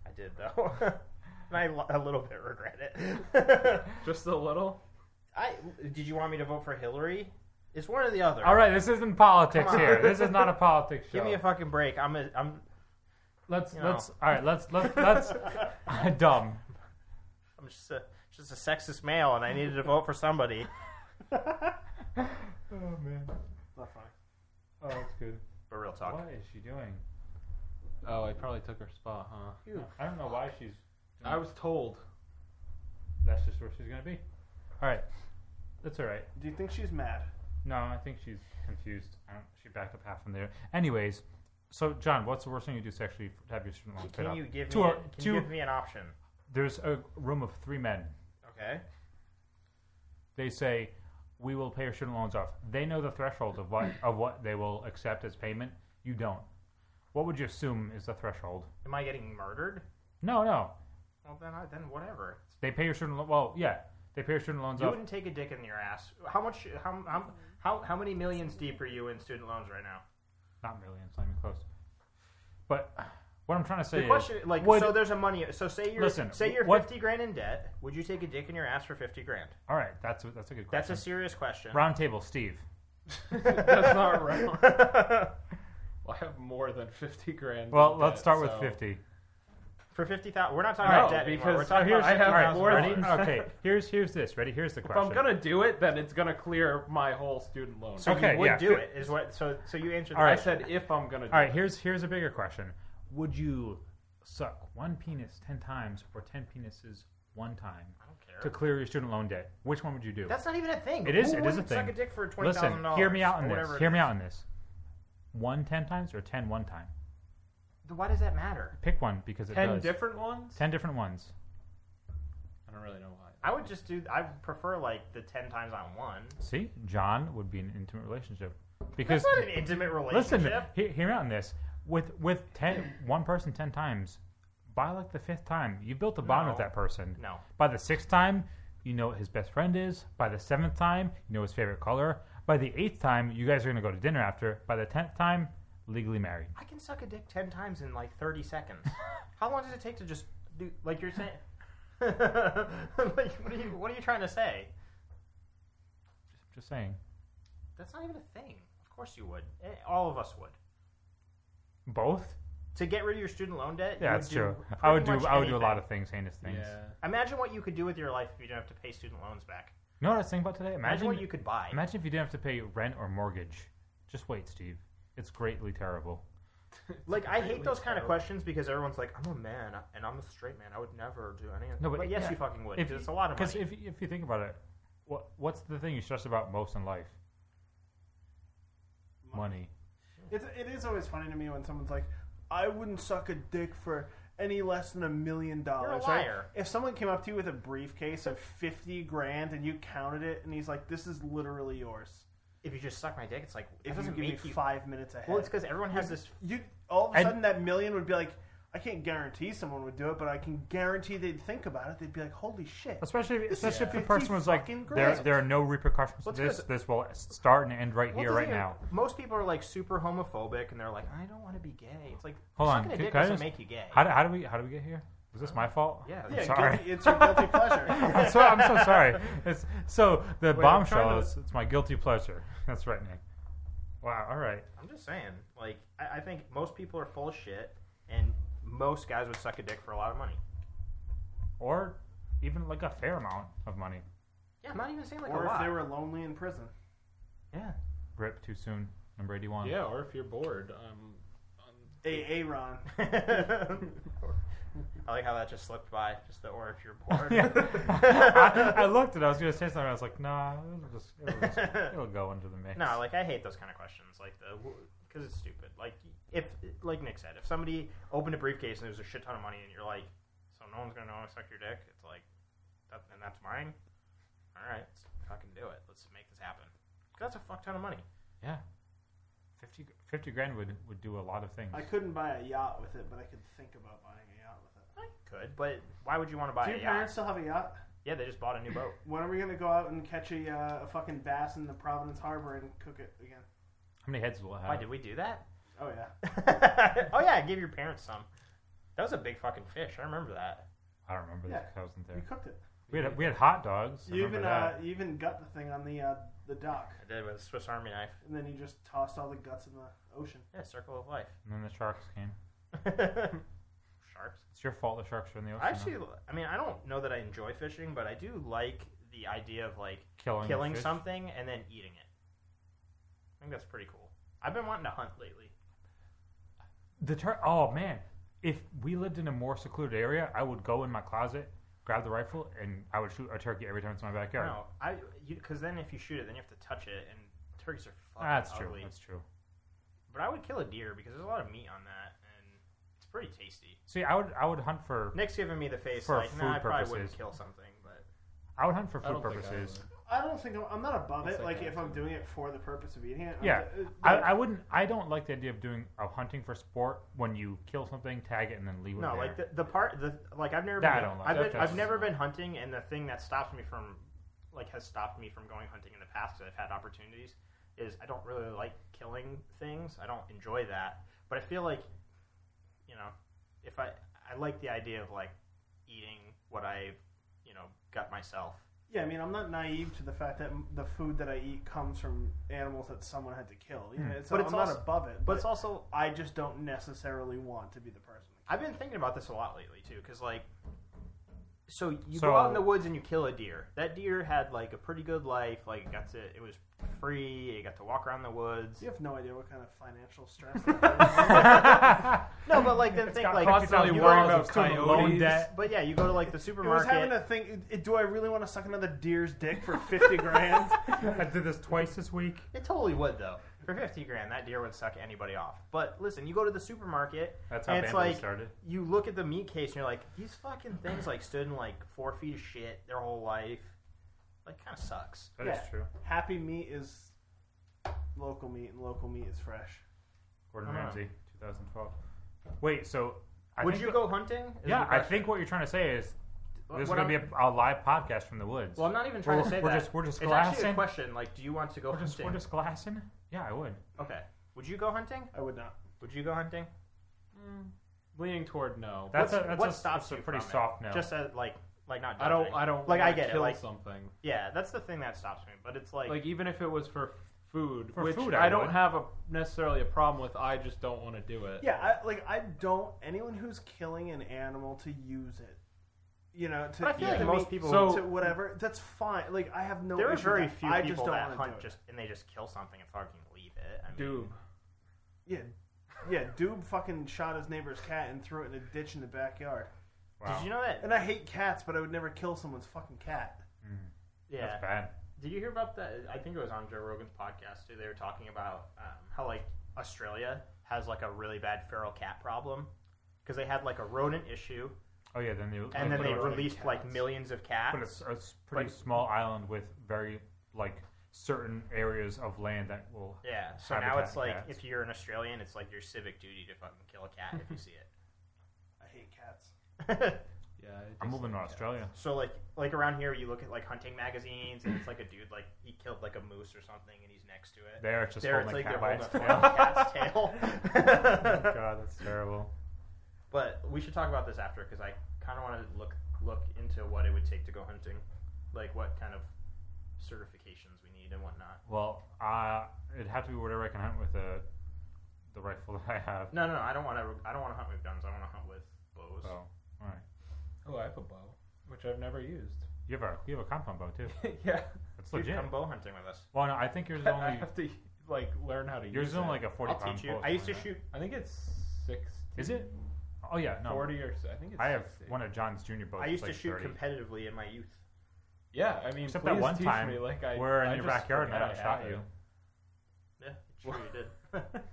Speaker 3: I did though. and I lo- a little bit regret it.
Speaker 4: Just a little.
Speaker 3: I did you want me to vote for Hillary? It's one or the other.
Speaker 2: All right. This isn't politics
Speaker 3: Come on.
Speaker 2: here. This is not a politics show.
Speaker 3: Give me a fucking break. I'm a, I'm
Speaker 2: let's
Speaker 3: you know.
Speaker 2: let's. All right. Let's let's let's. dumb.
Speaker 3: I'm just a just a sexist male, and I needed to vote for somebody.
Speaker 2: Oh man.
Speaker 1: Not funny.
Speaker 2: Oh, that's good.
Speaker 3: But real talk.
Speaker 2: What is she doing?
Speaker 4: Oh, I probably took her spot, huh?
Speaker 2: I don't know why she's.
Speaker 4: I was told.
Speaker 2: That's just where she's gonna be. All right. That's all right.
Speaker 1: Do you think she's mad?
Speaker 2: No, I think she's confused. I don't, she backed up half from there. Anyways, so John, what's the worst thing you do sexually to have your student loans paid
Speaker 3: Can
Speaker 2: off?
Speaker 3: you give
Speaker 2: Two
Speaker 3: me? A,
Speaker 2: are-
Speaker 3: can
Speaker 2: two-
Speaker 3: you give me an option?
Speaker 2: There's a room of three men.
Speaker 3: Okay.
Speaker 2: They say, "We will pay your student loans off." They know the threshold of what of what they will accept as payment. You don't. What would you assume is the threshold?
Speaker 3: Am I getting murdered?
Speaker 2: No, no.
Speaker 3: Well, then I then whatever.
Speaker 2: They pay your student. Lo- well, yeah, they pay your student loans
Speaker 3: You
Speaker 2: off.
Speaker 3: wouldn't take a dick in your ass. How much? How how how, how many millions deep are you in student loans right now?
Speaker 2: Not millions, not even close. But what I'm trying to say
Speaker 3: The
Speaker 2: is,
Speaker 3: question, like,
Speaker 2: would-
Speaker 3: so there's a money. So say you're
Speaker 2: Listen,
Speaker 3: say you're
Speaker 2: what-
Speaker 3: fifty grand in debt. Would you take a dick in your ass for fifty grand?
Speaker 2: all right, that's a, that's a good
Speaker 3: That's
Speaker 2: question.
Speaker 3: a serious question.
Speaker 2: round table, Steve.
Speaker 4: That's not right. Well, I have more than 50 grand.
Speaker 2: Well,
Speaker 4: in
Speaker 2: let's
Speaker 4: debt,
Speaker 2: start with
Speaker 4: so-
Speaker 2: 50.
Speaker 3: For fifty thousand, we're not talking
Speaker 4: No,
Speaker 3: about debt anymore. We're
Speaker 4: because-
Speaker 3: talking
Speaker 4: oh,
Speaker 3: about
Speaker 4: here's- I have more
Speaker 2: ready?
Speaker 4: than-
Speaker 2: okay, here's here's this. Ready? Here's the
Speaker 4: If
Speaker 2: question.
Speaker 4: I'm going to do it, then it's going to clear my whole student loan.
Speaker 3: So
Speaker 2: Okay,
Speaker 3: you would
Speaker 2: yeah.
Speaker 3: do it is what. So so you answered.
Speaker 2: All
Speaker 4: I
Speaker 2: right.
Speaker 4: said if I'm going to do
Speaker 2: All right,
Speaker 4: it.
Speaker 2: here's here's a bigger question. Would you suck one penis 10 times or 10 penises one time
Speaker 3: I don't care.
Speaker 2: to clear your student loan debt? Which one would you do?
Speaker 3: That's not even a thing.
Speaker 2: it is
Speaker 3: Who
Speaker 2: it is a
Speaker 3: wouldn't
Speaker 2: thing.
Speaker 3: Suck a dick for twenty thousand
Speaker 2: Listen,
Speaker 3: dollars.
Speaker 2: hear me out on this. Hear me out on this. One 10 times or 10 one time?
Speaker 3: Why does that matter?
Speaker 2: Pick one because it
Speaker 4: 10
Speaker 2: does.
Speaker 4: different ones?
Speaker 2: 10 different ones.
Speaker 4: I don't really know why.
Speaker 3: I would just do. I would prefer like the ten times on one.
Speaker 2: See? John would be in an intimate relationship. Because
Speaker 3: That's not an intimate relationship.
Speaker 2: Listen, he, hear me out on this. With with ten, one person ten times, by like the fifth time, you built a bond with
Speaker 3: No.
Speaker 2: that person.
Speaker 3: No.
Speaker 2: By the sixth time, you know what his best friend is. By the seventh time, you know his favorite color. By the eighth time, you guys are gonna go to dinner after. By the tenth time, legally married.
Speaker 3: I can suck a dick ten times in like thirty seconds. How long does it take to just do like you're saying? like what are you what are you trying to say?
Speaker 2: Just saying.
Speaker 3: That's not even a thing. Of course you would. Eh, All of us would.
Speaker 2: Both?
Speaker 3: To get rid of your student loan debt. you
Speaker 2: Yeah,
Speaker 3: would
Speaker 2: that's
Speaker 3: do
Speaker 2: true. I would do.
Speaker 3: pretty much
Speaker 2: I would do a lot
Speaker 3: anything.
Speaker 2: of things, heinous things.
Speaker 4: Yeah.
Speaker 3: Imagine what you could do with your life if you didn't have to pay student loans back.
Speaker 2: You know what I was thinking about today?
Speaker 3: Imagine,
Speaker 2: Imagine,
Speaker 3: what you could buy.
Speaker 2: imagine if you didn't have to pay rent or mortgage. Just wait, Steve. It's greatly terrible.
Speaker 3: Like I hate those kind of questions because everyone's like, "I'm a man and I'm a straight man. I would never do anything."
Speaker 2: No, but-
Speaker 3: yes,
Speaker 2: yeah.
Speaker 3: you fucking would.
Speaker 2: If
Speaker 3: 'cause
Speaker 2: you-
Speaker 3: it's a lot of money.
Speaker 2: if if you think about it, what what's the thing you stress about most in life? Money.
Speaker 1: It's, it is always funny to me when someone's like, I wouldn't suck a dick for any less than a million dollars. right?
Speaker 3: liar.
Speaker 1: If someone came up to you with a briefcase of 50 grand and you counted it and he's like, this is literally yours.
Speaker 3: if you just suck my dick, it's like that
Speaker 1: If you
Speaker 3: doesn't
Speaker 1: give me
Speaker 3: make you.
Speaker 1: five minutes ahead.
Speaker 3: well, it's because everyone has this.
Speaker 1: you all of a
Speaker 2: And-
Speaker 1: sudden that million would be like, I can't guarantee someone would do it, but I can guarantee they'd think about it. They'd be like, holy shit.
Speaker 2: Especially, if,
Speaker 1: This is
Speaker 2: especially if the
Speaker 1: 50
Speaker 2: person was like,
Speaker 1: fucking
Speaker 2: there,
Speaker 1: grand.
Speaker 2: there are no repercussions to
Speaker 3: Well, it's
Speaker 2: this.
Speaker 3: 'cause-
Speaker 2: This will start and end right
Speaker 3: Well,
Speaker 2: here,
Speaker 3: it
Speaker 2: right
Speaker 3: doesn't
Speaker 2: now.
Speaker 3: even- Most people are like super homophobic, and they're like, I don't want to be gay. It's like
Speaker 2: Hold on,
Speaker 3: sucking a
Speaker 2: can-
Speaker 3: dick
Speaker 2: can I
Speaker 3: doesn't
Speaker 2: just-
Speaker 3: make you gay.
Speaker 2: How do, how do we how do we get here? Was this my fault?
Speaker 3: Uh, Yeah,
Speaker 2: I'm
Speaker 1: Yeah,
Speaker 2: sorry.
Speaker 1: guilty- it's your guilty pleasure.
Speaker 2: I'm so, I'm so sorry. It's, so the
Speaker 3: Wait, I'm trying
Speaker 2: bombshell
Speaker 3: to-
Speaker 2: is it's my guilty pleasure. That's right, Nick. Wow. All right.
Speaker 3: I'm just saying, like, I, I think most people are full of shit, and most guys would suck a dick for a lot of money.
Speaker 2: Or even like a fair amount of money.
Speaker 3: Yeah, I'm not even saying like
Speaker 1: or
Speaker 3: a
Speaker 1: if
Speaker 3: lot.
Speaker 1: they were lonely in prison.
Speaker 3: yeah,
Speaker 2: Rip too soon. Number eighty-one.
Speaker 4: Yeah, or if you're bored, um,
Speaker 1: A Aaron.
Speaker 3: I like how that just slipped by. Just the or if you're bored.
Speaker 2: Yeah. I, I looked and I was gonna say something. I was like, nah, it'll just it'll, just, it'll go into the mix.
Speaker 3: No, like I hate those kind of questions, like the because it's stupid. Like if, like Nick said, if somebody opened a briefcase and there's a shit ton of money, and you're like, so no one's gonna know I suck your dick. It's like, that, and that's mine. All right, let's fucking do it. Let's make this happen. 'Cause that's a fuck ton of money.
Speaker 2: yeah. 50, 50 grand would, would do a lot of things.
Speaker 1: I couldn't buy a yacht with it, but I could think about buying a yacht with it.
Speaker 3: I could, but why would you want to buy
Speaker 1: Do
Speaker 3: a
Speaker 1: your
Speaker 3: yacht?
Speaker 1: parents still have a yacht?
Speaker 3: Yeah, they just bought a new boat.
Speaker 1: When are we gonna go out and catch a, uh, a fucking bass in the Providence Harbor and cook it again?
Speaker 2: How many heads will it have?
Speaker 1: Uh.
Speaker 3: Why did we do that?
Speaker 1: Oh yeah.
Speaker 3: oh yeah, give your parents some. That was a big fucking fish. I remember that.
Speaker 2: I don't remember this.
Speaker 1: Yeah.
Speaker 2: I wasn't
Speaker 1: You
Speaker 2: there.
Speaker 1: cooked it.
Speaker 2: We had, we had hot dogs. I
Speaker 1: You
Speaker 2: remember
Speaker 1: even uh,
Speaker 2: that.
Speaker 1: you even gut the thing on the uh, the dock,
Speaker 3: I did it with a Swiss Army knife.
Speaker 1: and then you just tossed all the guts in the ocean.
Speaker 3: Yeah, circle of life.
Speaker 2: and then the sharks came.
Speaker 3: Sharks.
Speaker 2: It's your fault the sharks are in the ocean.
Speaker 3: I
Speaker 2: huh?
Speaker 3: actually, I mean, I don't know that I enjoy fishing, but I do like the idea of like
Speaker 2: Killing
Speaker 3: killing,
Speaker 2: the fish.
Speaker 3: something and then eating it. I think that's pretty cool. I've been wanting to hunt lately.
Speaker 2: The tur- oh man, if we lived in a more secluded area, I would go in my closet, grab the rifle, and I would shoot a turkey every time it's in my backyard.
Speaker 3: No, I because then if you shoot it, then you have to touch it, and turkeys are fucking
Speaker 2: That's true.
Speaker 3: ugly.
Speaker 2: That's true.
Speaker 3: But I would kill a deer because there's a lot of meat on that, and it's pretty tasty.
Speaker 2: See, I would I would hunt for
Speaker 3: Nick's giving me the face
Speaker 2: For
Speaker 3: like, no,
Speaker 2: food
Speaker 3: I probably wouldn't
Speaker 2: purposes.
Speaker 3: kill something, but
Speaker 2: I would hunt for
Speaker 4: I
Speaker 2: food
Speaker 4: don't think I
Speaker 2: purposes.
Speaker 4: would.
Speaker 1: I don't think I'm, I'm not above
Speaker 4: That's
Speaker 1: it.
Speaker 4: like
Speaker 1: Like
Speaker 4: that,
Speaker 1: if I'm doing it for the purpose of eating it. I'm
Speaker 2: Yeah,
Speaker 1: ju- uh,
Speaker 2: I,
Speaker 1: like,
Speaker 2: I wouldn't. I don't like the idea of doing of hunting for sport when you kill something, tag it, and then leave it
Speaker 3: no,
Speaker 2: there.
Speaker 3: like the, the part the like I've never
Speaker 2: That
Speaker 3: been,
Speaker 2: I don't like.
Speaker 3: I've,
Speaker 2: That
Speaker 3: been, I've
Speaker 2: doesn't-
Speaker 3: never been hunting, and the thing that stops me from like has stopped me from going hunting in the past that I've had opportunities is I don't really like killing things. I don't enjoy that, but I feel like you know if I I like the idea of like eating what I you know gut myself.
Speaker 1: yeah, I mean I'm not naive to the fact that m- the food that I eat comes from animals that someone had to kill. You know, so
Speaker 3: Hmm. But it's
Speaker 1: I'm
Speaker 3: also-
Speaker 1: not above it.
Speaker 3: But it's also
Speaker 1: I just don't necessarily want to be the person.
Speaker 3: I've been thinking about this a lot lately too, because like, so you
Speaker 2: So-
Speaker 3: go out in the woods and you kill a deer. That deer had like a pretty good life. Like, it got to it was free. It got to walk around the woods.
Speaker 1: You have no idea what kind of financial stress. that is.
Speaker 3: No, but like then think
Speaker 2: got
Speaker 3: like
Speaker 2: constantly
Speaker 3: you go-
Speaker 2: worrying about student loan
Speaker 4: coyotes.
Speaker 2: debt.
Speaker 3: But yeah, you go to like
Speaker 1: It
Speaker 3: the
Speaker 1: was
Speaker 3: supermarket.
Speaker 1: having to think. it- Do I really want to suck another deer's dick for fifty grand?
Speaker 2: I did this twice this week.
Speaker 3: It totally would though. For fifty grand, that deer would suck anybody off. But listen, you go to the supermarket.
Speaker 2: That's how
Speaker 3: and it's
Speaker 2: Bambi
Speaker 3: like,
Speaker 2: started.
Speaker 3: You look at the meat case and you're like, these fucking things like stood in like four feet of shit their whole life. Like, kind of sucks.
Speaker 2: That is
Speaker 1: Yeah.
Speaker 2: true.
Speaker 1: Happy meat is local meat, and local meat is fresh.
Speaker 2: Gordon
Speaker 3: I don't know.
Speaker 2: Ramsay, 2012. Wait, so I
Speaker 3: Would
Speaker 2: think
Speaker 3: you
Speaker 2: the-
Speaker 3: go hunting? Is the
Speaker 2: Yeah, I
Speaker 3: question.
Speaker 2: think what you're trying to say is
Speaker 3: What-
Speaker 2: this is
Speaker 3: what
Speaker 2: going to be
Speaker 3: I'm-
Speaker 2: a, a live podcast from the woods.
Speaker 3: Well, I'm not even trying
Speaker 2: We're-
Speaker 3: to say
Speaker 2: we're
Speaker 3: that.
Speaker 2: just- we're just
Speaker 3: it's actually a
Speaker 2: glassing.
Speaker 3: question. Like, do you want to go
Speaker 2: we're just
Speaker 3: hunting?
Speaker 2: we're just glassing. Yeah, I would.
Speaker 3: Okay. Would you go hunting?
Speaker 1: I would not.
Speaker 3: Would you go hunting?
Speaker 4: leaning toward no.
Speaker 2: That's
Speaker 3: What's-
Speaker 2: a that's
Speaker 3: what
Speaker 2: a,
Speaker 3: stops
Speaker 2: that's a
Speaker 3: you
Speaker 2: pretty
Speaker 3: from it?
Speaker 2: soft no.
Speaker 3: Just as like, like not.
Speaker 4: I don't.
Speaker 3: judging.
Speaker 4: I don't
Speaker 3: Like, I
Speaker 4: wanna
Speaker 3: get it,
Speaker 4: kill
Speaker 3: like-
Speaker 4: something.
Speaker 3: Yeah, that's the thing that stops me. But it's like,
Speaker 4: Like even if it was for food,
Speaker 2: For
Speaker 4: which
Speaker 2: food, I
Speaker 4: I, don't
Speaker 2: would.
Speaker 4: have a necessarily a problem with. I just don't want to do it.
Speaker 1: Yeah, I, like I don't. Anyone who's killing an animal to use it, you know, to,
Speaker 3: But I feel
Speaker 1: to
Speaker 3: like most
Speaker 1: meat-
Speaker 3: people-
Speaker 1: to
Speaker 4: So-
Speaker 1: whatever. That's fine. Like I have no.
Speaker 3: there are
Speaker 1: issue
Speaker 3: very
Speaker 1: with that.
Speaker 3: few
Speaker 1: I just
Speaker 3: people
Speaker 1: don't
Speaker 3: that
Speaker 1: wanna
Speaker 3: hunt
Speaker 1: do it.
Speaker 3: just and they just kill something and fucking leave it. I mean,
Speaker 4: Dude,
Speaker 1: Yeah, yeah. Doob fucking shot his neighbor's cat and threw it in a ditch in the backyard.
Speaker 2: wow.
Speaker 3: Did you know that?
Speaker 1: And I hate cats, but I would never kill someone's fucking cat.
Speaker 3: yeah.
Speaker 2: That's bad.
Speaker 3: Did you hear about that? I think it was on Joe Rogan's podcast too. They were talking about um, how like Australia has like a really bad feral cat problem because they had like a rodent issue
Speaker 2: Oh yeah, then they
Speaker 3: and then
Speaker 2: put
Speaker 3: they
Speaker 2: it-
Speaker 3: released like millions of cats.
Speaker 2: But it's a s- pretty
Speaker 3: But-
Speaker 2: small island with very like certain areas of land that will.
Speaker 3: Yeah. So now
Speaker 2: habitat
Speaker 3: it's like
Speaker 2: cats.
Speaker 3: if you're an Australian, it's like your civic duty to fucking kill a cat if you see
Speaker 1: I hate cats.
Speaker 3: it.
Speaker 4: Yeah,
Speaker 2: I'm moving to Australia.
Speaker 3: so like like around here, you look at like hunting magazines, and it's like a dude like he killed like a moose or something, and he's next to it.
Speaker 2: There, it's just
Speaker 3: there it's
Speaker 2: holding
Speaker 3: like
Speaker 2: a
Speaker 3: they're
Speaker 2: cat by
Speaker 3: holding
Speaker 2: its
Speaker 3: a
Speaker 2: tail.
Speaker 3: fucking cat's tail.
Speaker 2: God, that's terrible.
Speaker 3: But we should talk about this after because I kind of want to look look into what it would take to go hunting, like what kind of certifications we need and whatnot.
Speaker 2: Well, uh, it'd have to be whatever I can hunt with the the rifle that I have.
Speaker 3: No, no, no. I don't want to. I don't want to hunt with guns. I want to hunt with bows.
Speaker 2: So, all right.
Speaker 4: Oh, I have a bow, which I've never used.
Speaker 2: You have a you have a compound bow too.
Speaker 4: yeah,
Speaker 2: It's
Speaker 3: Dude,
Speaker 2: legit.
Speaker 3: come bow hunting with us.
Speaker 2: Well, no, I think yours is
Speaker 4: I
Speaker 2: only
Speaker 4: have to like learn how to
Speaker 2: yours
Speaker 4: use.
Speaker 2: is only
Speaker 4: it.
Speaker 2: like a forty
Speaker 3: I'll
Speaker 2: pound
Speaker 3: teach you.
Speaker 2: bullet,
Speaker 3: I used to
Speaker 2: right?
Speaker 3: shoot.
Speaker 4: I think it's sixty.
Speaker 2: Is it? Oh yeah, no.
Speaker 4: forty or so? I think it's.
Speaker 2: I have
Speaker 4: 60.
Speaker 2: one of John's junior bows.
Speaker 3: I used to
Speaker 2: that's, like,
Speaker 3: shoot
Speaker 2: 30.
Speaker 3: competitively in my youth.
Speaker 4: Yeah, I mean,
Speaker 2: Except
Speaker 4: please
Speaker 2: that one
Speaker 4: teach
Speaker 2: time
Speaker 4: me. Like I,
Speaker 2: we're in
Speaker 4: I
Speaker 2: your
Speaker 4: just
Speaker 2: backyard and
Speaker 4: forget
Speaker 2: I shot
Speaker 4: have
Speaker 2: you.
Speaker 4: it.
Speaker 3: Yeah, sure you did.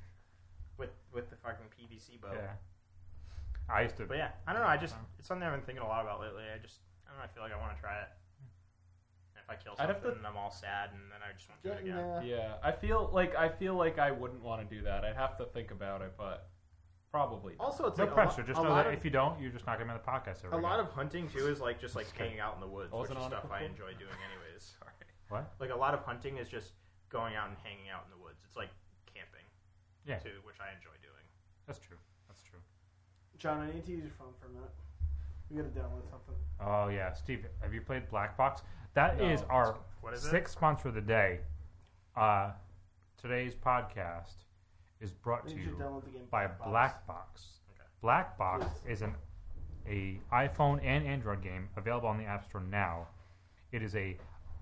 Speaker 3: with with the fucking PVC bow.
Speaker 2: Yeah. I used to.
Speaker 3: But yeah, I don't know. I just it's something I've been thinking a lot about lately. I just I don't know. I feel like I want to try it. And if I kill
Speaker 4: I'd have
Speaker 3: something, and I'm all sad, and then I just won't do it again.
Speaker 4: Yeah, I feel like I feel like I wouldn't want to do that. I'd have to think about it, but probably. not.
Speaker 3: Also, it's
Speaker 2: No
Speaker 3: like
Speaker 2: pressure.
Speaker 3: A lot,
Speaker 2: just
Speaker 3: a
Speaker 2: know
Speaker 3: lot
Speaker 2: that
Speaker 3: of,
Speaker 2: if you don't, you're just not gonna be in the podcast ever.
Speaker 3: a lot
Speaker 2: again.
Speaker 3: of hunting too is like just like
Speaker 2: Just kidding.
Speaker 3: hanging out in the woods,
Speaker 4: I
Speaker 3: which
Speaker 4: wasn't
Speaker 3: is
Speaker 4: on it
Speaker 3: stuff I
Speaker 4: before.
Speaker 3: enjoy doing anyways. Sorry.
Speaker 2: What?
Speaker 3: Like a lot of hunting is just going out and hanging out in the woods. It's like camping,
Speaker 2: Yeah.
Speaker 3: too, which I enjoy doing.
Speaker 2: That's true. That's true.
Speaker 1: John, I need to use your phone for a minute. We gotta download something.
Speaker 2: Oh yeah, Steve, have you played Black Box? That
Speaker 4: No.
Speaker 2: is our
Speaker 3: What is it?
Speaker 2: sixth sponsor of the day. Uh, today's podcast is brought
Speaker 1: I
Speaker 2: to
Speaker 1: think you should
Speaker 2: you
Speaker 1: download the game.
Speaker 2: by
Speaker 1: Box.
Speaker 2: Black Box.
Speaker 3: Okay.
Speaker 2: Black Box is an a iPhone and Android game available on the App Store now. It is a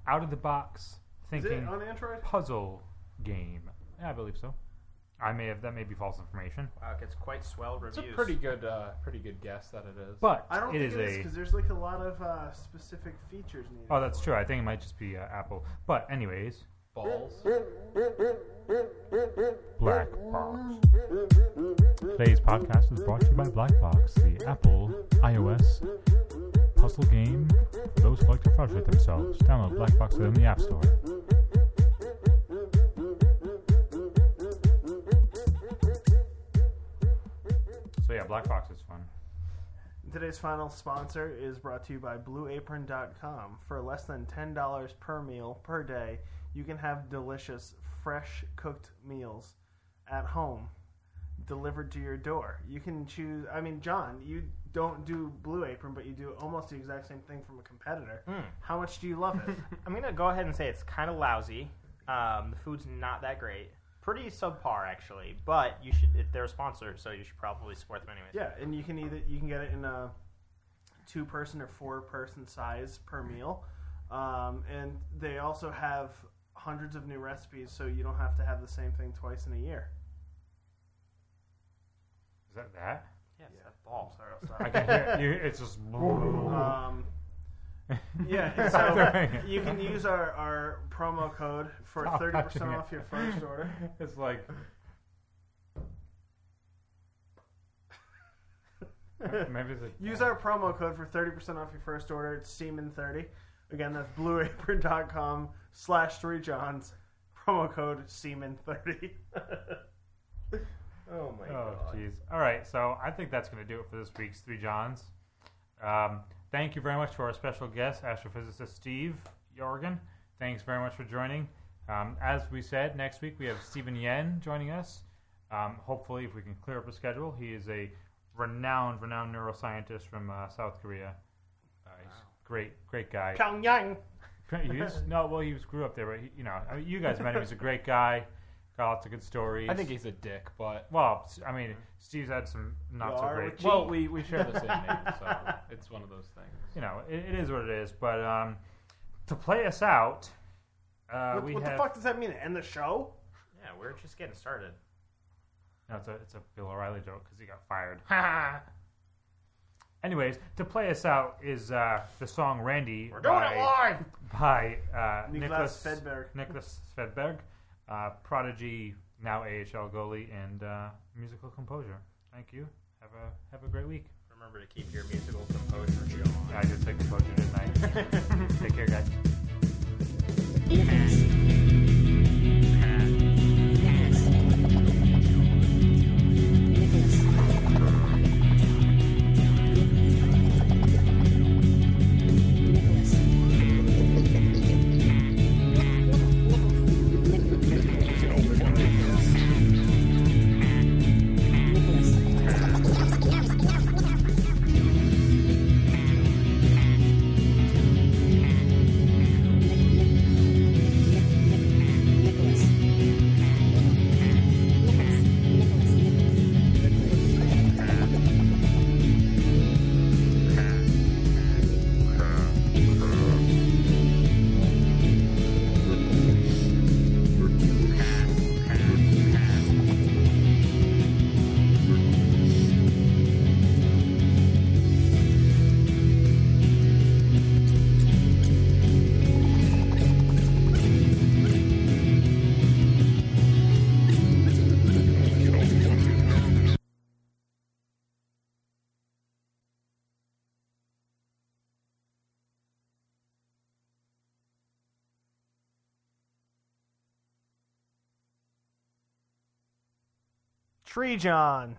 Speaker 2: out of the box
Speaker 1: Is it
Speaker 2: thinking
Speaker 1: on Android?
Speaker 2: puzzle game. Yeah, I believe so. I may have that may be false information,
Speaker 3: Wow, it Uh, gets quite swell
Speaker 4: it's
Speaker 3: reviews.
Speaker 4: a pretty good, uh, pretty good guess that it is.
Speaker 2: but
Speaker 1: I don't
Speaker 2: it
Speaker 1: think
Speaker 2: is
Speaker 1: it is
Speaker 2: a
Speaker 1: because there's like a lot of uh, specific features needed.
Speaker 2: Oh, that's
Speaker 1: for
Speaker 2: true.
Speaker 1: it.
Speaker 2: I think it might just be uh, Apple. But anyways,
Speaker 4: balls.
Speaker 2: Black Box. Today's podcast is brought to you by Black Box, the Apple iOS puzzle game for those who like to frustrate themselves. Download Black Box within the App Store. So yeah, Black Box is fun.
Speaker 1: Today's final sponsor is brought to you by BlueApron.com. For less than ten dollars per meal per day, you can have delicious, fresh cooked meals at home delivered to your door. You can choose. I mean, John, you don't do Blue Apron, but you do almost the exact same thing from a competitor.
Speaker 2: Hmm.
Speaker 1: How much do you love it?
Speaker 3: I'm gonna go ahead and say it's kind of lousy. Um, the food's not that great. Pretty subpar actually, but you should. If they're a sponsor, so you should probably support them anyways.
Speaker 1: yeah, and you can either you can get it in a two person or four person size per meal, um, and they also have hundreds of new recipes, so you don't have to have the same thing twice in a year.
Speaker 2: Is that that?
Speaker 3: Yeah, it's that ball.
Speaker 1: Sorry, I'll stop.
Speaker 2: I can hear you. It's just.
Speaker 1: Um, yeah, and so you can use our, our promo code for
Speaker 2: Stop
Speaker 1: thirty
Speaker 2: touching
Speaker 1: percent
Speaker 2: it.
Speaker 1: off your first order.
Speaker 2: it's like. Maybe it's a,
Speaker 1: Use our promo code for 30% off your first order. It's Seaman30. Again, that's blueapron.com slash three johns. Promo code Seaman30.
Speaker 3: Oh my
Speaker 2: Oh, jeez. All right, so I think that's going to do it for this week's Three Johns. Um, thank you very much to our special guest, astrophysicist Steve Jorgen. Thanks very much for joining. Um, as we said, next week we have Stephen Yen joining us. Um, hopefully, if we can clear up his schedule, he is a renowned, renowned neuroscientist from uh, South Korea. Uh, he's a great, great guy.
Speaker 1: Pyongyang.
Speaker 2: He was- no, well, he was grew up there, but he, you know, I mean, you guys met him. He's a great guy. Got lots of good stories.
Speaker 4: I think he's a dick, but
Speaker 2: Well, s- I mean, Steve's had some not so
Speaker 1: Yar,
Speaker 2: great.
Speaker 1: Cheek.
Speaker 4: well, we we share the same name, so it's one of those things.
Speaker 2: You know, it, it is what it is. But um, to play us out, uh,
Speaker 1: What,
Speaker 2: we
Speaker 1: what
Speaker 2: have.
Speaker 1: the fuck does that mean? End the show?
Speaker 3: Yeah, we're just getting started.
Speaker 2: No, it's a it's a Bill O'Reilly joke because he got fired. Anyways, to play us out is uh, the song "Randy"
Speaker 3: We're doing
Speaker 2: by
Speaker 3: it live.
Speaker 2: by uh,
Speaker 1: Niklas
Speaker 2: Nicholas
Speaker 1: Fedberg.
Speaker 2: Nicholas Svedberg, uh, prodigy, now AHL goalie and uh, musical composer. Thank you. Have a have a great week.
Speaker 3: Remember to keep your musical composure going.
Speaker 2: I did say composer, didn't I? Take care, guys.
Speaker 7: Yes.
Speaker 1: Tree John.